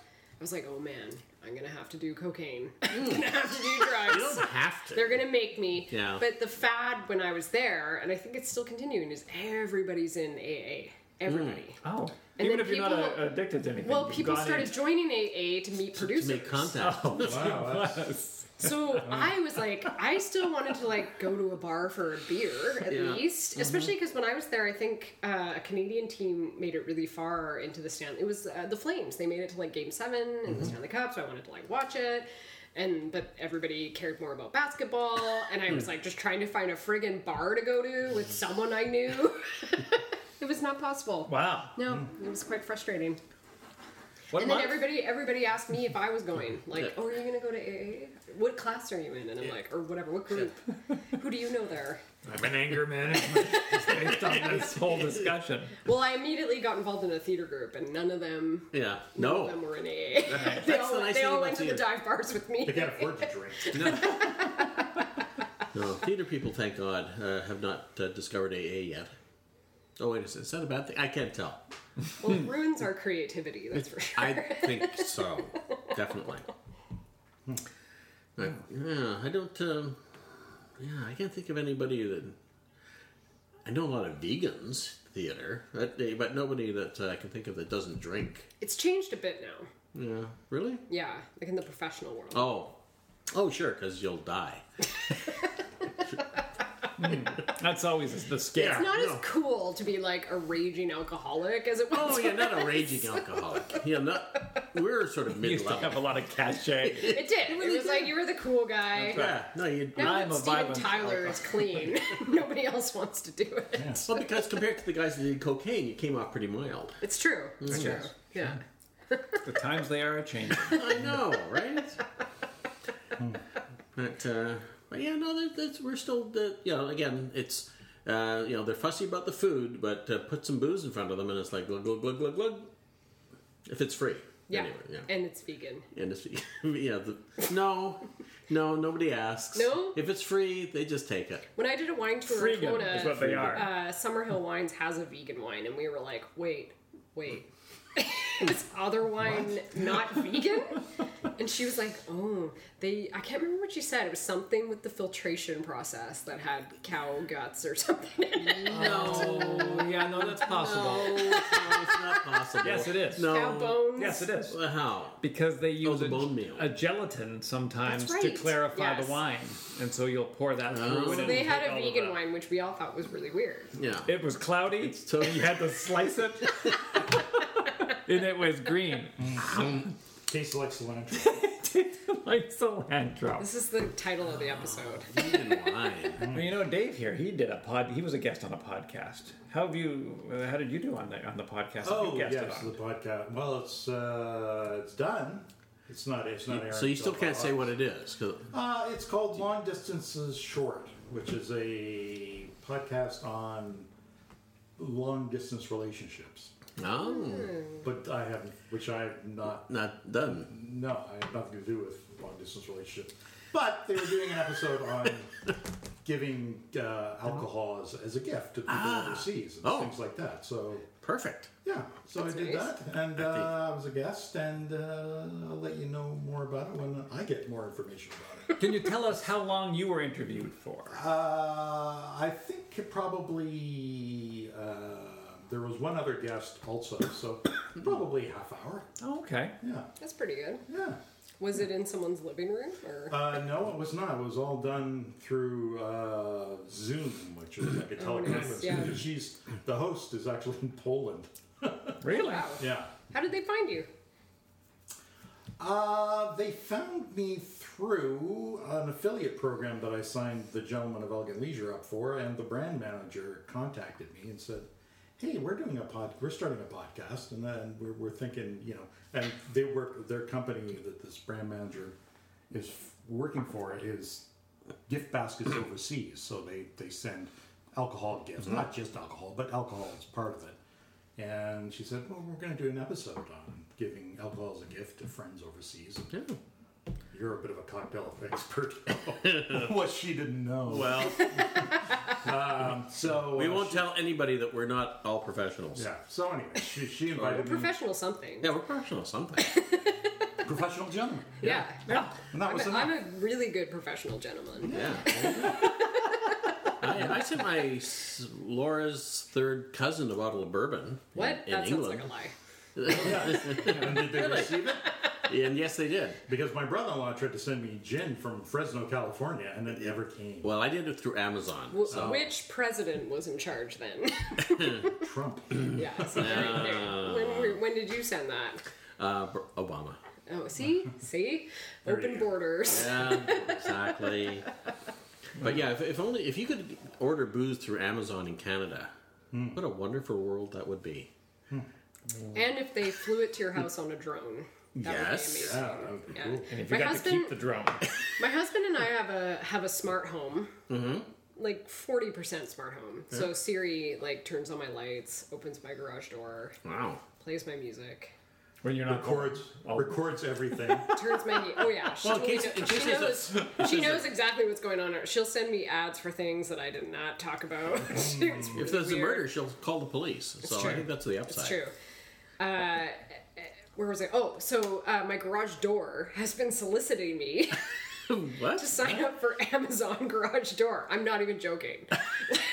[SPEAKER 1] was like, oh man, I'm gonna have to do cocaine. I'm gonna have to do drugs.
[SPEAKER 2] You don't have to.
[SPEAKER 1] They're gonna make me.
[SPEAKER 2] Yeah.
[SPEAKER 1] But the fad when I was there, and I think it's still continuing, is everybody's in AA. Everybody.
[SPEAKER 3] Oh,
[SPEAKER 1] And
[SPEAKER 3] even
[SPEAKER 1] then
[SPEAKER 3] if you're not
[SPEAKER 1] people-
[SPEAKER 3] uh, addicted to anything.
[SPEAKER 1] Well,
[SPEAKER 3] you've
[SPEAKER 1] people
[SPEAKER 3] gone
[SPEAKER 1] started
[SPEAKER 3] in-
[SPEAKER 1] joining AA to meet
[SPEAKER 2] to
[SPEAKER 1] producers.
[SPEAKER 2] make contact.
[SPEAKER 4] Wow, that's
[SPEAKER 1] So I was like, I still wanted to like go to a bar for a beer at
[SPEAKER 2] Yeah. Uh-huh.
[SPEAKER 1] least, especially because when I was there, I think uh, a Canadian team made it really far into the stand. It was uh, the Flames. They made it to like Game Seven in
[SPEAKER 2] Mm-hmm.
[SPEAKER 1] the Stanley Cup, so I wanted to like watch it. And but everybody cared more about basketball, and I was
[SPEAKER 2] Hmm.
[SPEAKER 1] like just trying to find a friggin' bar to go to with someone I knew. it was not possible.
[SPEAKER 3] Wow.
[SPEAKER 1] No,
[SPEAKER 2] hmm.
[SPEAKER 1] it was quite frustrating.
[SPEAKER 3] What
[SPEAKER 1] And then
[SPEAKER 3] month?
[SPEAKER 1] everybody, everybody asked me if I was going. Like, oh, are you going to go to AA? What class are you in? And I'm like, or whatever, what group? Who do you know there?
[SPEAKER 6] I'm an anger management.
[SPEAKER 3] based on this whole discussion.
[SPEAKER 1] Well, I immediately got involved in a theater group, and none of them,
[SPEAKER 2] Yeah.
[SPEAKER 1] none of
[SPEAKER 2] No.
[SPEAKER 1] them were in AA. they
[SPEAKER 2] Oh. That's
[SPEAKER 1] all,
[SPEAKER 2] the nice
[SPEAKER 1] they
[SPEAKER 2] thing
[SPEAKER 1] all
[SPEAKER 2] about
[SPEAKER 1] went to the
[SPEAKER 2] theater.
[SPEAKER 1] dive bars with me.
[SPEAKER 4] They can't afford to drink.
[SPEAKER 2] No, theater people, thank God, uh, have not uh, discovered AA yet. Oh, wait a second. Is that a bad thing? I can't tell.
[SPEAKER 1] Well, it ruins our creativity, that's for sure.
[SPEAKER 2] I think so. Definitely. But, yeah, I don't. Um, yeah, I can't think of anybody that. I know a lot of vegans theater, but, they- but nobody that uh, I can think of that doesn't drink.
[SPEAKER 1] It's changed a bit now.
[SPEAKER 2] Yeah, really?
[SPEAKER 1] Yeah, like in the professional world.
[SPEAKER 2] Oh, oh, sure, because you'll die.
[SPEAKER 3] That's always the scare.
[SPEAKER 1] it's not as cool to be like a raging alcoholic as it was.
[SPEAKER 2] Oh, yeah, not a raging alcoholic. Yeah, not. We're sort of
[SPEAKER 3] You used to have a
[SPEAKER 2] mid-level.
[SPEAKER 3] lot of cachet.
[SPEAKER 1] It did. It, was like you were the cool guy.
[SPEAKER 2] Yeah, no, you.
[SPEAKER 1] Now
[SPEAKER 3] I'm
[SPEAKER 1] that
[SPEAKER 3] a
[SPEAKER 1] Steven
[SPEAKER 3] violent
[SPEAKER 1] Tyler is clean, nobody else wants to do it.
[SPEAKER 2] Well, because compared to the guys that did cocaine, you came off pretty mild.
[SPEAKER 1] It's true. It's true. Yeah.
[SPEAKER 3] the times they are a changing. Hmm.
[SPEAKER 2] I know, right? but uh, But yeah, no, that- that's, we're still, the, you know, again, it's, uh, you know, they're fussy about the food, but uh, put some booze in front of them and it's like glug, glug, glug, glug, glug. If it's free.
[SPEAKER 1] Yeah.
[SPEAKER 2] Anyway, yeah.
[SPEAKER 1] And it's vegan.
[SPEAKER 2] And it's, yeah, the, no, no, nobody asks.
[SPEAKER 1] No?
[SPEAKER 2] If it's free, they just take it.
[SPEAKER 1] When I did a wine tour in
[SPEAKER 3] Freedom is what
[SPEAKER 1] Kelowna,
[SPEAKER 3] they are.
[SPEAKER 1] uh, Summerhill Wines has a vegan wine, and we were like, wait, wait. Is other wine not vegan? And she was like, "Oh, they." I can't remember what she said. It was something with the filtration process that had cow guts or something. in it.
[SPEAKER 3] Oh, yeah, no, that's possible.
[SPEAKER 2] No, no, it's not possible.
[SPEAKER 3] Yes, it is.
[SPEAKER 2] No.
[SPEAKER 1] Cow bones.
[SPEAKER 3] Oh, Yes, it is.
[SPEAKER 2] How?
[SPEAKER 3] Because they use
[SPEAKER 2] the
[SPEAKER 3] a,
[SPEAKER 2] bone meal.
[SPEAKER 3] a gelatin sometimes
[SPEAKER 1] That's
[SPEAKER 3] to
[SPEAKER 1] right.
[SPEAKER 3] clarify
[SPEAKER 1] Yes.
[SPEAKER 3] the wine, and so you'll pour that through.
[SPEAKER 2] So
[SPEAKER 3] it and
[SPEAKER 1] They
[SPEAKER 3] it'll
[SPEAKER 1] had
[SPEAKER 3] take
[SPEAKER 1] a
[SPEAKER 3] all of
[SPEAKER 1] vegan
[SPEAKER 3] that.
[SPEAKER 1] wine, which we all thought was really weird.
[SPEAKER 2] Yeah.
[SPEAKER 3] It was cloudy,
[SPEAKER 2] so-
[SPEAKER 3] and you had to slice it, and it was green,
[SPEAKER 6] Tastes like cilantro.
[SPEAKER 3] like cilantro.
[SPEAKER 1] This is the title of the episode.
[SPEAKER 2] Vegan wine.
[SPEAKER 3] Well, you know, Dave here, he did a pod. He was a guest on a podcast. How have you? Uh, how did you do on the on the podcast? that
[SPEAKER 4] Oh
[SPEAKER 3] you guested
[SPEAKER 4] yes,
[SPEAKER 3] on?
[SPEAKER 4] the podcast. Well, it's uh, it's done. It's not. It's not. airing
[SPEAKER 2] So you still
[SPEAKER 4] until
[SPEAKER 2] can't say
[SPEAKER 4] August.
[SPEAKER 2] what it is. 'cause-
[SPEAKER 4] Uh, it's called Long Distances Short, which is a podcast on long distance relationships.
[SPEAKER 2] Oh,
[SPEAKER 1] Mm.
[SPEAKER 4] But I have, which I have not.
[SPEAKER 2] not done.
[SPEAKER 4] No, I have nothing to do with long distance relationships. But they were doing an episode on giving uh, alcohol as, as a gift to people overseas and
[SPEAKER 2] Oh.
[SPEAKER 4] things like that. So
[SPEAKER 2] Perfect.
[SPEAKER 4] yeah, so I did
[SPEAKER 1] nice.
[SPEAKER 4] that, and uh, I was a guest, and uh, I'll let you know more about it when I get more information about it.
[SPEAKER 3] Can you tell us how long you were interviewed for?
[SPEAKER 4] Uh, I think it probably uh, there was one other guest also, so probably half hour.
[SPEAKER 3] Oh, okay.
[SPEAKER 4] Yeah,
[SPEAKER 1] That's pretty good.
[SPEAKER 4] yeah.
[SPEAKER 1] Was it in someone's living room or?
[SPEAKER 4] Uh, no, it was not. It was all done through uh, Zoom, which is like a teleconference.
[SPEAKER 1] yeah.
[SPEAKER 4] And She's the host is actually in Poland.
[SPEAKER 3] Really?
[SPEAKER 1] wow.
[SPEAKER 4] Yeah.
[SPEAKER 1] How did they find you?
[SPEAKER 4] Uh, they found me through an affiliate program that I signed the gentleman of Elegant Leisure up for, and the brand manager contacted me and said, "Hey, we're doing a pod. We're starting a podcast, and then we're, we're thinking, you know." And they work their company that this brand manager is f- working for is gift baskets overseas, so they they send alcohol gifts, not just alcohol, but alcohol is part of it. And she said, "Well, we're going to do an episode on giving alcohol as a gift to friends overseas." And
[SPEAKER 2] Yeah.
[SPEAKER 4] You're a bit of a cocktail expert. what she didn't know.
[SPEAKER 2] Well,
[SPEAKER 4] so
[SPEAKER 2] we
[SPEAKER 4] uh,
[SPEAKER 2] won't
[SPEAKER 4] she-
[SPEAKER 2] tell anybody that we're not all professionals.
[SPEAKER 4] yeah. So anyway, she, she
[SPEAKER 1] We're
[SPEAKER 4] invited me.
[SPEAKER 1] professional something.
[SPEAKER 2] Yeah, we're professional something.
[SPEAKER 4] Professional gentleman.
[SPEAKER 1] Yeah.
[SPEAKER 4] And that
[SPEAKER 1] I'm,
[SPEAKER 4] was
[SPEAKER 1] a,
[SPEAKER 4] enough.
[SPEAKER 1] I'm a really good professional gentleman.
[SPEAKER 2] Yeah. I, I sent my s- Laura's third cousin a bottle of bourbon.
[SPEAKER 1] What?
[SPEAKER 2] In,
[SPEAKER 1] that sounds
[SPEAKER 2] England.
[SPEAKER 1] like a lie.
[SPEAKER 4] and did they receive it?
[SPEAKER 2] And yes, they did.
[SPEAKER 4] Because my brother-in-law tried to send me gin from Fresno, California, and it never came.
[SPEAKER 2] Well, I did it through Amazon.
[SPEAKER 1] W- Which president was in charge then?
[SPEAKER 4] Trump.
[SPEAKER 1] yeah. So there,
[SPEAKER 2] Ah.
[SPEAKER 1] there. When, were- when did you send that?
[SPEAKER 2] Uh, Br- Obama.
[SPEAKER 1] Oh, see, see, open borders.
[SPEAKER 2] Yeah, exactly. But yeah, if, if only if you could order booze through Amazon in Canada,
[SPEAKER 3] Hmm.
[SPEAKER 2] what a wonderful world that would be.
[SPEAKER 1] And if they flew it to your house on a drone. That
[SPEAKER 2] Yes.
[SPEAKER 1] Would
[SPEAKER 4] Yeah, that would be
[SPEAKER 1] be amazing.
[SPEAKER 4] cool.
[SPEAKER 1] Yeah.
[SPEAKER 3] If you
[SPEAKER 1] My
[SPEAKER 3] got to
[SPEAKER 1] husband,
[SPEAKER 3] keep the drone.
[SPEAKER 1] my husband and I have a have a smart home.
[SPEAKER 2] Mm-hmm.
[SPEAKER 1] Like forty percent smart home. So Siri like turns on my lights, opens my garage door,
[SPEAKER 2] Wow.
[SPEAKER 1] plays my music.
[SPEAKER 3] When you're not
[SPEAKER 4] Records.
[SPEAKER 3] Oh.
[SPEAKER 4] Records everything.
[SPEAKER 1] turns my oh yeah she,
[SPEAKER 2] Well, in
[SPEAKER 1] totally
[SPEAKER 2] case-
[SPEAKER 1] kno-
[SPEAKER 2] in case
[SPEAKER 1] she
[SPEAKER 2] there's
[SPEAKER 1] knows she knows exactly what's going on she'll send me ads for things that i did not talk about
[SPEAKER 2] Mm,
[SPEAKER 1] It's really
[SPEAKER 2] If there's a
[SPEAKER 1] weird.
[SPEAKER 2] murder, she'll call the police. so
[SPEAKER 1] true.
[SPEAKER 2] I think that's the upside.
[SPEAKER 1] it's true uh, where was i oh so uh, my garage door has been soliciting me
[SPEAKER 2] What?
[SPEAKER 1] to sign up for amazon garage door i'm not even joking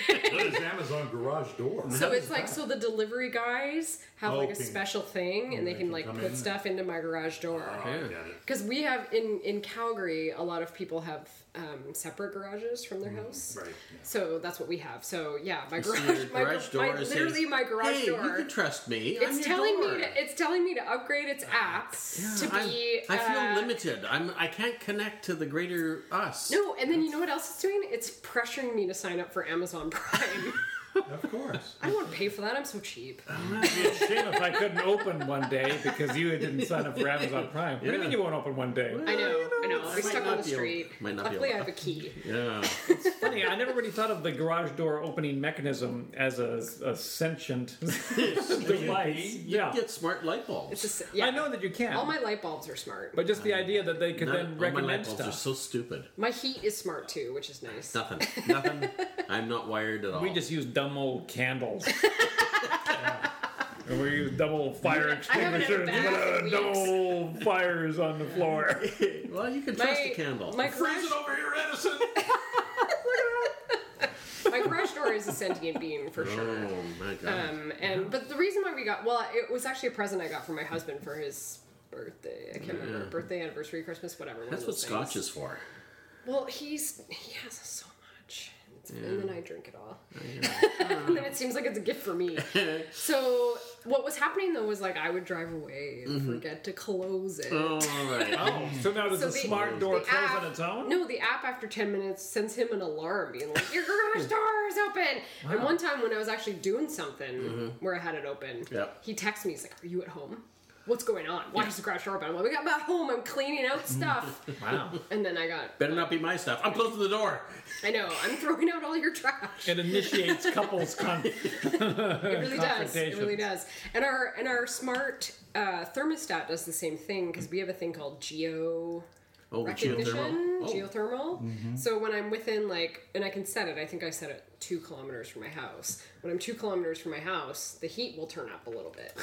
[SPEAKER 4] What is Amazon garage door? Oh,
[SPEAKER 1] so it's like so the delivery guys have like a
[SPEAKER 4] Okay.
[SPEAKER 1] special thing and they
[SPEAKER 4] they
[SPEAKER 1] can
[SPEAKER 4] can
[SPEAKER 1] like
[SPEAKER 4] come
[SPEAKER 1] put
[SPEAKER 4] in.
[SPEAKER 1] stuff into my garage door
[SPEAKER 2] Yeah.
[SPEAKER 1] Because we have in in Calgary, a lot of people have um, separate garages from
[SPEAKER 2] Mm,
[SPEAKER 1] their house.
[SPEAKER 4] Right, yeah.
[SPEAKER 1] So that's what we have. So yeah, my
[SPEAKER 2] So
[SPEAKER 1] garage,
[SPEAKER 2] your
[SPEAKER 1] my,
[SPEAKER 2] garage
[SPEAKER 1] my-
[SPEAKER 2] door says,
[SPEAKER 1] literally my garage
[SPEAKER 2] hey,
[SPEAKER 1] door.
[SPEAKER 2] you can trust me. I'm
[SPEAKER 1] it's
[SPEAKER 2] your
[SPEAKER 1] telling
[SPEAKER 2] door."
[SPEAKER 1] me to, it's telling me to upgrade its app to
[SPEAKER 2] I'm-
[SPEAKER 1] be.
[SPEAKER 2] I feel
[SPEAKER 1] uh,
[SPEAKER 2] limited. I'm. I can't connect to the greater us.
[SPEAKER 1] No, and then you know what else it's doing? It's pressuring me to sign up for Amazon Prime.
[SPEAKER 4] Of course.
[SPEAKER 1] I don't want to pay for that. I'm so cheap.
[SPEAKER 2] Uh,
[SPEAKER 3] It'd be a shame if I couldn't open one day because you didn't sign up for Amazon Prime. What do you mean you won't open one day?
[SPEAKER 1] I know. I I know. We're
[SPEAKER 2] might
[SPEAKER 1] stuck on
[SPEAKER 2] not
[SPEAKER 1] the
[SPEAKER 2] be able-
[SPEAKER 1] street.
[SPEAKER 2] might not be
[SPEAKER 1] Luckily, I
[SPEAKER 2] able-
[SPEAKER 1] have a key.
[SPEAKER 2] Yeah.
[SPEAKER 3] Funny, I never really thought of the garage door opening mechanism as a, a sentient device. Yeah.
[SPEAKER 2] Get smart light bulbs.
[SPEAKER 1] It's just, yeah.
[SPEAKER 3] I know that you can.
[SPEAKER 1] All my light bulbs are smart.
[SPEAKER 3] but just the idea that they could
[SPEAKER 2] Not-
[SPEAKER 3] then
[SPEAKER 2] all my light
[SPEAKER 3] recommend
[SPEAKER 2] bulbs are
[SPEAKER 3] stuff.
[SPEAKER 2] so stupid.
[SPEAKER 1] my heat is smart too, which is nice.
[SPEAKER 2] Nothing. Nothing. I'm not wired at all.
[SPEAKER 3] We just use dumb old candles. And we use dumb old fire
[SPEAKER 1] I haven't had a
[SPEAKER 3] extinguishers. Uh,
[SPEAKER 1] bath in
[SPEAKER 3] Dumb
[SPEAKER 1] weeks.
[SPEAKER 3] old fires on the floor.
[SPEAKER 2] well, you can
[SPEAKER 1] My-
[SPEAKER 2] trust a candle.
[SPEAKER 1] My garage,
[SPEAKER 4] over here, Edison.
[SPEAKER 1] my garage door is a sentient being for sure.
[SPEAKER 2] oh my god.
[SPEAKER 1] Um, and but the reason why we got well, it was actually a present I got from my husband for his birthday. I can't remember birthday, anniversary, Christmas, whatever. one
[SPEAKER 2] That's
[SPEAKER 1] of
[SPEAKER 2] what
[SPEAKER 1] those
[SPEAKER 2] scotch
[SPEAKER 1] things.
[SPEAKER 2] is for.
[SPEAKER 1] Well, he's he has so much, It's- and then I drink it all. and then it seems like it's a gift for me. so what was happening though was like I would drive away and
[SPEAKER 2] Mm-hmm.
[SPEAKER 1] forget to close it.
[SPEAKER 2] All right.
[SPEAKER 3] Oh, so now does
[SPEAKER 1] So the-
[SPEAKER 3] the, smart door
[SPEAKER 1] the
[SPEAKER 3] close
[SPEAKER 1] app-
[SPEAKER 3] on its own?
[SPEAKER 1] No, the app after 10 minutes sends him an alarm being like, Your garage door is open. And one time when I was actually doing something
[SPEAKER 3] Mm-hmm.
[SPEAKER 1] where I had it open,
[SPEAKER 2] Yep.
[SPEAKER 1] he texts me, he's like, Are you at home? What's going on? Why is the garage door open? I'm like, I'm at home, I'm cleaning out stuff.
[SPEAKER 3] Wow.
[SPEAKER 1] and then I got,
[SPEAKER 2] Better not be my stuff. I'm closing the door.
[SPEAKER 1] I know, I'm throwing out all your trash.
[SPEAKER 3] It initiates couples conflict.
[SPEAKER 1] It really does. It
[SPEAKER 3] confrontations.
[SPEAKER 1] really does. And our and our smart uh, thermostat does the same thing because we have a thing called Geo
[SPEAKER 2] Oh,
[SPEAKER 1] recognition,
[SPEAKER 2] geothermal.
[SPEAKER 1] geothermal.
[SPEAKER 2] Oh.
[SPEAKER 1] So when I'm within like, and I can set it. I think I set it two kilometers from my house. When I'm two kilometers from my house, the heat will turn up a little bit.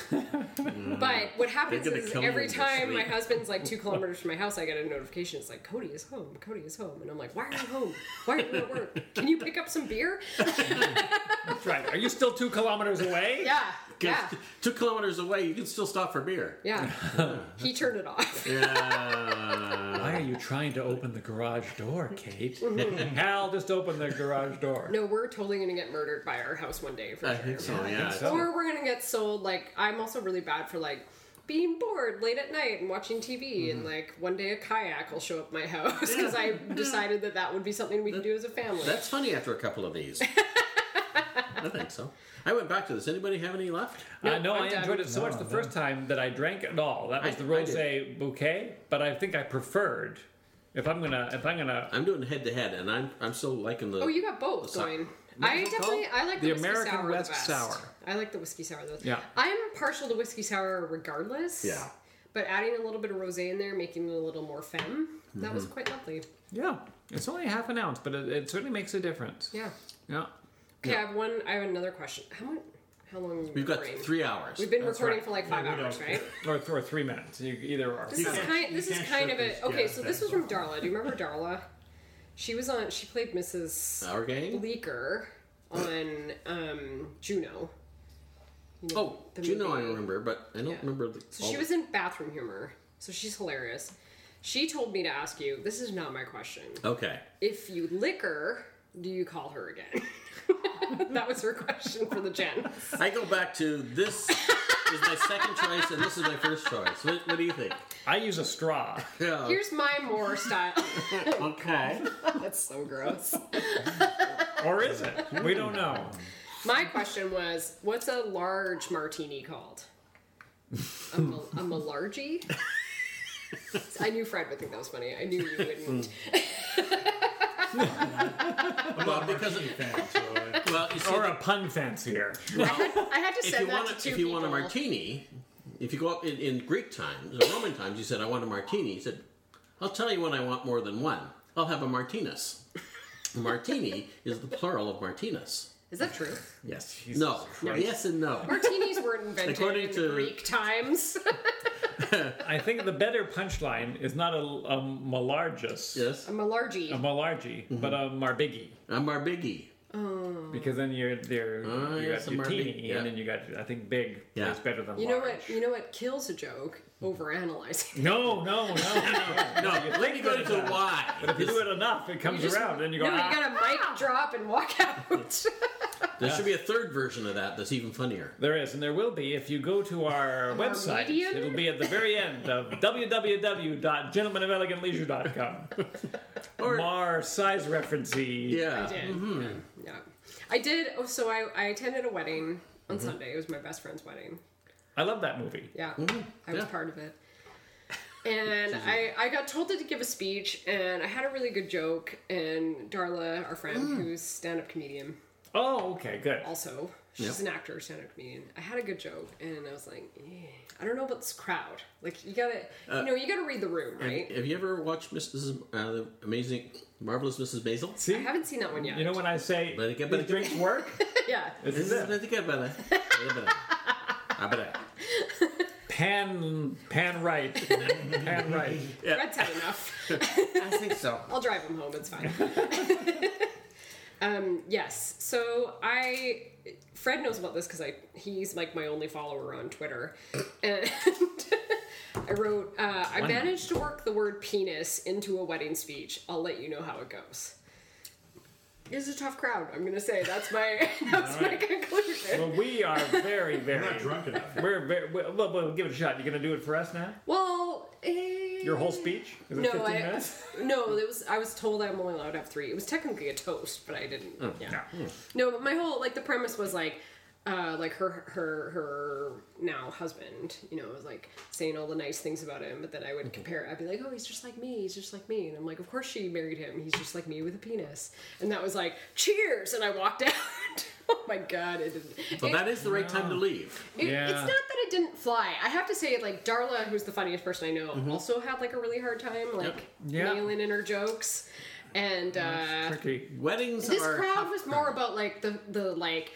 [SPEAKER 1] but what happens
[SPEAKER 2] Mm. gonna
[SPEAKER 1] is
[SPEAKER 2] kill me
[SPEAKER 1] every
[SPEAKER 2] this
[SPEAKER 1] time my
[SPEAKER 2] week.
[SPEAKER 1] husband's like two kilometers from my house, I get a notification. It's like Cody is home. Cody is home, and I'm like, why are you home? Why are you at work? Can you pick up some beer?
[SPEAKER 3] Right. Are you still two kilometers away?
[SPEAKER 1] Yeah, yeah,
[SPEAKER 2] 'Cause Two kilometers away, you can still stop for beer.
[SPEAKER 1] yeah. He turned it off.
[SPEAKER 2] Yeah.
[SPEAKER 3] Why are you trying to open the garage door, Kate? Hal, just open the garage door.
[SPEAKER 1] Mm-hmm. No, we're totally gonna get murdered by our house one day for
[SPEAKER 2] I
[SPEAKER 1] sure.
[SPEAKER 2] think so. Yeah.
[SPEAKER 3] so.
[SPEAKER 1] Or we're gonna get sold. Like I'm also really bad for like being bored late at night and watching TV, and like one day a kayak will show up my house because I decided that that would be something we could do as a family.
[SPEAKER 2] That's funny after a couple of these. I think so. I went back to this. Anybody have any left?
[SPEAKER 3] I know
[SPEAKER 1] I'm
[SPEAKER 3] uh, I
[SPEAKER 1] done.
[SPEAKER 3] enjoyed it so much the first time that I drank it all. That was
[SPEAKER 2] I-
[SPEAKER 3] the
[SPEAKER 2] I did.
[SPEAKER 3] rosé bouquet, but I think I preferred. If I'm gonna, if I'm gonna,
[SPEAKER 2] I'm doing head to head, and I'm I'm still liking the.
[SPEAKER 1] oh, you got both
[SPEAKER 2] So-
[SPEAKER 1] going.
[SPEAKER 2] What's
[SPEAKER 1] I
[SPEAKER 2] it
[SPEAKER 1] definitely
[SPEAKER 2] called?
[SPEAKER 1] I like the,
[SPEAKER 3] The
[SPEAKER 1] whiskey
[SPEAKER 3] American
[SPEAKER 1] sour
[SPEAKER 3] West
[SPEAKER 1] the best.
[SPEAKER 3] Sour.
[SPEAKER 1] I like the whiskey sour though.
[SPEAKER 3] Yeah.
[SPEAKER 1] I'm partial to whiskey sour regardless.
[SPEAKER 2] Yeah.
[SPEAKER 1] But adding a little bit of rosé in there, making it a little more femme, that was quite lovely.
[SPEAKER 3] yeah, it's only half an ounce, but it, it certainly makes a difference.
[SPEAKER 1] Yeah.
[SPEAKER 3] Yeah.
[SPEAKER 1] Okay, I have one. I have another question. How much? How long? have you
[SPEAKER 2] We've
[SPEAKER 1] been
[SPEAKER 2] got
[SPEAKER 1] recording?
[SPEAKER 2] three hours.
[SPEAKER 1] We've been
[SPEAKER 3] That's
[SPEAKER 1] recording
[SPEAKER 3] right.
[SPEAKER 1] for like five
[SPEAKER 6] Yeah, we
[SPEAKER 1] hours,
[SPEAKER 6] don't-
[SPEAKER 1] right?
[SPEAKER 3] or, or three minutes. You either or.
[SPEAKER 1] This is
[SPEAKER 6] can't-
[SPEAKER 1] kind.
[SPEAKER 6] you
[SPEAKER 1] This is
[SPEAKER 6] can't
[SPEAKER 1] kind
[SPEAKER 6] shut
[SPEAKER 1] of
[SPEAKER 6] this
[SPEAKER 1] a okay.
[SPEAKER 6] gas
[SPEAKER 1] So this was
[SPEAKER 6] back
[SPEAKER 1] from Darla. Do you remember Darla? She was on. She played
[SPEAKER 6] Uh,
[SPEAKER 1] Mrs.
[SPEAKER 2] Our game.
[SPEAKER 1] Bleecker on um, Juno. You know,
[SPEAKER 2] Oh,
[SPEAKER 1] the
[SPEAKER 2] you know I
[SPEAKER 1] movie.
[SPEAKER 2] remember, but I don't
[SPEAKER 1] Yeah.
[SPEAKER 2] remember. The,
[SPEAKER 1] So
[SPEAKER 2] all
[SPEAKER 6] Oh.
[SPEAKER 1] she
[SPEAKER 2] the-
[SPEAKER 1] was in Bathroom Humor. So she's hilarious. She told me to ask you. This is not my question.
[SPEAKER 2] Okay.
[SPEAKER 1] If you lick her, do you call her again? that was her question for the gen.
[SPEAKER 2] I go back to this is my second choice, and this is my first choice. What, what do you think?
[SPEAKER 3] I use a straw.
[SPEAKER 6] Uh,
[SPEAKER 2] Yeah.
[SPEAKER 1] Here's my more style.
[SPEAKER 2] okay.
[SPEAKER 1] That's so gross.
[SPEAKER 3] or is it? We don't know.
[SPEAKER 1] My question was, what's a large martini called? A, mal- a malargy? I knew Fred would think that was funny. I knew you wouldn't.
[SPEAKER 2] Well, because it,
[SPEAKER 6] fan, so I-
[SPEAKER 2] well,
[SPEAKER 1] Hmm.
[SPEAKER 2] you see,
[SPEAKER 3] Or a pun fancier.
[SPEAKER 1] I had to
[SPEAKER 2] Hmm. if you
[SPEAKER 1] send that
[SPEAKER 2] want
[SPEAKER 1] to
[SPEAKER 2] a,
[SPEAKER 1] two
[SPEAKER 2] if you want a
[SPEAKER 1] people.
[SPEAKER 2] martini, if you go up in, in Greek times or Roman times, you said I want a martini. You said, I'll tell you when I want more than one. I'll have a martinus. Martini is the plural of martinus.
[SPEAKER 1] Is that true?
[SPEAKER 2] Yes. no. Yes and no.
[SPEAKER 1] Martinis weren't invented
[SPEAKER 2] According
[SPEAKER 1] in
[SPEAKER 2] to-
[SPEAKER 1] Greek times.
[SPEAKER 3] I think the better punchline is not a, a malargus,
[SPEAKER 2] Yes.
[SPEAKER 1] a malargy.
[SPEAKER 3] a malargi,
[SPEAKER 2] Mm-hmm.
[SPEAKER 3] but a marbigi.
[SPEAKER 2] A marbigi.
[SPEAKER 1] Mm.
[SPEAKER 3] Because then you're there,
[SPEAKER 2] Ah,
[SPEAKER 3] you
[SPEAKER 2] yes,
[SPEAKER 3] got your
[SPEAKER 2] somewhere
[SPEAKER 3] teeny,
[SPEAKER 2] big, yeah.
[SPEAKER 3] and then you got I think big
[SPEAKER 2] Yeah.
[SPEAKER 3] is better than
[SPEAKER 1] you know
[SPEAKER 3] large.
[SPEAKER 1] what? You know what kills a joke? Overanalyzing.
[SPEAKER 3] No, no, no, no.
[SPEAKER 2] No, let me go to the why.
[SPEAKER 3] If you do it enough, it comes
[SPEAKER 1] You just-
[SPEAKER 3] around, and you go.
[SPEAKER 1] no,
[SPEAKER 3] ah.
[SPEAKER 1] you gotta mic drop and walk out.
[SPEAKER 2] There should be a third version of that that's even funnier.
[SPEAKER 3] There is, and there will be if you go to our website.
[SPEAKER 1] medium?
[SPEAKER 3] It'll be at the very end of www.gentlemanofelegantleisure.com.
[SPEAKER 2] Or-
[SPEAKER 3] Mar size referencey.
[SPEAKER 1] I
[SPEAKER 2] Yeah.
[SPEAKER 1] did.
[SPEAKER 2] Mm-hmm.
[SPEAKER 1] Yeah. yeah. I did. Oh, so I, I attended a wedding on
[SPEAKER 2] Mm-hmm.
[SPEAKER 1] Sunday. It was my best friend's wedding.
[SPEAKER 3] I love that movie.
[SPEAKER 1] Yeah, I was
[SPEAKER 2] yeah.
[SPEAKER 1] part of it. And I, I got told to give a speech, and I had a really good joke. And Darla, our friend,
[SPEAKER 3] Mm.
[SPEAKER 1] who's stand up comedian,
[SPEAKER 3] Oh, okay, good.
[SPEAKER 1] also she's an actor, stand up comedian. I had a good joke, and I was like, "Eh, I don't know about this crowd. Like you gotta,
[SPEAKER 3] Uh,
[SPEAKER 1] you know, you gotta read the room, right?
[SPEAKER 2] Have you ever watched Mrs. Uh, the amazing, marvelous Mrs. Maisel?
[SPEAKER 1] I haven't seen that one yet.
[SPEAKER 3] You know when I say
[SPEAKER 2] Let it get
[SPEAKER 3] these
[SPEAKER 2] better.
[SPEAKER 3] drinks work?
[SPEAKER 1] yeah.
[SPEAKER 3] This is it. Pan, pan right, pan right.
[SPEAKER 1] Red's had enough.
[SPEAKER 2] I think so.
[SPEAKER 1] I'll drive him home. It's fine. um, yes. So I, Fred knows about this because I he's like my only follower on Twitter, and I wrote uh, I managed to work the word penis into a wedding speech. I'll let you know how it goes. It's a tough crowd. I'm gonna say that's my that's my conclusion.
[SPEAKER 3] Well, we are very, very.
[SPEAKER 4] I'm not drunk enough.
[SPEAKER 3] We're very. Well, well, well, give it a shot. You gonna do it for us now?
[SPEAKER 1] Well, eh,
[SPEAKER 3] Your whole speech? Is it
[SPEAKER 1] No,
[SPEAKER 3] 15
[SPEAKER 1] I-
[SPEAKER 3] minutes?
[SPEAKER 1] No, it was. I was told I'm only allowed to have three. It was technically a toast, but I didn't.
[SPEAKER 3] Oh,
[SPEAKER 1] yeah.
[SPEAKER 3] Hmm,
[SPEAKER 1] No, but my whole like the premise was like, uh, like her her her now husband, you know, was like saying all the nice things about him, but then I would compare. I'd be like, oh, he's just like me. He's just like me, and I'm like, of course she married him. He's just like me with a penis, and that was like, cheers, and I walked out. oh my god, it didn't.
[SPEAKER 2] Well,
[SPEAKER 1] it-
[SPEAKER 2] that is the right time to leave.
[SPEAKER 1] it-
[SPEAKER 3] Yeah.
[SPEAKER 1] It's not that it didn't fly. I have to say, like Darla, who's the funniest person I know, also had like a really hard time, like
[SPEAKER 3] Yeah.
[SPEAKER 1] nailing in her jokes. And uh,
[SPEAKER 3] Tricky.
[SPEAKER 2] Weddings
[SPEAKER 1] this
[SPEAKER 2] are
[SPEAKER 1] crowd was more about like the the like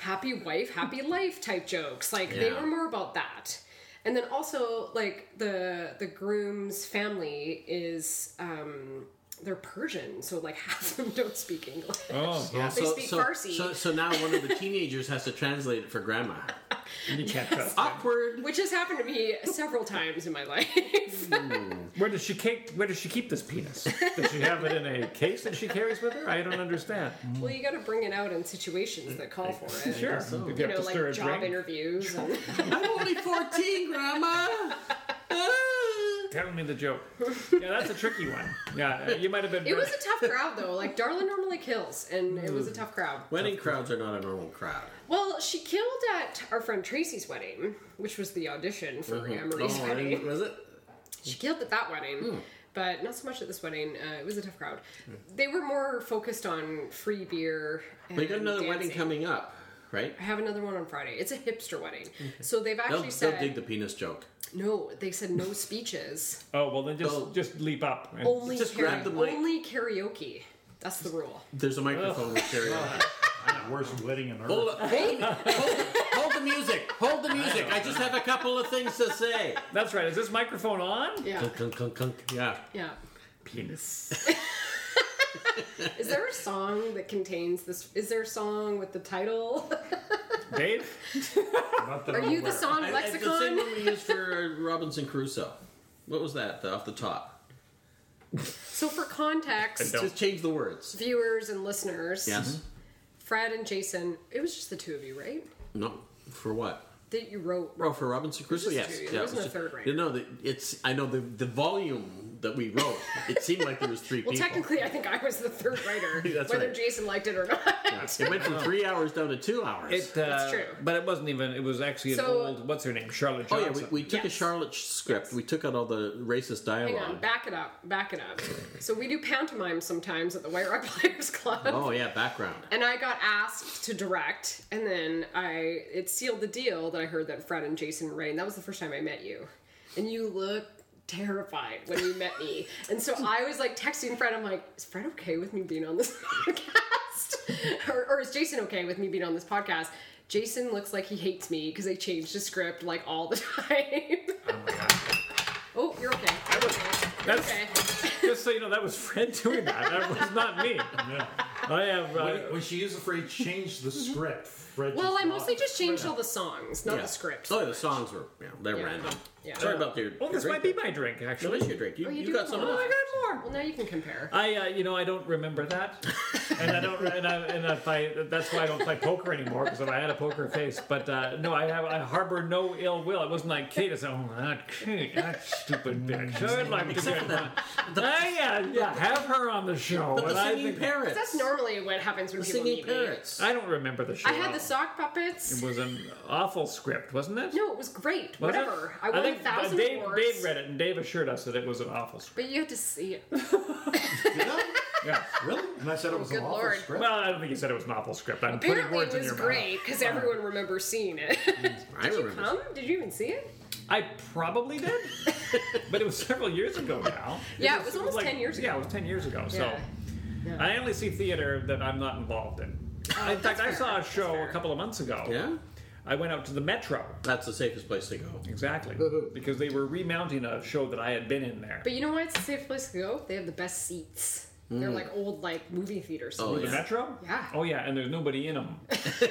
[SPEAKER 1] happy wife, happy life type jokes. Like they
[SPEAKER 2] Yeah.
[SPEAKER 1] were more about that. And then also like the the groom's family is um they're Persian, so like half of them don't speak English.
[SPEAKER 3] Oh, yeah.
[SPEAKER 1] They speak
[SPEAKER 2] so,
[SPEAKER 1] Farsi.
[SPEAKER 2] So, so now one of the teenagers has to translate it for grandma.
[SPEAKER 3] You can't trust.
[SPEAKER 2] Awkward.
[SPEAKER 1] Which has happened to me several times in my life.
[SPEAKER 3] Where does she keep? Where does she keep this penis? Does she have it in a case that she carries with her? I don't understand.
[SPEAKER 1] Well, you got to bring it out in situations that call for it.
[SPEAKER 3] Sure. Did you
[SPEAKER 1] You
[SPEAKER 3] have
[SPEAKER 1] know,
[SPEAKER 3] to stir
[SPEAKER 1] like
[SPEAKER 3] a
[SPEAKER 1] job
[SPEAKER 3] drink?
[SPEAKER 1] interviews. And
[SPEAKER 2] I'm only 14, grandma. Ah.
[SPEAKER 3] Tell me the joke. Yeah, that's a tricky one. Yeah, you might have been.
[SPEAKER 1] it was a tough crowd, though. Like Darla normally kills, and it
[SPEAKER 3] Mm.
[SPEAKER 1] was a tough crowd.
[SPEAKER 2] Wedding crowds are not a normal crowd.
[SPEAKER 1] Well, she killed at our friend Tracy's wedding, which was the audition for Emery's
[SPEAKER 2] Oh, I
[SPEAKER 1] wedding.
[SPEAKER 2] didn't- Hmm. was it?
[SPEAKER 1] She killed at that wedding, but not so much at this wedding. Uh, it was a tough crowd. They were more focused on free beer. And
[SPEAKER 2] We got another wedding
[SPEAKER 1] dancing.
[SPEAKER 2] coming up, right?
[SPEAKER 1] I have another one on Friday. It's a hipster wedding, so they've
[SPEAKER 2] Mm-hmm. They'll,
[SPEAKER 1] actually
[SPEAKER 2] they'll
[SPEAKER 1] said
[SPEAKER 2] dig the penis joke.
[SPEAKER 1] no. They said no speeches.
[SPEAKER 3] oh well, then just
[SPEAKER 2] Oh.
[SPEAKER 3] just leap up. and-
[SPEAKER 1] Only
[SPEAKER 2] Just
[SPEAKER 1] karaoke.
[SPEAKER 2] grab the mic.
[SPEAKER 1] Only karaoke. That's the rule.
[SPEAKER 2] There's a microphone with Terry.
[SPEAKER 4] Worst wedding in
[SPEAKER 2] Hold,
[SPEAKER 4] earth.
[SPEAKER 2] up. hold, hold, hold the music. Hold the music. I just have a couple of things to say.
[SPEAKER 3] That's right. Is this microphone on?
[SPEAKER 1] Yeah.
[SPEAKER 2] Clunk, clunk, clunk, clunk. Yeah.
[SPEAKER 1] Yeah.
[SPEAKER 3] Penis.
[SPEAKER 1] Is there a song that contains this? Is there a song with the title?
[SPEAKER 3] Dave.
[SPEAKER 4] Not that
[SPEAKER 1] Are
[SPEAKER 4] I'm
[SPEAKER 1] you the
[SPEAKER 4] aware.
[SPEAKER 1] song
[SPEAKER 2] Oh, I- I- The same
[SPEAKER 1] lexicon?
[SPEAKER 2] one we used for Robinson Crusoe. What was that though, off the top?
[SPEAKER 1] So, for context,
[SPEAKER 3] Don't.
[SPEAKER 2] Just change the words.
[SPEAKER 1] viewers and listeners,
[SPEAKER 2] Yes.
[SPEAKER 1] Fred and Jason, it was just the two of you, right?
[SPEAKER 2] Mm-hmm. No. For what?
[SPEAKER 1] That you wrote.
[SPEAKER 2] Oh, for Robinson Crusoe.
[SPEAKER 1] Just
[SPEAKER 2] Yes.
[SPEAKER 1] two.
[SPEAKER 2] Yeah,
[SPEAKER 1] There
[SPEAKER 2] it
[SPEAKER 1] wasn't
[SPEAKER 2] was
[SPEAKER 1] a
[SPEAKER 2] ju-
[SPEAKER 1] third
[SPEAKER 2] No, the, it's. I know the the volume that we wrote. It seemed like there was three
[SPEAKER 1] Well,
[SPEAKER 2] people.
[SPEAKER 1] technically, I think I was the third writer,
[SPEAKER 2] That's
[SPEAKER 1] whether
[SPEAKER 2] right.
[SPEAKER 1] Jason liked it or not.
[SPEAKER 2] it went from three hours down to two hours.
[SPEAKER 3] It, uh,
[SPEAKER 1] That's true.
[SPEAKER 3] But it wasn't even. It was actually an
[SPEAKER 1] So-
[SPEAKER 3] old. What's her name? Charlotte
[SPEAKER 2] oh yeah,
[SPEAKER 3] Johnson.
[SPEAKER 2] we, we took
[SPEAKER 1] Yes.
[SPEAKER 2] a Charlotte script. We took out all the racist
[SPEAKER 1] Hang
[SPEAKER 2] dialogue.
[SPEAKER 1] on, back it up, back it up. So, we do pantomime sometimes at the White Rock Players Club.
[SPEAKER 2] oh yeah, background.
[SPEAKER 1] And I got asked to direct, and then I it sealed the deal that I heard that Fred and Jason were writing. That was the first time I met you, and you looked terrified when you met me. And so I was like texting Fred. I'm like, is Fred okay with me being on this podcast, or, or is Jason okay with me being on this podcast? Jason looks like he hates me because I changed the script like all the time. oh, you're okay. You're
[SPEAKER 3] That's-
[SPEAKER 1] okay.
[SPEAKER 3] Just so you know, that was Fred doing that. That was not me.
[SPEAKER 4] Yeah.
[SPEAKER 3] I have. Uh,
[SPEAKER 4] When, when she used the phrase "change the script," Fred
[SPEAKER 1] Mm-hmm. Well,
[SPEAKER 4] just
[SPEAKER 1] I mostly
[SPEAKER 4] laughed.
[SPEAKER 1] just changed all the songs, not
[SPEAKER 2] yeah.
[SPEAKER 1] the script.
[SPEAKER 2] Oh, yeah, the songs were yeah, they're
[SPEAKER 1] Yeah.
[SPEAKER 2] random.
[SPEAKER 1] Yeah.
[SPEAKER 2] Sorry about your.
[SPEAKER 3] well,
[SPEAKER 2] your
[SPEAKER 3] this might
[SPEAKER 2] drink
[SPEAKER 3] be
[SPEAKER 2] there.
[SPEAKER 3] my drink
[SPEAKER 2] No,
[SPEAKER 3] actually.
[SPEAKER 2] it's your drink. You,
[SPEAKER 1] Oh,
[SPEAKER 2] you
[SPEAKER 1] do
[SPEAKER 2] got
[SPEAKER 1] have
[SPEAKER 2] some.
[SPEAKER 1] more.
[SPEAKER 2] left.
[SPEAKER 3] got more.
[SPEAKER 1] Well, now you can compare.
[SPEAKER 3] I, uh, you know, I don't remember that, and I don't, and, I, and if I, that's why I don't play poker anymore because I had a poker face. But uh, no, I have, I harbor no ill will. It wasn't like Kate is, oh, that Kate, that
[SPEAKER 2] Mm,
[SPEAKER 3] stupid bitch. I'd like to get my, I, uh, yeah, have her on the show.
[SPEAKER 2] But
[SPEAKER 3] and
[SPEAKER 2] the
[SPEAKER 3] I,
[SPEAKER 2] singing
[SPEAKER 3] think,
[SPEAKER 2] parrots.
[SPEAKER 1] That's normally what happens when
[SPEAKER 2] The
[SPEAKER 1] people
[SPEAKER 2] singing
[SPEAKER 1] meet me.
[SPEAKER 2] parrots.
[SPEAKER 3] I don't remember the show.
[SPEAKER 1] I
[SPEAKER 3] at
[SPEAKER 1] had the
[SPEAKER 3] all.
[SPEAKER 1] sock puppets.
[SPEAKER 3] It was an awful script, wasn't it?
[SPEAKER 1] No, it was great.
[SPEAKER 3] Was it?
[SPEAKER 1] Whatever. I
[SPEAKER 3] I
[SPEAKER 1] wanted
[SPEAKER 3] think Dave, uh,
[SPEAKER 1] 9,000
[SPEAKER 3] Dave,
[SPEAKER 1] awards.
[SPEAKER 3] Dave read it, and Dave assured us that it was an awful script.
[SPEAKER 1] But you had to see it.
[SPEAKER 4] Did I?
[SPEAKER 3] Yeah.
[SPEAKER 4] Really? And I said it was
[SPEAKER 1] Oh, good
[SPEAKER 4] an awful
[SPEAKER 1] lord.
[SPEAKER 4] script.
[SPEAKER 3] Well, I don't think he said it was an awful script. I'm putting
[SPEAKER 1] Apparently,
[SPEAKER 3] words
[SPEAKER 1] it
[SPEAKER 3] in
[SPEAKER 1] was
[SPEAKER 3] your
[SPEAKER 1] great because everyone remembers seeing it.
[SPEAKER 2] I
[SPEAKER 1] Did you
[SPEAKER 2] remember.
[SPEAKER 1] come? Did you even see it?
[SPEAKER 3] mouth. I probably did, but it was several years ago now.
[SPEAKER 1] Yeah, it was almost 10 years
[SPEAKER 3] Yeah,
[SPEAKER 1] ago.
[SPEAKER 3] it was ten years ago. So
[SPEAKER 1] Yeah. Yeah.
[SPEAKER 3] I only see theater that I'm not involved in. in fact,
[SPEAKER 1] Oh, that's
[SPEAKER 3] I
[SPEAKER 1] fair.
[SPEAKER 3] saw a
[SPEAKER 1] That's
[SPEAKER 3] show a
[SPEAKER 1] fair.
[SPEAKER 3] couple of months ago.
[SPEAKER 2] Yeah,
[SPEAKER 3] I went out to the Metro.
[SPEAKER 2] that's the safest place to go.
[SPEAKER 3] Exactly, because they were remounting a show that I had been in there.
[SPEAKER 1] But you know why it's a safe place to go? They have the best seats. They're
[SPEAKER 3] Mm.
[SPEAKER 1] like old like movie theaters.
[SPEAKER 2] Oh,
[SPEAKER 3] the
[SPEAKER 2] yeah.
[SPEAKER 3] Metro?
[SPEAKER 1] Yeah.
[SPEAKER 3] Oh yeah, and there's nobody in them.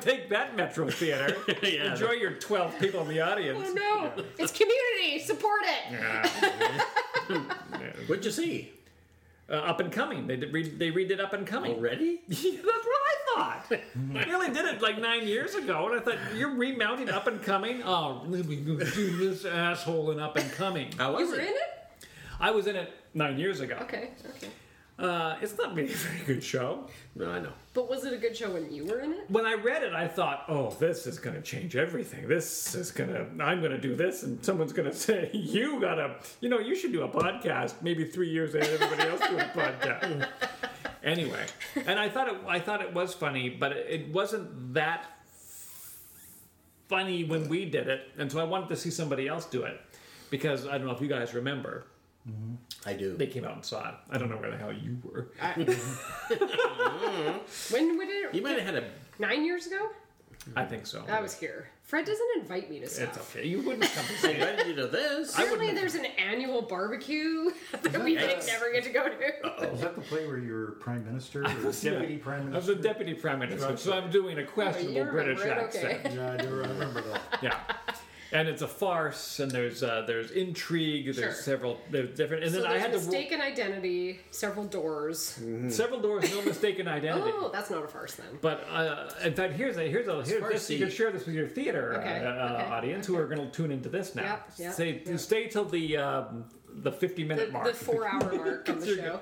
[SPEAKER 3] Take that Metro Theater.
[SPEAKER 2] Yeah.
[SPEAKER 3] Enjoy your 12 people in the audience.
[SPEAKER 1] Oh no! It's community. Support it.
[SPEAKER 2] What'd you see?
[SPEAKER 3] Uh, up and coming. They did re- they redid Up and
[SPEAKER 1] Oh,
[SPEAKER 3] Coming.
[SPEAKER 2] Already?
[SPEAKER 3] Yeah, That's what I thought. they only did it like nine years ago, and I thought you're remounting Up and Coming. Oh, let me go do this asshole in Up and Coming.
[SPEAKER 2] How
[SPEAKER 1] You
[SPEAKER 2] was
[SPEAKER 1] were in
[SPEAKER 2] it?
[SPEAKER 1] it?
[SPEAKER 3] I was in it nine years ago.
[SPEAKER 1] Okay. Okay.
[SPEAKER 3] Uh, it's not really a very good show.
[SPEAKER 2] No, I know.
[SPEAKER 1] But was it a good show when you were in it?
[SPEAKER 3] When I read it, I thought, oh, this is going to change everything. This is going to, I'm going to do this, and someone's going to say, you got to, you know, you should do a podcast. Maybe three years later, everybody else doing a podcast. anyway, and I thought it, I thought it was funny, but it, it wasn't that funny when we did it, and so I wanted to see somebody else do it because I don't know if you guys remember,
[SPEAKER 2] I do.
[SPEAKER 3] they came out and saw it. I don't know where the hell you were. Mm-hmm.
[SPEAKER 1] When would it?
[SPEAKER 2] You might have had a.
[SPEAKER 1] Nine years ago?
[SPEAKER 3] I think so.
[SPEAKER 1] I was here. Fred doesn't invite me to stuff.
[SPEAKER 3] It's okay. You wouldn't come to see
[SPEAKER 2] I
[SPEAKER 3] it.
[SPEAKER 2] invited you to this.
[SPEAKER 1] Apparently, there's an annual barbecue that we
[SPEAKER 2] Yes.
[SPEAKER 1] never get to go to.
[SPEAKER 4] Was that the play where you were prime minister or deputy prime
[SPEAKER 3] I was
[SPEAKER 4] minister?
[SPEAKER 3] a deputy prime minister, so I'm doing a questionable
[SPEAKER 1] you're
[SPEAKER 3] British
[SPEAKER 1] right,
[SPEAKER 3] accent.
[SPEAKER 1] okay.
[SPEAKER 4] Yeah, I do remember that.
[SPEAKER 3] Yeah, and it's a farce, and there's uh, there's intrigue. There's
[SPEAKER 1] Sure.
[SPEAKER 3] several there's different, and
[SPEAKER 1] So
[SPEAKER 3] then I
[SPEAKER 1] there's
[SPEAKER 3] had to Mm-hmm. ro-
[SPEAKER 1] mistaken identity, several doors.
[SPEAKER 3] several doors, no mistaken identity.
[SPEAKER 1] Oh, that's not a farce then.
[SPEAKER 3] But uh, in fact, here's a here's a here's this, you
[SPEAKER 2] Farsi.
[SPEAKER 3] can share this with your theater
[SPEAKER 1] Okay,
[SPEAKER 3] uh, uh,
[SPEAKER 1] okay,
[SPEAKER 3] audience who are going to tune into this now.
[SPEAKER 1] Yep, yep,
[SPEAKER 3] Say
[SPEAKER 1] yep.
[SPEAKER 3] stay till the um, the 50 minute
[SPEAKER 1] The,
[SPEAKER 3] mark.
[SPEAKER 1] the four hour mark on the
[SPEAKER 3] You're
[SPEAKER 1] show.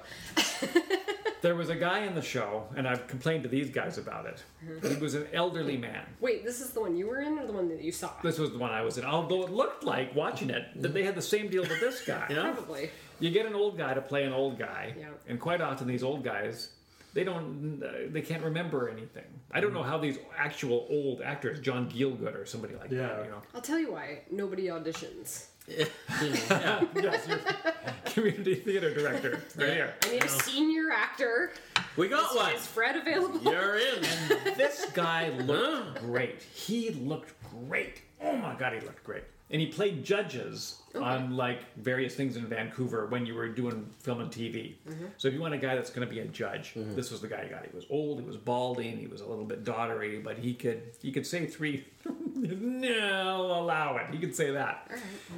[SPEAKER 3] there was a guy in the show, and I've complained to these guys about it.
[SPEAKER 1] Mm-hmm.
[SPEAKER 3] He was an elderly man.
[SPEAKER 1] Wait, this is the one you were in or the one that you saw?
[SPEAKER 3] This was the one I was in. Although it looked like watching it that they had the same deal with this guy.
[SPEAKER 1] Probably.
[SPEAKER 3] you get an old guy to play an old guy
[SPEAKER 1] Yeah.
[SPEAKER 3] and quite often these old guys they don't uh, they can't remember anything i don't know how these actual old actors john gielgud or somebody like that
[SPEAKER 4] Yeah.
[SPEAKER 3] you know
[SPEAKER 1] I'll tell you why. Nobody auditions.
[SPEAKER 3] yes your community theater director right here
[SPEAKER 1] I need a senior actor.
[SPEAKER 2] we got one.
[SPEAKER 1] Is Fred available?
[SPEAKER 2] You're in.
[SPEAKER 3] this guy
[SPEAKER 2] Huh?
[SPEAKER 3] looked great he looked great oh my god he looked great and he played judges on like various things in vancouver when you were doing film and tv so if you want a guy that's going to be a judge this was the guy you got he was old he was balding he was a little bit doddery but he could he could say three no allow it he could say that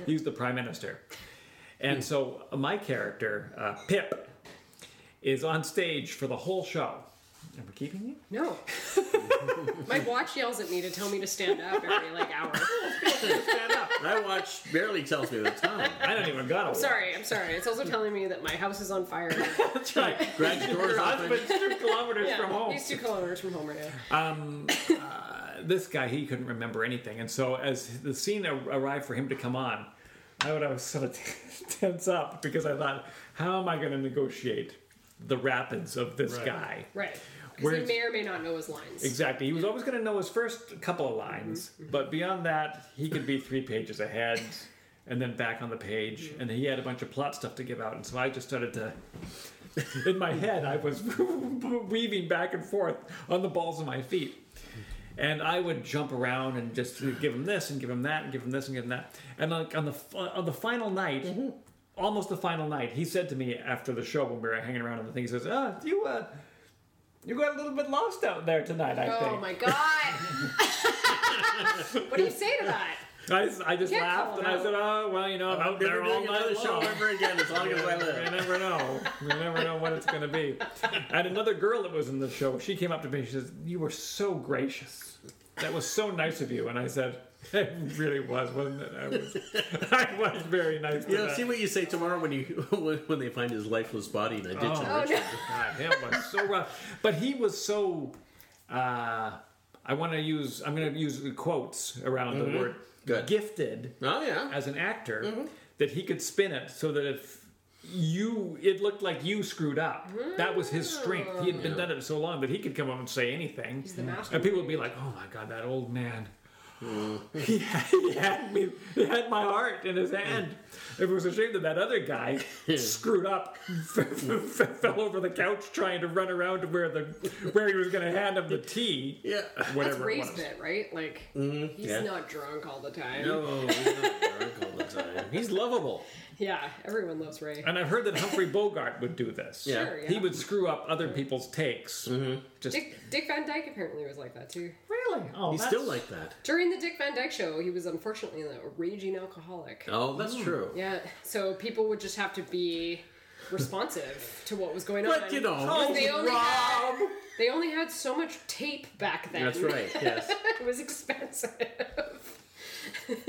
[SPEAKER 3] he's the prime minister and so uh, my character uh, pip is on stage for the whole show and we're keeping you
[SPEAKER 1] No. My watch yells at me to tell me to stand up every like hour.
[SPEAKER 3] stand up
[SPEAKER 2] My watch barely tells me the time.
[SPEAKER 3] I don't even got a
[SPEAKER 1] Sorry, I'm sorry. It's also telling me that my house is on fire.
[SPEAKER 3] That's right.
[SPEAKER 2] Greg's door's open.
[SPEAKER 3] Husband's two kilometers
[SPEAKER 1] Yeah,
[SPEAKER 3] from home.
[SPEAKER 1] He's two kilometers from home right now.
[SPEAKER 3] This guy, he couldn't remember anything, and so as the scene ar- arrived for him to come on, I would I was sort of tense up because I thought, how am I going to negotiate the rapids of this guy?
[SPEAKER 1] Right. Because he
[SPEAKER 3] Whereas-
[SPEAKER 1] may or may not know his lines.
[SPEAKER 3] Exactly. He was always going to know his first couple of lines,
[SPEAKER 1] Mm-hmm,
[SPEAKER 3] but beyond that, he could be three pages ahead and then back on the page. And he had a bunch of plot stuff to give out, and so I just started to. In my head, I was weaving back and forth on the balls of my feet. And I would jump around and just give him this and give him that and give him this and give him that. And like on the fi- on the final night, almost the final night, he said to me after the show when we were hanging around on the thing, he says, "Ah, you uh, you got a little bit lost out there tonight, I
[SPEAKER 1] Oh
[SPEAKER 3] think."
[SPEAKER 1] my god! what do you say to that?
[SPEAKER 3] I, s- I just
[SPEAKER 1] Can't
[SPEAKER 3] laughed
[SPEAKER 1] call
[SPEAKER 3] and
[SPEAKER 1] him
[SPEAKER 3] I
[SPEAKER 1] out.
[SPEAKER 3] said, "Oh, well, you know, I'm out there
[SPEAKER 2] Never
[SPEAKER 3] all
[SPEAKER 2] doing
[SPEAKER 3] night
[SPEAKER 2] another show
[SPEAKER 3] long."
[SPEAKER 2] ever again as long as I
[SPEAKER 3] You
[SPEAKER 2] live.
[SPEAKER 3] never know. You never know what it's going to be. And another girl that was in the show, she came up to me. She says, "You were so gracious. That was so nice of you." And I said, "It really was, wasn't it? I was, I was very nice." To
[SPEAKER 2] You know,
[SPEAKER 3] that.
[SPEAKER 2] see what you say tomorrow when you when, when they find his lifeless body in a ditch. in
[SPEAKER 1] Oh
[SPEAKER 2] Richmond.
[SPEAKER 1] no!
[SPEAKER 3] God, that was so rough. But he was so. Uh, I want to use. I'm going to use the quotes around the word.
[SPEAKER 2] Good.
[SPEAKER 3] gifted
[SPEAKER 2] Oh yeah.
[SPEAKER 3] as an actor
[SPEAKER 1] Mm-hmm.
[SPEAKER 3] that he could spin it so that if you it looked like you screwed up that was his strength he had been done it so long that he could come up and say anything
[SPEAKER 1] Mm.
[SPEAKER 3] Mm.
[SPEAKER 1] the master. Mm.
[SPEAKER 3] and people would be like oh my god that old man he, had, he had me he had my heart in his hand
[SPEAKER 1] Mm.
[SPEAKER 3] it was a shame that that other guy screwed up fell over the couch trying to run around to where the where he was going to hand him the tea
[SPEAKER 2] Yeah.
[SPEAKER 1] That's
[SPEAKER 3] whatever it
[SPEAKER 1] raised
[SPEAKER 3] was Mm-hmm.
[SPEAKER 1] it, right? Like he's
[SPEAKER 2] yeah.
[SPEAKER 1] not drunk all the time.
[SPEAKER 2] No, Oh, he's not drunk all the time. He's lovable.
[SPEAKER 1] Yeah, everyone loves Ray.
[SPEAKER 3] and i've heard that humphrey bogart would do this
[SPEAKER 2] Yeah.
[SPEAKER 1] Sure, yeah.
[SPEAKER 3] Oh, He would screw up other people's takes. Just
[SPEAKER 1] Dick, Dick Van Dyke apparently was like that too.
[SPEAKER 3] really, oh,
[SPEAKER 2] He's still like that.
[SPEAKER 1] During the Dick Van Dyke show, he was unfortunately a raging alcoholic.
[SPEAKER 2] Oh, that's true.
[SPEAKER 1] Yeah, so people would just have to be responsive to what was going on.
[SPEAKER 2] But you know,
[SPEAKER 1] Because they only had
[SPEAKER 2] Rob.
[SPEAKER 1] they only had so much tape back then.
[SPEAKER 2] That's right. Yes.
[SPEAKER 1] it was expensive.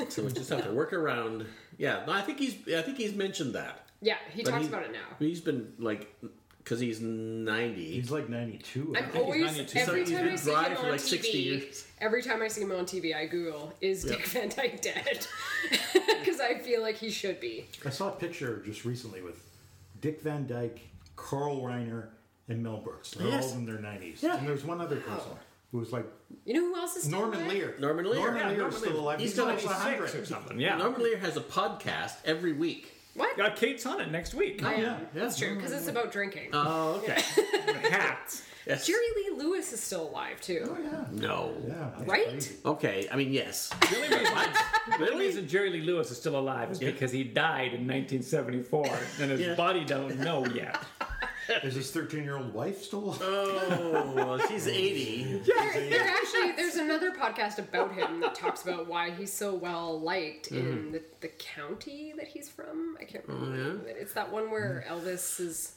[SPEAKER 2] So we just have to work around. Yeah. No, I think he's. I think he's mentioned that.
[SPEAKER 1] Yeah, he
[SPEAKER 2] But
[SPEAKER 1] talks
[SPEAKER 2] he-
[SPEAKER 1] about it now.
[SPEAKER 2] He's been like, because he's ninety.
[SPEAKER 4] He's like 92. I
[SPEAKER 1] I'm
[SPEAKER 4] think.
[SPEAKER 1] always
[SPEAKER 3] 92.
[SPEAKER 1] every
[SPEAKER 2] So he's
[SPEAKER 1] time I
[SPEAKER 2] been
[SPEAKER 1] see
[SPEAKER 2] dry
[SPEAKER 1] him
[SPEAKER 2] for
[SPEAKER 1] on
[SPEAKER 2] like 60
[SPEAKER 1] TV.
[SPEAKER 2] years.
[SPEAKER 1] Every time I see him on TV, I Google is Dick Van Dyke dead because I feel like he should be.
[SPEAKER 4] I saw a picture just recently with Dick Van Dyke, Carl Reiner, and Mel Brooks. They're all in their 90s.
[SPEAKER 2] Yeah.
[SPEAKER 4] And there's one other person who was like
[SPEAKER 1] You know who else is still
[SPEAKER 4] Norman
[SPEAKER 1] alive?
[SPEAKER 4] Lear.
[SPEAKER 2] Norman Lear.
[SPEAKER 4] Norman
[SPEAKER 2] Yeah,
[SPEAKER 4] Lear
[SPEAKER 3] Norman
[SPEAKER 4] is
[SPEAKER 3] Lear.
[SPEAKER 4] still alive.
[SPEAKER 2] He's
[SPEAKER 4] still
[SPEAKER 2] got like
[SPEAKER 4] almost 100.
[SPEAKER 3] six or something. Yeah,
[SPEAKER 2] Norman Lear has a podcast every week.
[SPEAKER 1] What?
[SPEAKER 3] got Kate's on it next week.
[SPEAKER 1] I am.
[SPEAKER 4] yeah, yeah.
[SPEAKER 1] That's true because it's about drinking.
[SPEAKER 2] Oh, okay.
[SPEAKER 3] Hats.
[SPEAKER 2] Yes.
[SPEAKER 1] Jerry Lee Lewis is still alive too,
[SPEAKER 4] Oh, yeah.
[SPEAKER 2] No.
[SPEAKER 4] Yeah, that's
[SPEAKER 1] right?
[SPEAKER 4] crazy.
[SPEAKER 2] Okay. I mean, yes.
[SPEAKER 3] The only reason, the only
[SPEAKER 2] Really?
[SPEAKER 3] reason Jerry Lee Lewis is still alive is because he died in 1974 and his
[SPEAKER 2] Yeah.
[SPEAKER 3] body don't know yet.
[SPEAKER 4] Is his 13 year old wife still alive?
[SPEAKER 1] Uh,
[SPEAKER 2] Oh, well, she's eighty.
[SPEAKER 1] There, there actually, there's another podcast about him that talks about why he's so well liked in
[SPEAKER 4] Mm-hmm.
[SPEAKER 1] the, the county that he's from. I can't remember. the
[SPEAKER 4] Oh,
[SPEAKER 1] name of it. It's that one where
[SPEAKER 4] Mm-hmm.
[SPEAKER 1] Elvis's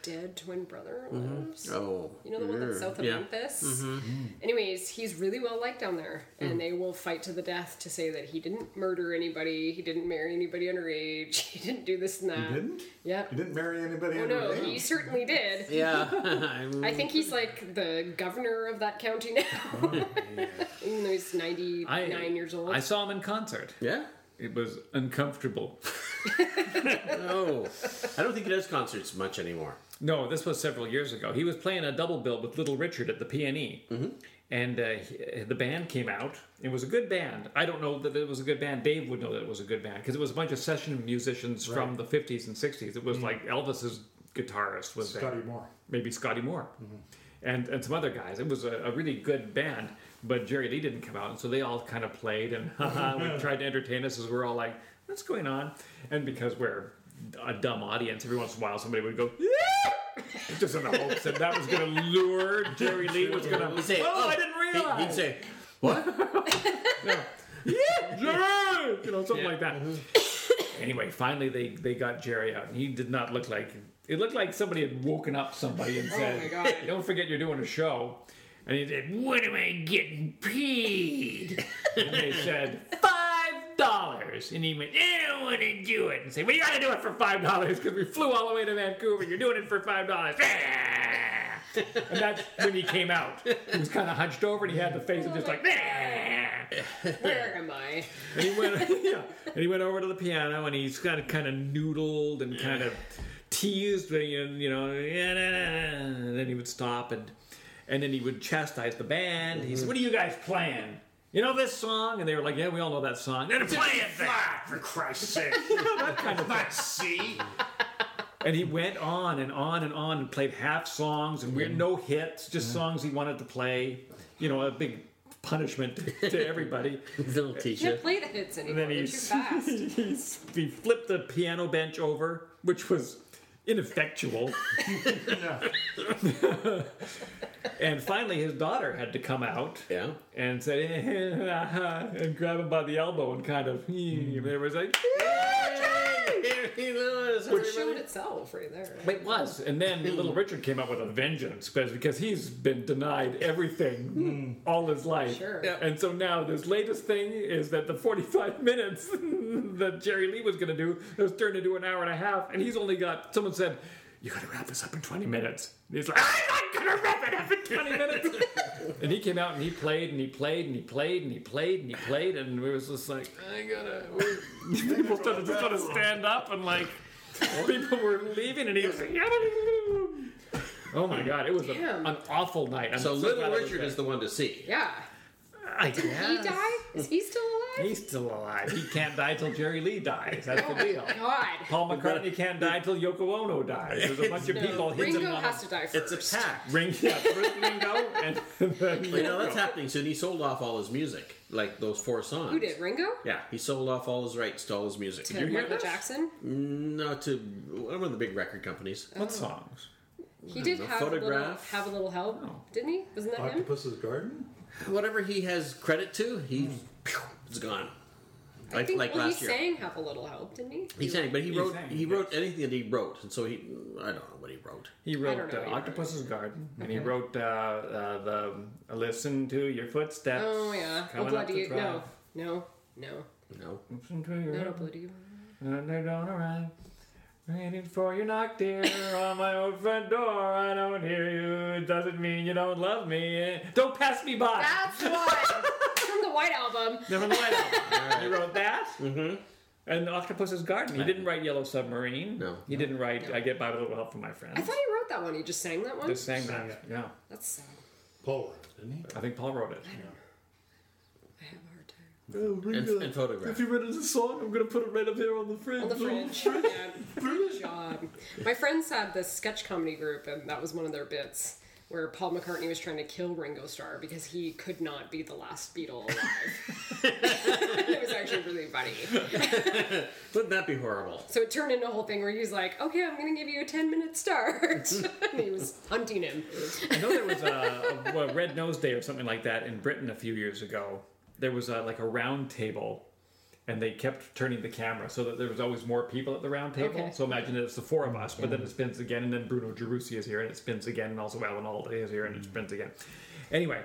[SPEAKER 1] dead twin brother lives.
[SPEAKER 2] Oh.
[SPEAKER 1] You know the one that's south of
[SPEAKER 2] yeah.
[SPEAKER 1] Memphis?
[SPEAKER 4] Mm-hmm.
[SPEAKER 1] Anyways, he's really well liked down there,
[SPEAKER 4] Mm.
[SPEAKER 1] and they will fight to the death to say that he didn't murder anybody, he didn't marry anybody underage, he didn't do this and that.
[SPEAKER 4] He didn't?
[SPEAKER 1] Yeah.
[SPEAKER 4] He didn't marry anybody
[SPEAKER 1] Oh
[SPEAKER 4] under
[SPEAKER 1] no,
[SPEAKER 4] age.
[SPEAKER 1] he certainly did.
[SPEAKER 2] Yeah. I'm-
[SPEAKER 1] I think he's like the governor of that county now. Even though he's 99
[SPEAKER 3] I,
[SPEAKER 1] years old.
[SPEAKER 3] I saw him in concert.
[SPEAKER 2] yeah.
[SPEAKER 3] It was uncomfortable.
[SPEAKER 2] Oh. I don't think he does concerts much anymore.
[SPEAKER 3] No, this was several years ago. He was playing a double bill with Little Richard at the PNE. And uh, he- the band came out. It was a good band. I don't know that it was a good band. Dave would know that it was a good band because it was a bunch of session musicians from the 50s and 60s. It was like Elvis's guitarist was there.
[SPEAKER 4] Scotty Moore.
[SPEAKER 3] Maybe Scotty Moore. And, and some other guys. It was a, a really good band, but Jerry Lee didn't come out. And so they all kind of played and we tried to entertain us as we're all like, what's going on? And because we're a dumb audience, every once in a while somebody would go, just in the hopes that that was going to lure Jerry Lee was going
[SPEAKER 2] He'd
[SPEAKER 3] to.
[SPEAKER 2] say,
[SPEAKER 3] Oh, I didn't
[SPEAKER 2] he- He'd
[SPEAKER 3] realize.
[SPEAKER 2] say, what?
[SPEAKER 3] Jerry, you know, something like that. Mm-hmm. Anyway, finally they they got Jerry out, and he did not look like it looked like somebody had woken up somebody and said,
[SPEAKER 1] Oh my God.
[SPEAKER 3] "Don't forget you're doing a show." And he said, "What am I getting paid?" and they said, five dollars." And he went, "I don't want to do it." And say, "Well, you got to do it for five dollars because we flew all the way to Vancouver. You're doing it for five dollars." and that's when he came out. He was kind of hunched over, and he had the face of just like.
[SPEAKER 1] Oh Where am I?
[SPEAKER 3] And he went, yeah, and he went over to the piano, and he's got it kind of noodled and kind of teased, but, you you know, "Yeah, nah, nah, nah," and then he would stop and and then he would chastise the band. He
[SPEAKER 6] Mm-hmm.
[SPEAKER 3] said, "What are you guys playing? You know this song?" And they were like, "Yeah, we all know that song." And play it, then."
[SPEAKER 6] Fly, for Christ's sake.
[SPEAKER 3] that kind of thing.
[SPEAKER 6] Not see.
[SPEAKER 3] And he went on and on and on and played half songs and
[SPEAKER 6] Mm-hmm.
[SPEAKER 3] weird no hits, just songs he wanted to play. You know, a big punishment to, to everybody.
[SPEAKER 2] They'll teach you.
[SPEAKER 1] Can't play the hits anymore.
[SPEAKER 3] then
[SPEAKER 1] They're
[SPEAKER 3] he,
[SPEAKER 1] too fast.
[SPEAKER 3] he, s- he flipped the piano bench over, which was ineffectual. and finally, his daughter had to come out
[SPEAKER 2] Yeah.
[SPEAKER 3] and said, and grab him by the elbow and kind of, there was like,
[SPEAKER 2] He knows.
[SPEAKER 1] It showed itself right there.
[SPEAKER 3] it was. Hmm. And then little Richard came out with a vengeance because because he's been denied everything all his life.
[SPEAKER 1] Sure.
[SPEAKER 2] Yeah.
[SPEAKER 3] And so now this latest thing is that the 45 minutes that Jerry Lee was going to do has turned into an hour and a half, and he's only got, someone said, you gotta wrap this up in 20 minutes. And he's like, I'm not gonna wrap it up in 20 minutes. and he came out and he played and he played and he played and he played and he played and we was just like, I gotta. we- people started just to stand up and like, people were leaving and he was like, oh my god, it was a,
[SPEAKER 1] Damn.
[SPEAKER 3] an awful night. I'm
[SPEAKER 2] So Little
[SPEAKER 3] glad I was
[SPEAKER 2] Richard
[SPEAKER 3] there.
[SPEAKER 2] is the one to see.
[SPEAKER 1] Yeah.
[SPEAKER 3] I
[SPEAKER 1] Did he die? Is he still alive?
[SPEAKER 3] He's still alive. He can't die till Jerry Lee dies. That's the
[SPEAKER 1] Oh.
[SPEAKER 3] deal.
[SPEAKER 1] God.
[SPEAKER 3] Paul McCartney can't die till Yoko Ono dies. There's a bunch of
[SPEAKER 1] No,
[SPEAKER 3] people hitting
[SPEAKER 1] Ringo
[SPEAKER 3] on
[SPEAKER 1] has to die first.
[SPEAKER 2] It's a pact.
[SPEAKER 3] Ring, yeah, first Ringo, and then
[SPEAKER 2] You know,
[SPEAKER 3] Yoko.
[SPEAKER 2] that's happening soon. He sold off all his music, like those four songs.
[SPEAKER 1] Who did Ringo?
[SPEAKER 2] Yeah, he sold off all his rights to all his music.
[SPEAKER 1] To
[SPEAKER 3] hear
[SPEAKER 1] Michael
[SPEAKER 3] this?
[SPEAKER 1] Jackson.
[SPEAKER 2] No, to one of the big record companies.
[SPEAKER 3] What songs?
[SPEAKER 1] He did
[SPEAKER 2] know,
[SPEAKER 1] have a little
[SPEAKER 2] Photograph.
[SPEAKER 1] have a little help, didn't he? Wasn't that him?
[SPEAKER 4] Octopus's Garden?
[SPEAKER 2] Whatever he has credit to, he phew, it's gone.
[SPEAKER 1] Hmm. I
[SPEAKER 2] Like
[SPEAKER 1] think
[SPEAKER 2] like
[SPEAKER 1] well,
[SPEAKER 2] last
[SPEAKER 1] he
[SPEAKER 2] year,
[SPEAKER 1] sang "Have a Little Help," didn't he?
[SPEAKER 2] he sang, but he,
[SPEAKER 3] He
[SPEAKER 2] wrote
[SPEAKER 3] sang,
[SPEAKER 2] he
[SPEAKER 3] yes.
[SPEAKER 2] wrote anything that he wrote, and so he I don't know what he wrote.
[SPEAKER 3] He
[SPEAKER 1] I don't
[SPEAKER 3] wrote
[SPEAKER 1] know
[SPEAKER 3] uh,
[SPEAKER 1] either.
[SPEAKER 3] Octopus's Garden, and he wrote uh, uh, the "Listen to Your Footsteps."
[SPEAKER 1] Oh yeah. Oh
[SPEAKER 3] coming up
[SPEAKER 1] bloody
[SPEAKER 3] the drive.
[SPEAKER 1] no, no, no,
[SPEAKER 2] No,
[SPEAKER 3] Listen to your
[SPEAKER 1] no, no, bloody.
[SPEAKER 3] and they don't arrive. Waiting for your knock, dear, on my old front door. I don't hear you. It doesn't mean you don't love me. Don't pass me by.
[SPEAKER 1] That's one from the White Album.
[SPEAKER 3] Never mind. He wrote that. Mm-hmm. And Octopus's Garden. He didn't write Yellow Submarine.
[SPEAKER 2] No.
[SPEAKER 3] He didn't write I Get By With a Little Help from My Friends.
[SPEAKER 1] I thought he wrote that one. He just sang that one.
[SPEAKER 3] Just sang that. Yeah.
[SPEAKER 1] That's sad.
[SPEAKER 4] Paul wrote it, didn't he?
[SPEAKER 3] I think Paul wrote it.
[SPEAKER 1] I have a hard time.
[SPEAKER 4] Oh,
[SPEAKER 2] and, and photograph.
[SPEAKER 3] you read it as a song, I'm gonna put it right up here on the fridge.
[SPEAKER 1] On the fringe. Yeah. Good job. My friends had this sketch comedy group, and that was one of their bits. Where Paul McCartney was trying to kill Ringo Starr because he could not be the last Beatle alive. it was actually really funny.
[SPEAKER 2] Wouldn't that be horrible?
[SPEAKER 1] So it turned into a whole thing where he was like, "Okay, I'm gonna give you a 10 minute start," and he was hunting him.
[SPEAKER 3] I know there was a, a, a Red Nose Day or something like that in Britain a few years ago. There was a, like a round table, and they kept turning the camera so that there was always more people at the round table.
[SPEAKER 1] Okay.
[SPEAKER 3] So imagine that it's the four of us, but then it spins again, and then Bruno Gerussi is here, and it spins again, and also Alan Alda is here, and it spins again. Anyway,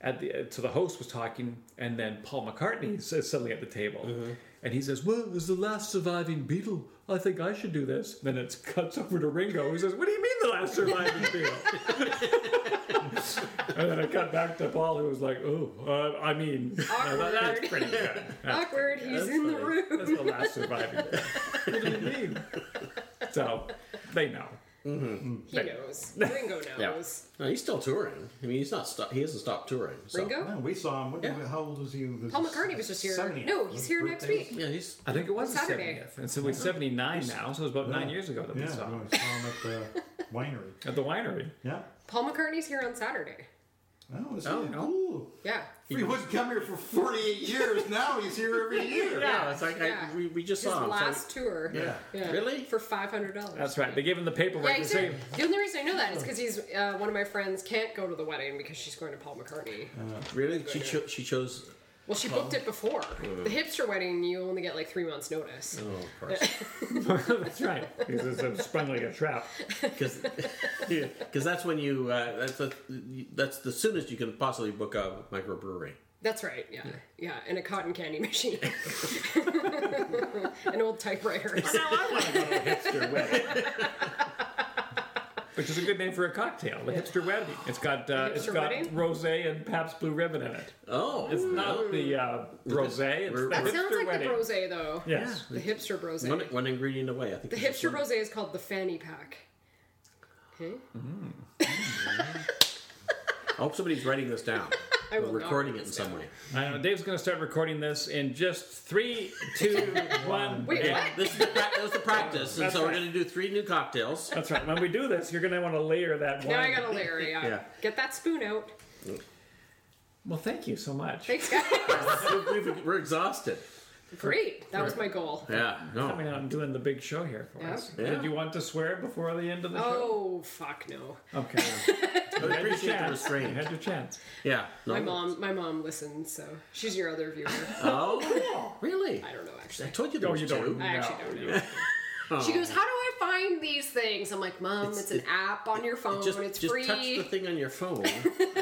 [SPEAKER 3] at the, uh, so the host was talking, and then Paul McCartney is is suddenly at the table. And he says, Well, it was the last surviving Beatle. I think I should do this. Then it cuts over to Ringo. He says, What do you mean the last surviving Beatle? And then I got back to Paul, who was like, "Oh, uh, I mean, now that- that's
[SPEAKER 1] Awkward.
[SPEAKER 3] pretty good.
[SPEAKER 1] Awkward. He's in the room.
[SPEAKER 3] That's the last surviving. bit. what do you mean?" So they know.
[SPEAKER 1] He knows. Ringo knows.
[SPEAKER 2] No, he's still touring. I mean, he's not. Sto- he hasn't stopped touring. So.
[SPEAKER 1] Ringo.
[SPEAKER 4] No, we saw him. When,
[SPEAKER 2] Yeah.
[SPEAKER 4] How old was he? Was
[SPEAKER 1] Oh. Paul
[SPEAKER 4] he
[SPEAKER 1] McCartney was just here.
[SPEAKER 4] 70?
[SPEAKER 1] No, he's here next
[SPEAKER 4] Birthday?
[SPEAKER 1] week.
[SPEAKER 2] Yeah, he's.
[SPEAKER 3] I think it was the
[SPEAKER 1] Saturday.
[SPEAKER 3] 70th, and so we're 79 now. So it was about nine years ago that we
[SPEAKER 4] Yeah,
[SPEAKER 3] saw
[SPEAKER 4] no,
[SPEAKER 3] him
[SPEAKER 4] we saw him at the winery.
[SPEAKER 3] at the winery.
[SPEAKER 4] Yeah.
[SPEAKER 1] Paul McCartney's here on Saturday.
[SPEAKER 4] Oh, is
[SPEAKER 2] Oh,
[SPEAKER 4] he?
[SPEAKER 2] no.
[SPEAKER 4] Ooh.
[SPEAKER 1] Yeah.
[SPEAKER 4] He wouldn't come here for 48 years. Now he's here every year.
[SPEAKER 2] Yeah, it's like
[SPEAKER 1] Yeah.
[SPEAKER 2] I, we, we just
[SPEAKER 1] His
[SPEAKER 2] saw him. so-
[SPEAKER 1] last tour.
[SPEAKER 4] Yeah.
[SPEAKER 1] Yeah.
[SPEAKER 2] Really?
[SPEAKER 1] For five hundred dollars.
[SPEAKER 3] That's right. They gave him the Oh. paperwork
[SPEAKER 1] Yeah,
[SPEAKER 3] to
[SPEAKER 1] he's
[SPEAKER 3] say,
[SPEAKER 1] here. The only reason I know that is because he's uh, one of my friends can't go to the wedding because she's going to Paul McCartney.
[SPEAKER 2] really, she cho- she chose.
[SPEAKER 1] Well, she booked it before the hipster wedding. You only get like three months notice.
[SPEAKER 2] Oh, of course.
[SPEAKER 3] "That's right," because it's uh, sprung like a trap.
[SPEAKER 2] because that's when you uh, that's the, that's the soonest you can possibly book a microbrewery.
[SPEAKER 1] That's right. Yeah, yeah, and a cotton candy machine, an old typewriter.
[SPEAKER 3] Hipster wedding. Which is a good name for a cocktail, the hipster wedding. It's got uh, it's
[SPEAKER 1] Hipster
[SPEAKER 3] got
[SPEAKER 1] wedding?
[SPEAKER 3] rosé and Pabst Blue Ribbon in it.
[SPEAKER 2] Oh,
[SPEAKER 3] It's not the uh, rosé. It's the
[SPEAKER 2] We're-
[SPEAKER 1] That
[SPEAKER 3] hipster
[SPEAKER 1] sounds like
[SPEAKER 3] wedding.
[SPEAKER 1] the brose though.
[SPEAKER 3] Yes.
[SPEAKER 1] the hipster brose.
[SPEAKER 2] one, one ingredient away. I think
[SPEAKER 1] the hipster brose is called the fanny pack. Okay,
[SPEAKER 2] I hope somebody's writing this down.
[SPEAKER 1] I
[SPEAKER 2] We're
[SPEAKER 1] will not
[SPEAKER 2] recording
[SPEAKER 1] write
[SPEAKER 2] it in
[SPEAKER 1] this
[SPEAKER 2] some
[SPEAKER 1] down.
[SPEAKER 2] way.
[SPEAKER 3] I know Dave's going to start recording this in just three, two, one.
[SPEAKER 1] Wait,
[SPEAKER 3] go.
[SPEAKER 1] what?
[SPEAKER 2] This is the pra- that was the practice, and
[SPEAKER 3] That's
[SPEAKER 2] so we're
[SPEAKER 3] right.
[SPEAKER 2] going to do three new cocktails.
[SPEAKER 3] That's right. When we do this, you're going to want to layer that one.
[SPEAKER 1] Now I got a layer. Yeah.
[SPEAKER 2] Yeah.
[SPEAKER 1] get that spoon out.
[SPEAKER 3] Well, thank you so much.
[SPEAKER 1] Thanks, guys.
[SPEAKER 2] We've- we're exhausted.
[SPEAKER 1] Great. That was my goal.
[SPEAKER 2] Yeah.
[SPEAKER 3] Coming
[SPEAKER 2] No.
[SPEAKER 3] out and doing the big show here for
[SPEAKER 1] Yeah.
[SPEAKER 3] us.
[SPEAKER 2] Yeah.
[SPEAKER 3] Did you want to swear before the end of the show?
[SPEAKER 1] Oh fuck no!
[SPEAKER 3] Okay.
[SPEAKER 2] I appreciate the
[SPEAKER 3] chance. You
[SPEAKER 2] restraint.
[SPEAKER 3] had your chance.
[SPEAKER 2] Yeah. No.
[SPEAKER 1] My mom, my mom listens, so she's your other viewer.
[SPEAKER 2] Oh, really?
[SPEAKER 1] I don't know
[SPEAKER 2] I
[SPEAKER 1] actually.
[SPEAKER 2] told you there was
[SPEAKER 3] you
[SPEAKER 2] two.
[SPEAKER 3] don't.
[SPEAKER 1] I actually
[SPEAKER 3] No.
[SPEAKER 1] don't know. She goes, "How do I find these things?" I'm like, "Mom, it's, an app on your phone.
[SPEAKER 2] Just,
[SPEAKER 1] it's
[SPEAKER 2] just
[SPEAKER 1] free."
[SPEAKER 2] touch the thing on your phone. Oh,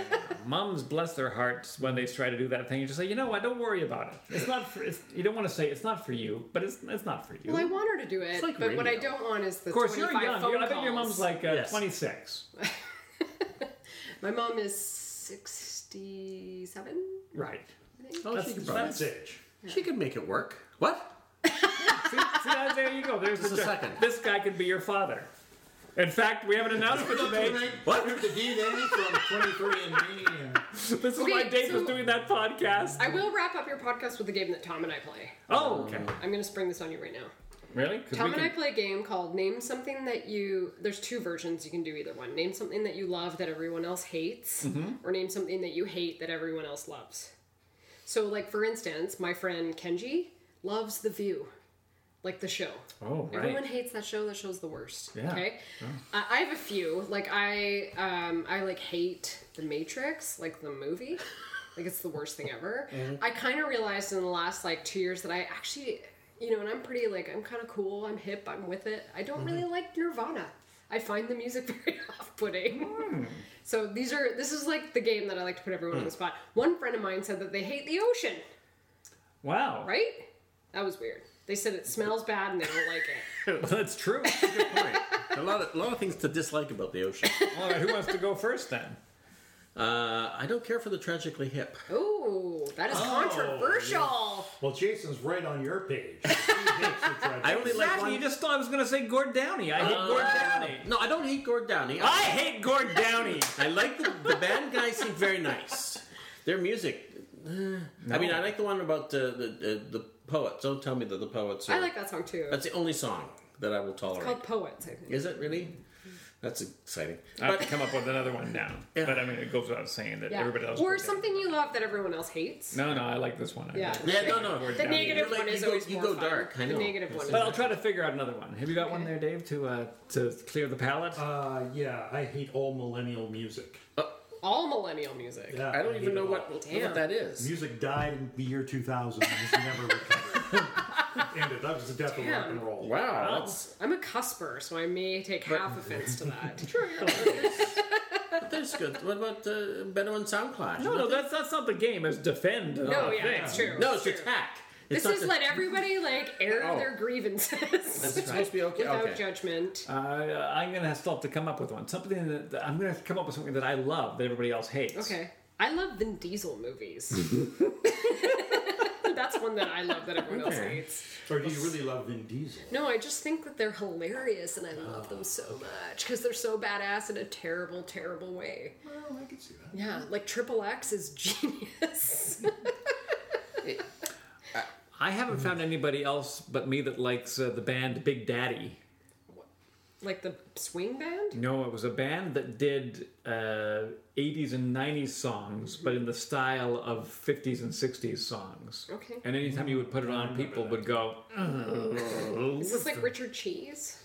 [SPEAKER 3] Moms bless their hearts when they try to do that thing. You just say, you know what? Don't worry about it. It's not. For, it's, you don't want to say it's not for you, but it's it's not for you.
[SPEAKER 1] Well, I want her to do it,
[SPEAKER 2] like
[SPEAKER 1] but what I
[SPEAKER 2] radio.
[SPEAKER 1] don't want is the
[SPEAKER 3] of course, you're
[SPEAKER 1] 25
[SPEAKER 3] young.
[SPEAKER 1] phone
[SPEAKER 3] You're- I bet your
[SPEAKER 1] calls.
[SPEAKER 3] mom's like uh,
[SPEAKER 2] Yes.
[SPEAKER 3] 26.
[SPEAKER 1] My mom is 67.
[SPEAKER 3] Right.
[SPEAKER 2] Oh, she could probably-
[SPEAKER 4] That's age.
[SPEAKER 2] She could make it work. What?
[SPEAKER 3] See, see, now, there you go. There's
[SPEAKER 2] Just
[SPEAKER 3] the
[SPEAKER 2] a
[SPEAKER 3] joke.
[SPEAKER 2] second.
[SPEAKER 3] This guy could be your father. In fact, we have an announcement to make.
[SPEAKER 2] What?
[SPEAKER 4] Remove the DNA from 23 and me. and-
[SPEAKER 3] This is
[SPEAKER 1] Okay,
[SPEAKER 3] why Dave was
[SPEAKER 1] so-
[SPEAKER 3] doing that podcast.
[SPEAKER 1] I will wrap up your podcast with the game that Tom and I play.
[SPEAKER 3] Oh, okay.
[SPEAKER 1] I'm going to spring this on you right now.
[SPEAKER 3] Really? 'Cause
[SPEAKER 1] Tom
[SPEAKER 3] we
[SPEAKER 1] and I
[SPEAKER 3] can-
[SPEAKER 1] play a game called Name Something That You. There's two versions. You can do either one. Name something that you love that everyone else hates,
[SPEAKER 3] Mm-hmm.
[SPEAKER 1] or name something that you hate that everyone else loves. So, like, for instance, my friend Kenji loves The View, like the show.
[SPEAKER 3] Oh, right.
[SPEAKER 1] Everyone hates that show. That show's the worst.
[SPEAKER 3] Yeah.
[SPEAKER 1] Okay. Uh, I have a few. Like I, um, I like hate The Matrix, like the movie. like it's the worst thing ever.
[SPEAKER 3] Mm-hmm.
[SPEAKER 1] I kind of realized in the last like two years that I actually, you know, and I'm pretty like I'm kind of cool. I'm hip. I'm with it. I don't really
[SPEAKER 3] Mm-hmm.
[SPEAKER 1] like Nirvana. I find the music very off-putting.
[SPEAKER 3] Hmm.
[SPEAKER 1] So these are this is like the game that I like to put everyone on the spot. One friend of mine said that they hate the ocean.
[SPEAKER 3] Wow.
[SPEAKER 1] Right? That was weird. They said it smells bad and they don't like it.
[SPEAKER 3] That's true.
[SPEAKER 2] Good point. a lot of a lot of things to dislike about the ocean.
[SPEAKER 3] All right, who wants to go first then?
[SPEAKER 2] Uh, I don't care for the tragically hip.
[SPEAKER 1] Oh, that is controversial.
[SPEAKER 4] Well, Jason's right on your page. He hates the tragic-
[SPEAKER 2] I only like one.
[SPEAKER 3] Actually, you just thought I was going to say Gord Downey. I hate Gord
[SPEAKER 1] Oh.
[SPEAKER 3] Downey.
[SPEAKER 2] No, I don't hate Gord Downey. I,
[SPEAKER 3] I hate Gord Downey.
[SPEAKER 2] I like the, the band guys seem very nice. Their music. uh, I mean, I like the one about the the, uh, the poets. Don't tell me that the poets. Are,
[SPEAKER 1] I like that song too.
[SPEAKER 2] That's the only song that I will tolerate.
[SPEAKER 1] Called Poets, I think.
[SPEAKER 2] Is it really? That's exciting.
[SPEAKER 3] I have
[SPEAKER 2] But
[SPEAKER 3] to come up with another one now.
[SPEAKER 2] Yeah.
[SPEAKER 3] But I mean, it goes without saying that
[SPEAKER 1] Yeah.
[SPEAKER 3] everybody else.
[SPEAKER 1] or
[SPEAKER 3] Gord Downey.
[SPEAKER 1] something you love that everyone else hates.
[SPEAKER 3] No, no, I like this one. I
[SPEAKER 1] Yeah.
[SPEAKER 3] like it.
[SPEAKER 2] yeah, no, no.
[SPEAKER 1] The negative
[SPEAKER 2] You're like-
[SPEAKER 1] one is
[SPEAKER 2] you go-
[SPEAKER 1] always
[SPEAKER 2] you
[SPEAKER 1] more
[SPEAKER 2] go
[SPEAKER 1] fun.
[SPEAKER 2] dark, I know.
[SPEAKER 1] The negative one.
[SPEAKER 2] It's
[SPEAKER 1] Is
[SPEAKER 3] But I'll try to figure out another one. Have you got one there, Dave, to uh, to clear the palate?
[SPEAKER 4] Uh, yeah, I hate all millennial music.
[SPEAKER 1] all millennial music.
[SPEAKER 4] Yeah,
[SPEAKER 2] I don't
[SPEAKER 4] hate
[SPEAKER 2] even
[SPEAKER 4] it
[SPEAKER 2] know
[SPEAKER 4] all.
[SPEAKER 2] what, what
[SPEAKER 1] Damn.
[SPEAKER 2] that is.
[SPEAKER 4] Music died in the year 2000 and was never recovered. Ended. That was the death of rock and roll.
[SPEAKER 2] Wow, that's,
[SPEAKER 1] I'm a cusper, so I may take half offense to that. True.
[SPEAKER 2] that's good. What about uh, Beto and SoundCloud?
[SPEAKER 3] No, no, that's that's not the game. It's defend.
[SPEAKER 1] No, yeah, it's true.
[SPEAKER 2] No, it's
[SPEAKER 1] true.
[SPEAKER 2] attack. It's
[SPEAKER 1] This
[SPEAKER 2] not
[SPEAKER 1] is
[SPEAKER 2] the-
[SPEAKER 1] let everybody like air
[SPEAKER 2] Oh.
[SPEAKER 1] their grievances.
[SPEAKER 2] It's supposed to be okay.
[SPEAKER 1] Without
[SPEAKER 2] okay.
[SPEAKER 1] judgment.
[SPEAKER 3] Uh, I'm gonna still have to come up with one. Something that, that- I'm gonna have to come up with something that I love that everybody else hates.
[SPEAKER 1] Okay. I love Vin Diesel movies. That's one that I love that everyone else
[SPEAKER 2] Okay.
[SPEAKER 1] hates.
[SPEAKER 4] Or do you really love Vin Diesel?
[SPEAKER 1] No, I just think that they're hilarious and I love them so
[SPEAKER 3] Oh,
[SPEAKER 1] much because they're so badass in a terrible, terrible way.
[SPEAKER 4] Well, I can see that.
[SPEAKER 1] Yeah, like Triple X is genius.
[SPEAKER 3] I haven't found anybody else but me that likes uh, the band Big Daddy.
[SPEAKER 1] like the swing band?
[SPEAKER 3] No, it was a band that did uh, 80s and 90s songs, but in the style of 50s and 60s songs.
[SPEAKER 1] Okay.
[SPEAKER 3] And anytime you would put it on, people would go,
[SPEAKER 1] Is this like Richard Cheese?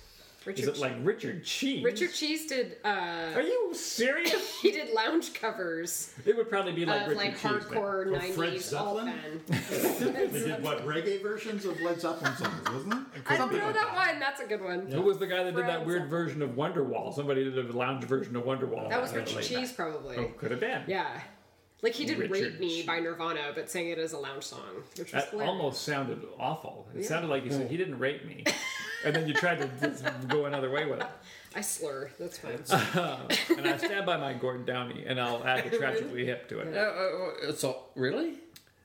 [SPEAKER 1] Richard
[SPEAKER 3] Is it like Richard Cheese?
[SPEAKER 1] Richard Cheese did uh
[SPEAKER 3] Are you serious?
[SPEAKER 1] he did lounge covers
[SPEAKER 3] it would probably be like
[SPEAKER 1] of
[SPEAKER 3] Richard
[SPEAKER 1] Uh, like
[SPEAKER 3] Cheese. then.
[SPEAKER 1] hardcore
[SPEAKER 4] Fred
[SPEAKER 1] nineties all
[SPEAKER 4] Zeppelin?
[SPEAKER 1] fan.
[SPEAKER 4] They did what reggae versions of Led Zeppelin songs, wasn't it?
[SPEAKER 1] I don't know that one. That's a good one.
[SPEAKER 3] Who was the guy that did that
[SPEAKER 1] Fred
[SPEAKER 3] weird
[SPEAKER 1] Zeppelin.
[SPEAKER 3] version of Wonderwall? Somebody did a lounge version of Wonderwall.
[SPEAKER 1] That was Richard
[SPEAKER 3] Actually.
[SPEAKER 1] Cheese probably.
[SPEAKER 3] Oh, could have been.
[SPEAKER 1] Yeah. Like he did
[SPEAKER 3] Richard
[SPEAKER 1] Rape Me
[SPEAKER 3] Cheese.
[SPEAKER 1] by Nirvana, but sang it as a lounge song, which was
[SPEAKER 3] That
[SPEAKER 1] hilarious.
[SPEAKER 3] almost sounded awful. It sounded like you said he didn't rape me, and then you tried to just go another way with it. Um,
[SPEAKER 1] I slur. That's fine.
[SPEAKER 3] And I stand by my Gordon Downey, and I'll add the tragically hip to it.
[SPEAKER 2] Uh, uh, uh, so really,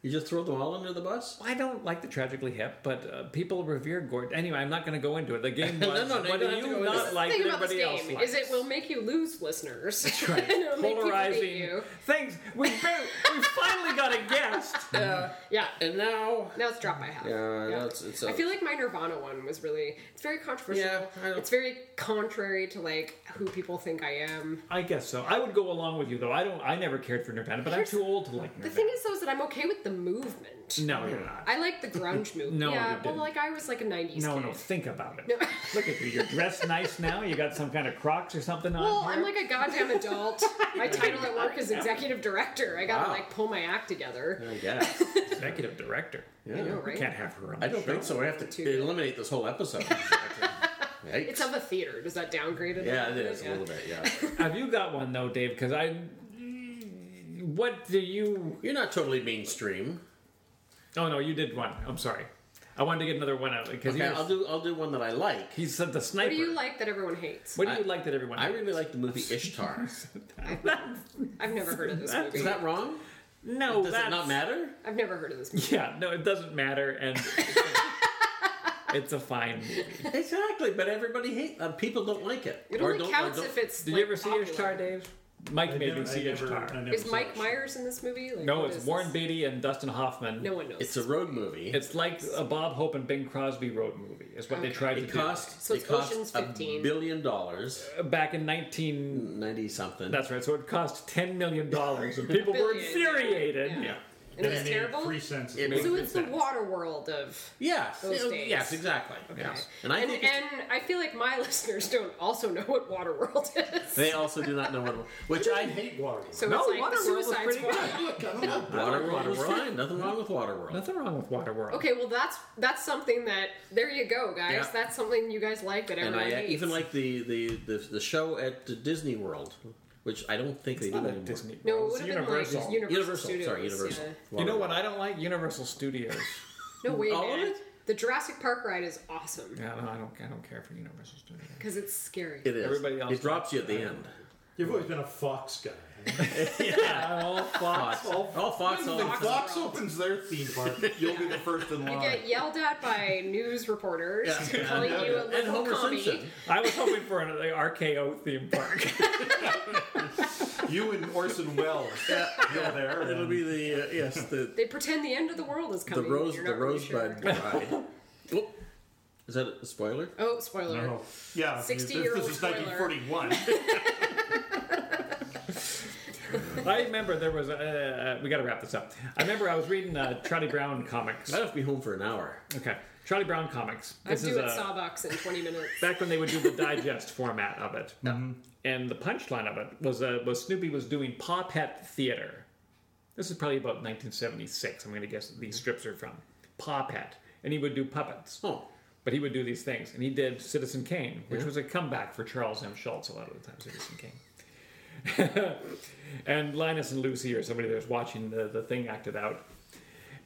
[SPEAKER 2] you just throw them all under the bus?
[SPEAKER 3] I don't like the tragically hip, but uh, people revere Gordon. Anyway, I'm not going to go into it. The game was
[SPEAKER 2] No, no, no, you don't
[SPEAKER 3] what do
[SPEAKER 2] have to go
[SPEAKER 3] you
[SPEAKER 2] into
[SPEAKER 3] not
[SPEAKER 2] it.
[SPEAKER 3] like
[SPEAKER 1] the
[SPEAKER 3] that
[SPEAKER 1] thing about this
[SPEAKER 3] everybody else
[SPEAKER 1] game
[SPEAKER 3] likes?
[SPEAKER 1] is it will make you lose listeners. That's right. It'll make people hate
[SPEAKER 3] polarizing
[SPEAKER 1] you.
[SPEAKER 3] things. We bar- we finally got a guest.
[SPEAKER 1] Yeah.
[SPEAKER 2] And now,
[SPEAKER 1] Now it's dropped by half.
[SPEAKER 2] Yeah, that's- it's a-
[SPEAKER 1] I feel like my Nirvana one was really. It's very controversial.
[SPEAKER 2] Yeah, I don't-
[SPEAKER 1] it's very contrary to like who people think I am.
[SPEAKER 3] I guess so. I would go along with you though. I don't. I never cared for Nirvana, but I'm
[SPEAKER 1] Here's-
[SPEAKER 3] too old to like
[SPEAKER 1] The
[SPEAKER 3] Nirvana.
[SPEAKER 1] thing is, though, is that I'm okay with the movement.
[SPEAKER 3] no, you're not.
[SPEAKER 1] I like the grunge movement.
[SPEAKER 3] No, you
[SPEAKER 1] yeah, well,
[SPEAKER 3] didn't.
[SPEAKER 1] like I was like a '90s.
[SPEAKER 3] No,
[SPEAKER 1] kid.
[SPEAKER 3] no. Think about it. Look at you. You're dressed nice now. You got some kind of Crocs or something on.
[SPEAKER 1] Well,
[SPEAKER 3] here.
[SPEAKER 1] I'm like a goddamn adult. My title at work is executive director. I gotta
[SPEAKER 2] Wow.
[SPEAKER 1] like pull my act together.
[SPEAKER 2] I guess
[SPEAKER 3] executive director.
[SPEAKER 1] I know,
[SPEAKER 3] We
[SPEAKER 1] right?
[SPEAKER 3] can't have her on.
[SPEAKER 2] I don't think so. We have to
[SPEAKER 1] Too good.
[SPEAKER 2] eliminate this whole episode. Yikes.
[SPEAKER 1] It's of a theater. Does that downgrade it?
[SPEAKER 2] yeah, it is a little bit. Yeah,
[SPEAKER 3] Have you got one though, Dave? Because I what do you?
[SPEAKER 2] You're not totally mainstream.
[SPEAKER 3] Oh no, you did one. I'm sorry. I wanted to get another one out because
[SPEAKER 2] Okay, I'll do I'll do one that I like.
[SPEAKER 3] he said the sniper.
[SPEAKER 1] What do you like that everyone hates?
[SPEAKER 3] What do you
[SPEAKER 2] I-
[SPEAKER 3] like that everyone?
[SPEAKER 2] I
[SPEAKER 3] hates?
[SPEAKER 2] really like the movie Ishtar.
[SPEAKER 1] I've never heard of this movie.
[SPEAKER 2] Is that wrong?
[SPEAKER 3] no,
[SPEAKER 1] Oh,
[SPEAKER 2] Does
[SPEAKER 3] that's
[SPEAKER 2] it not matter?
[SPEAKER 1] I've never heard of this movie.
[SPEAKER 3] Yeah, no, it doesn't matter, and it's a fine movie.
[SPEAKER 2] Exactly, but everybody hate uh, people don't like it.
[SPEAKER 1] It
[SPEAKER 2] Or
[SPEAKER 1] only
[SPEAKER 2] don't- or
[SPEAKER 1] counts
[SPEAKER 2] don't-
[SPEAKER 1] if it's.
[SPEAKER 3] Did
[SPEAKER 1] like,
[SPEAKER 3] you ever see
[SPEAKER 1] popular.
[SPEAKER 3] Ishtar, Dave? Mike made me see Ishtar.
[SPEAKER 1] Is Mike Myers in this movie? Like,
[SPEAKER 3] No,
[SPEAKER 1] what
[SPEAKER 3] it's
[SPEAKER 1] is
[SPEAKER 3] Warren
[SPEAKER 1] this?
[SPEAKER 3] Beatty and Dustin Hoffman.
[SPEAKER 1] No one knows.
[SPEAKER 2] It's a road movie.
[SPEAKER 3] It's like a Bob Hope and Bing Crosby road movie. Is what they tried to
[SPEAKER 2] it cost
[SPEAKER 1] So
[SPEAKER 2] it
[SPEAKER 1] it's
[SPEAKER 2] cost
[SPEAKER 1] Ocean's
[SPEAKER 2] a
[SPEAKER 1] 15.
[SPEAKER 2] billion dollars,
[SPEAKER 3] do Uh, back in 19.
[SPEAKER 2] ninety something.
[SPEAKER 3] That's right. So it cost 10 million dollars, and people were
[SPEAKER 1] Billion.
[SPEAKER 3] infuriated.
[SPEAKER 2] yeah,
[SPEAKER 1] and it's terrible.
[SPEAKER 4] Three cents.
[SPEAKER 2] It-
[SPEAKER 1] So it's the water world of.
[SPEAKER 2] yeah,
[SPEAKER 1] Those
[SPEAKER 2] yeah,
[SPEAKER 1] days.
[SPEAKER 2] yes, exactly. Yes. and I
[SPEAKER 1] and,
[SPEAKER 2] think it's-
[SPEAKER 1] and I feel like my listeners don't also know what Waterworld is.
[SPEAKER 2] they also do not know what which I hate.
[SPEAKER 4] hate water.
[SPEAKER 1] so
[SPEAKER 3] No,
[SPEAKER 1] it's like the
[SPEAKER 3] Waterworld was
[SPEAKER 1] Suicide
[SPEAKER 3] pretty
[SPEAKER 1] Squad.
[SPEAKER 4] Look, I don't know.
[SPEAKER 2] Waterworld was fine. Nothing wrong with Waterworld.
[SPEAKER 3] Nothing wrong with Waterworld.
[SPEAKER 1] Okay, well that's that's something that there you go, guys.
[SPEAKER 2] Yeah.
[SPEAKER 1] That's something you guys like that
[SPEAKER 2] And
[SPEAKER 1] everyone
[SPEAKER 2] I uh,
[SPEAKER 1] hates.
[SPEAKER 2] even like the, the, the, the show at the Disney World, which I don't think they do
[SPEAKER 3] Not a
[SPEAKER 2] anymore.
[SPEAKER 3] Disney.
[SPEAKER 1] no, it
[SPEAKER 3] it's
[SPEAKER 1] would have been like
[SPEAKER 3] Universal.
[SPEAKER 1] Universal,
[SPEAKER 2] Universal,
[SPEAKER 1] Studios.
[SPEAKER 2] sorry, Universal.
[SPEAKER 1] yeah.
[SPEAKER 3] you know what I don't like? Universal Studios.
[SPEAKER 1] No way,
[SPEAKER 2] All of
[SPEAKER 1] man.
[SPEAKER 2] it?
[SPEAKER 1] The Jurassic Park ride is awesome
[SPEAKER 3] yeah, no, I don't. I don't care for Universal Studios.
[SPEAKER 1] because it's scary.
[SPEAKER 2] It is.
[SPEAKER 3] Everybody else
[SPEAKER 2] it drops you at the
[SPEAKER 3] likes-
[SPEAKER 2] end.
[SPEAKER 4] You've always been a Fox guy.
[SPEAKER 3] All Fox.
[SPEAKER 2] Fox. Oh, Fox.
[SPEAKER 4] When
[SPEAKER 2] all-
[SPEAKER 4] Fox opens their theme park, you'll be the first in
[SPEAKER 1] You
[SPEAKER 4] line.
[SPEAKER 1] get yelled at by news reporters calling you a
[SPEAKER 2] And
[SPEAKER 1] little
[SPEAKER 2] Homer
[SPEAKER 1] commie.
[SPEAKER 2] Simpson.
[SPEAKER 3] I was hoping for an uh, RKO theme park.
[SPEAKER 4] You and Orson Welles. You're there.
[SPEAKER 2] It'll
[SPEAKER 4] and-
[SPEAKER 2] be the uh, yes the
[SPEAKER 1] They pretend the end of the world is
[SPEAKER 2] the
[SPEAKER 1] coming.
[SPEAKER 2] rose
[SPEAKER 1] You're
[SPEAKER 2] the
[SPEAKER 1] not really sure.
[SPEAKER 2] rosebud ride. Oop. Is that a spoiler?
[SPEAKER 1] Oh, spoiler!
[SPEAKER 4] Oh, yeah.
[SPEAKER 1] 60-year-old
[SPEAKER 4] This is
[SPEAKER 1] spoiler.
[SPEAKER 4] 1941.
[SPEAKER 3] I remember there was a. Uh, we got to wrap this up. I remember I was reading uh, Charlie Brown comics.
[SPEAKER 2] I'd have to be home for an hour.
[SPEAKER 3] Okay, Charlie Brown comics.
[SPEAKER 1] I'm
[SPEAKER 3] This
[SPEAKER 1] due
[SPEAKER 3] is
[SPEAKER 1] at
[SPEAKER 3] uh
[SPEAKER 1] Starbucks in 20 minutes.
[SPEAKER 3] back when they would do the digest format of it, and the punchline of it was uh, was Snoopy was doing Paw Pet Theater. This is probably about 1976. I'm going to guess that these strips are from Paw Pet, and he would do puppets.
[SPEAKER 2] Oh,
[SPEAKER 3] But he would do these things, and he did Citizen Kane, which was a comeback for Charles M. Schultz a lot of the time. Citizen Kane, and Linus and Lucy or somebody there's watching the, the thing acted out,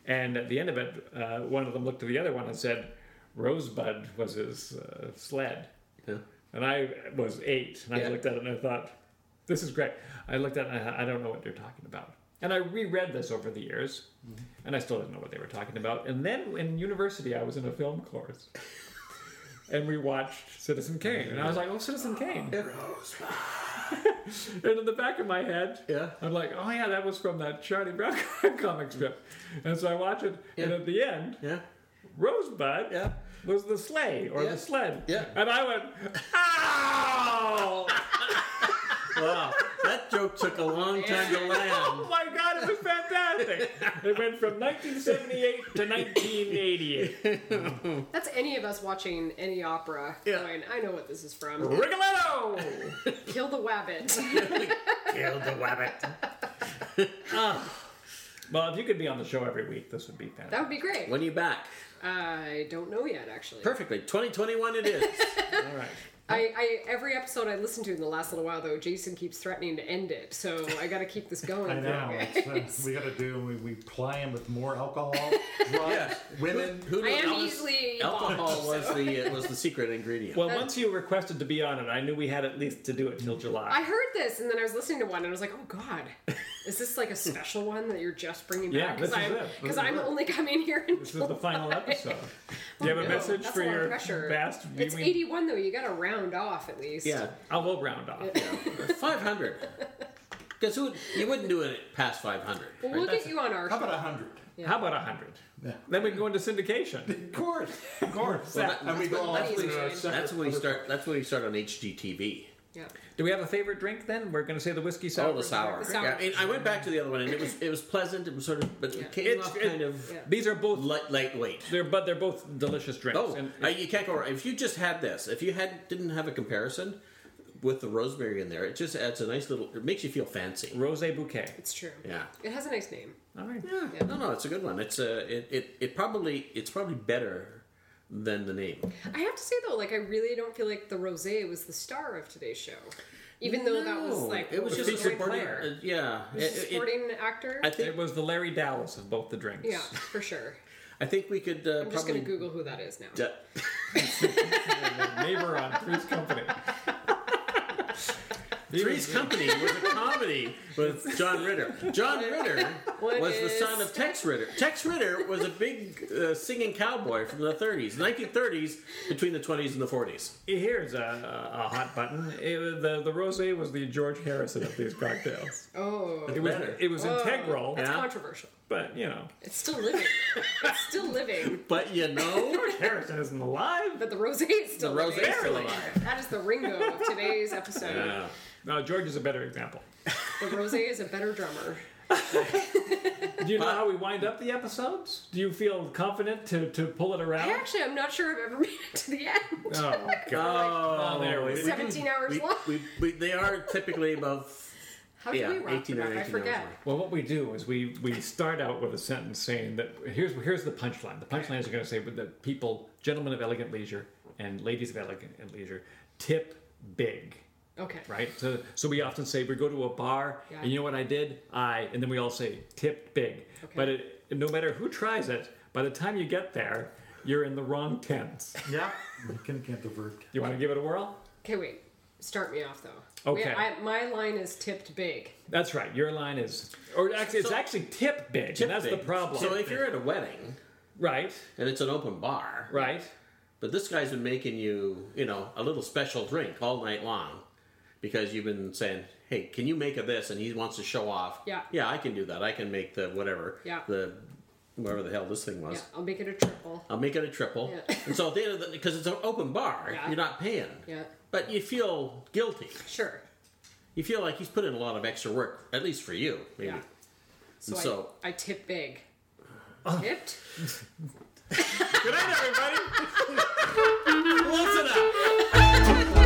[SPEAKER 3] and at the end of it, uh, one of them looked to the other one and said, "Rosebud was his uh, sled,"
[SPEAKER 2] yeah.
[SPEAKER 3] and I was eight, and I
[SPEAKER 2] Yeah.
[SPEAKER 3] looked at it and I thought, "This is great." I looked at it and I, I don't know what they're talking about, and I reread this over the years,
[SPEAKER 2] Mm-hmm.
[SPEAKER 3] and I still didn't know what they were talking about. And then in university, I was in a film course. And we watched Citizen Kane, and I was like, "Oh, Citizen Kane!" and in the back of my head,
[SPEAKER 2] Yeah.
[SPEAKER 3] I'm like, "Oh yeah, that was from that Charlie Brown comic strip." And so I watch it, and
[SPEAKER 2] Yeah.
[SPEAKER 3] at the end,
[SPEAKER 2] yeah.
[SPEAKER 3] Rosebud
[SPEAKER 2] Yeah.
[SPEAKER 3] was the sleigh or
[SPEAKER 2] Yeah.
[SPEAKER 3] the sled.
[SPEAKER 2] Yeah.
[SPEAKER 3] And I went, ow!
[SPEAKER 2] Wow, that joke took a long time to
[SPEAKER 3] oh
[SPEAKER 2] land.
[SPEAKER 3] my god, it was fantastic! it went from 1978 to 1988.
[SPEAKER 1] That's any of us watching any opera.
[SPEAKER 2] Yeah.
[SPEAKER 1] Going, I know what this is from.
[SPEAKER 3] Rigoletto!
[SPEAKER 1] Kill the Wabbit.
[SPEAKER 2] Kill the rabbit.
[SPEAKER 3] Well, if you could be on the show every week, this would be fantastic.
[SPEAKER 1] That would be great.
[SPEAKER 2] When are you back?
[SPEAKER 1] I don't know yet, actually.
[SPEAKER 2] Perfectly. 2021 it is.
[SPEAKER 3] All right.
[SPEAKER 1] I, I every episode I listen to in the last little while though, Jason keeps threatening to end it, so I got to keep this going.
[SPEAKER 4] I
[SPEAKER 1] for
[SPEAKER 4] know.
[SPEAKER 1] you guys.
[SPEAKER 4] it's, uh, we got to do. We, we ply him with more alcohol, drugs, women.
[SPEAKER 2] Who
[SPEAKER 1] I
[SPEAKER 2] knew
[SPEAKER 1] am
[SPEAKER 2] Elvis-
[SPEAKER 1] easily
[SPEAKER 2] alcohol was the uh, was the secret ingredient.
[SPEAKER 3] Well, once you requested to be on it, I knew we had at least to do it till
[SPEAKER 1] I
[SPEAKER 3] July.
[SPEAKER 1] heard this, and then I was listening to one, and I was like, "Oh God, is this like a special one that you're just bringing
[SPEAKER 3] Yeah,
[SPEAKER 1] back?"
[SPEAKER 3] this is
[SPEAKER 1] I'm
[SPEAKER 3] it. This
[SPEAKER 1] because I'm only coming here. In
[SPEAKER 3] This is the final episode. Do you have a
[SPEAKER 1] Oh, no,
[SPEAKER 3] message
[SPEAKER 1] that's
[SPEAKER 3] for
[SPEAKER 1] a lot of
[SPEAKER 3] your
[SPEAKER 1] pressure.
[SPEAKER 3] vast
[SPEAKER 1] It's
[SPEAKER 3] viewing?
[SPEAKER 1] 81 though. You got to round off at least.
[SPEAKER 2] yeah,
[SPEAKER 3] I will round off.
[SPEAKER 2] 500. Because who would- you wouldn't do it past 500.
[SPEAKER 1] Well, we'll get you on our.
[SPEAKER 4] How about a hundred?
[SPEAKER 3] How about 100?
[SPEAKER 4] Yeah.
[SPEAKER 3] Then we can go into syndication.
[SPEAKER 4] Of course, of course.
[SPEAKER 2] Well,
[SPEAKER 4] and we go
[SPEAKER 1] what
[SPEAKER 4] all
[SPEAKER 1] money is
[SPEAKER 4] through our
[SPEAKER 1] made.
[SPEAKER 4] separate-
[SPEAKER 2] That's when you start. That's when you start on HGTV.
[SPEAKER 1] yeah.
[SPEAKER 3] Do we have a favorite drink then? We're going to say the whiskey sour.
[SPEAKER 2] Oh, the sour.
[SPEAKER 1] The sour.
[SPEAKER 2] Yeah, and I went back to the other one, and it was it was pleasant. It was sort of, but
[SPEAKER 1] Yeah.
[SPEAKER 2] it came
[SPEAKER 3] It's-
[SPEAKER 2] off
[SPEAKER 3] it-
[SPEAKER 2] kind of
[SPEAKER 1] Yeah.
[SPEAKER 3] These are both
[SPEAKER 2] light, lightweight.
[SPEAKER 3] They're but they're both delicious drinks.
[SPEAKER 2] Oh,
[SPEAKER 3] and
[SPEAKER 2] uh, you can't go wrong. If you just had this, if you had didn't have a comparison with the rosemary in there, it just adds a nice little. It makes you feel fancy.
[SPEAKER 3] rosé bouquet.
[SPEAKER 1] It's true.
[SPEAKER 2] Yeah.
[SPEAKER 1] It has a nice name.
[SPEAKER 3] All right.
[SPEAKER 2] Yeah.
[SPEAKER 1] Yeah.
[SPEAKER 2] No, no, it's a good one. It's a. It, it, it probably it's probably better than the name.
[SPEAKER 1] I have to say though, like I really don't feel like the rosé was the star of today's show. even though that was
[SPEAKER 2] No,
[SPEAKER 1] like
[SPEAKER 2] it was
[SPEAKER 1] a
[SPEAKER 2] just a
[SPEAKER 1] great
[SPEAKER 2] supporting.
[SPEAKER 1] player.
[SPEAKER 2] uh, yeah,
[SPEAKER 1] He was a
[SPEAKER 2] It- it-
[SPEAKER 1] supporting actor.
[SPEAKER 2] I think
[SPEAKER 3] It was the Larry Dallas of both the drinks.
[SPEAKER 1] yeah, for sure.
[SPEAKER 2] I think we could uh,
[SPEAKER 1] I'm just
[SPEAKER 2] probably
[SPEAKER 1] gonna Google who that is now.
[SPEAKER 2] d-
[SPEAKER 3] neighbor on Three's Company.
[SPEAKER 2] Three's Company was a comedy with John Ritter. John Ritter
[SPEAKER 1] What
[SPEAKER 2] was the
[SPEAKER 1] is-
[SPEAKER 2] son of Tex Ritter. Tex Ritter was a big uh, singing cowboy from the 30s, 1930s, between the 20s and the 40s.
[SPEAKER 3] Here's a, a hot button. It was, the the rosé was the George Harrison of these cocktails.
[SPEAKER 1] Oh,
[SPEAKER 3] It was
[SPEAKER 2] Better.
[SPEAKER 3] it was
[SPEAKER 1] Whoa,
[SPEAKER 3] integral,
[SPEAKER 1] That's
[SPEAKER 2] Yeah.
[SPEAKER 1] controversial.
[SPEAKER 3] but you know
[SPEAKER 1] It's still living. it's still living.
[SPEAKER 2] But you know,
[SPEAKER 3] Harrison isn't alive.
[SPEAKER 1] But the rosé is still
[SPEAKER 2] The rosé's
[SPEAKER 1] living.
[SPEAKER 2] still Barely. alive.
[SPEAKER 1] That is the Ringo of today's episode.
[SPEAKER 2] uh,
[SPEAKER 3] No, George is a better example.
[SPEAKER 1] The rosé is a better drummer.
[SPEAKER 3] Do you know how we wind up the episodes? Do you feel confident to, to pull it
[SPEAKER 1] I
[SPEAKER 3] around?
[SPEAKER 1] actually, I'm not sure I've ever made it to the end.
[SPEAKER 3] Oh
[SPEAKER 1] Like,
[SPEAKER 2] oh,
[SPEAKER 3] there we-
[SPEAKER 2] we-
[SPEAKER 1] 17 hours
[SPEAKER 2] we-
[SPEAKER 1] long.
[SPEAKER 2] we- we- they are typically above
[SPEAKER 1] how do
[SPEAKER 2] yeah,
[SPEAKER 1] we wrap
[SPEAKER 2] 18
[SPEAKER 1] it
[SPEAKER 2] or
[SPEAKER 1] up?
[SPEAKER 2] 19
[SPEAKER 1] I forget.
[SPEAKER 2] hours.
[SPEAKER 3] Well, what we do is we, we start out with a sentence saying that here's here's the punchline. The punchline is going to say that people, gentlemen of elegant leisure and ladies of elegant leisure, tip big,
[SPEAKER 1] Okay.
[SPEAKER 3] right? So, so we often say we go to a bar
[SPEAKER 1] Yeah.
[SPEAKER 3] and you know what I did? I and then we all say tipped big.
[SPEAKER 1] Okay.
[SPEAKER 3] But it, no matter who tries it, by the time you get there, you're in the wrong tense.
[SPEAKER 4] Yeah. You can get the verb.
[SPEAKER 3] You want to give it a whirl?
[SPEAKER 1] Okay, wait. Start me off though.
[SPEAKER 3] Okay.
[SPEAKER 1] We- I, my line is tipped big.
[SPEAKER 3] That's right. Your line is, or actually, it's
[SPEAKER 2] So-
[SPEAKER 3] actually tip big. and that's the
[SPEAKER 2] big.
[SPEAKER 3] problem.
[SPEAKER 2] So if you're at a wedding
[SPEAKER 3] right,
[SPEAKER 2] and it's an open bar,
[SPEAKER 3] right.
[SPEAKER 2] But this guy's been making you, you know, a little special drink all night long because you've been saying, "Hey, can you make of this?" And he wants to show off.
[SPEAKER 1] Yeah.
[SPEAKER 2] Yeah, I can do that. I can make the whatever.
[SPEAKER 1] Yeah.
[SPEAKER 2] The whatever the hell this thing was.
[SPEAKER 1] Yeah, I'll make it a triple.
[SPEAKER 2] I'll make it a triple.
[SPEAKER 1] Yeah.
[SPEAKER 2] And so at the end of the because it's an open bar,
[SPEAKER 1] Yeah.
[SPEAKER 2] you're not paying.
[SPEAKER 1] Yeah.
[SPEAKER 2] But you feel guilty.
[SPEAKER 1] Sure.
[SPEAKER 2] You feel like he's put in a lot of extra work, at least for you, maybe.
[SPEAKER 1] Yeah. So,
[SPEAKER 2] And so- Uh-huh.
[SPEAKER 1] I, I tip big. Tipped?
[SPEAKER 3] Good night, everybody.
[SPEAKER 2] Listen up.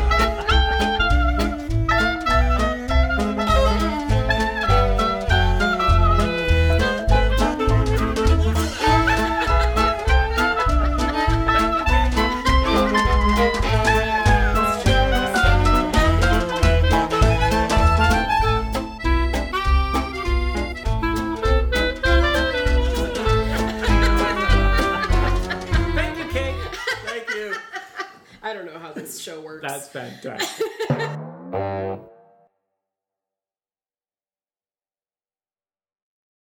[SPEAKER 3] Thank you, Kate.
[SPEAKER 2] Thank you.
[SPEAKER 1] I don't know how this show works.
[SPEAKER 3] That's fantastic.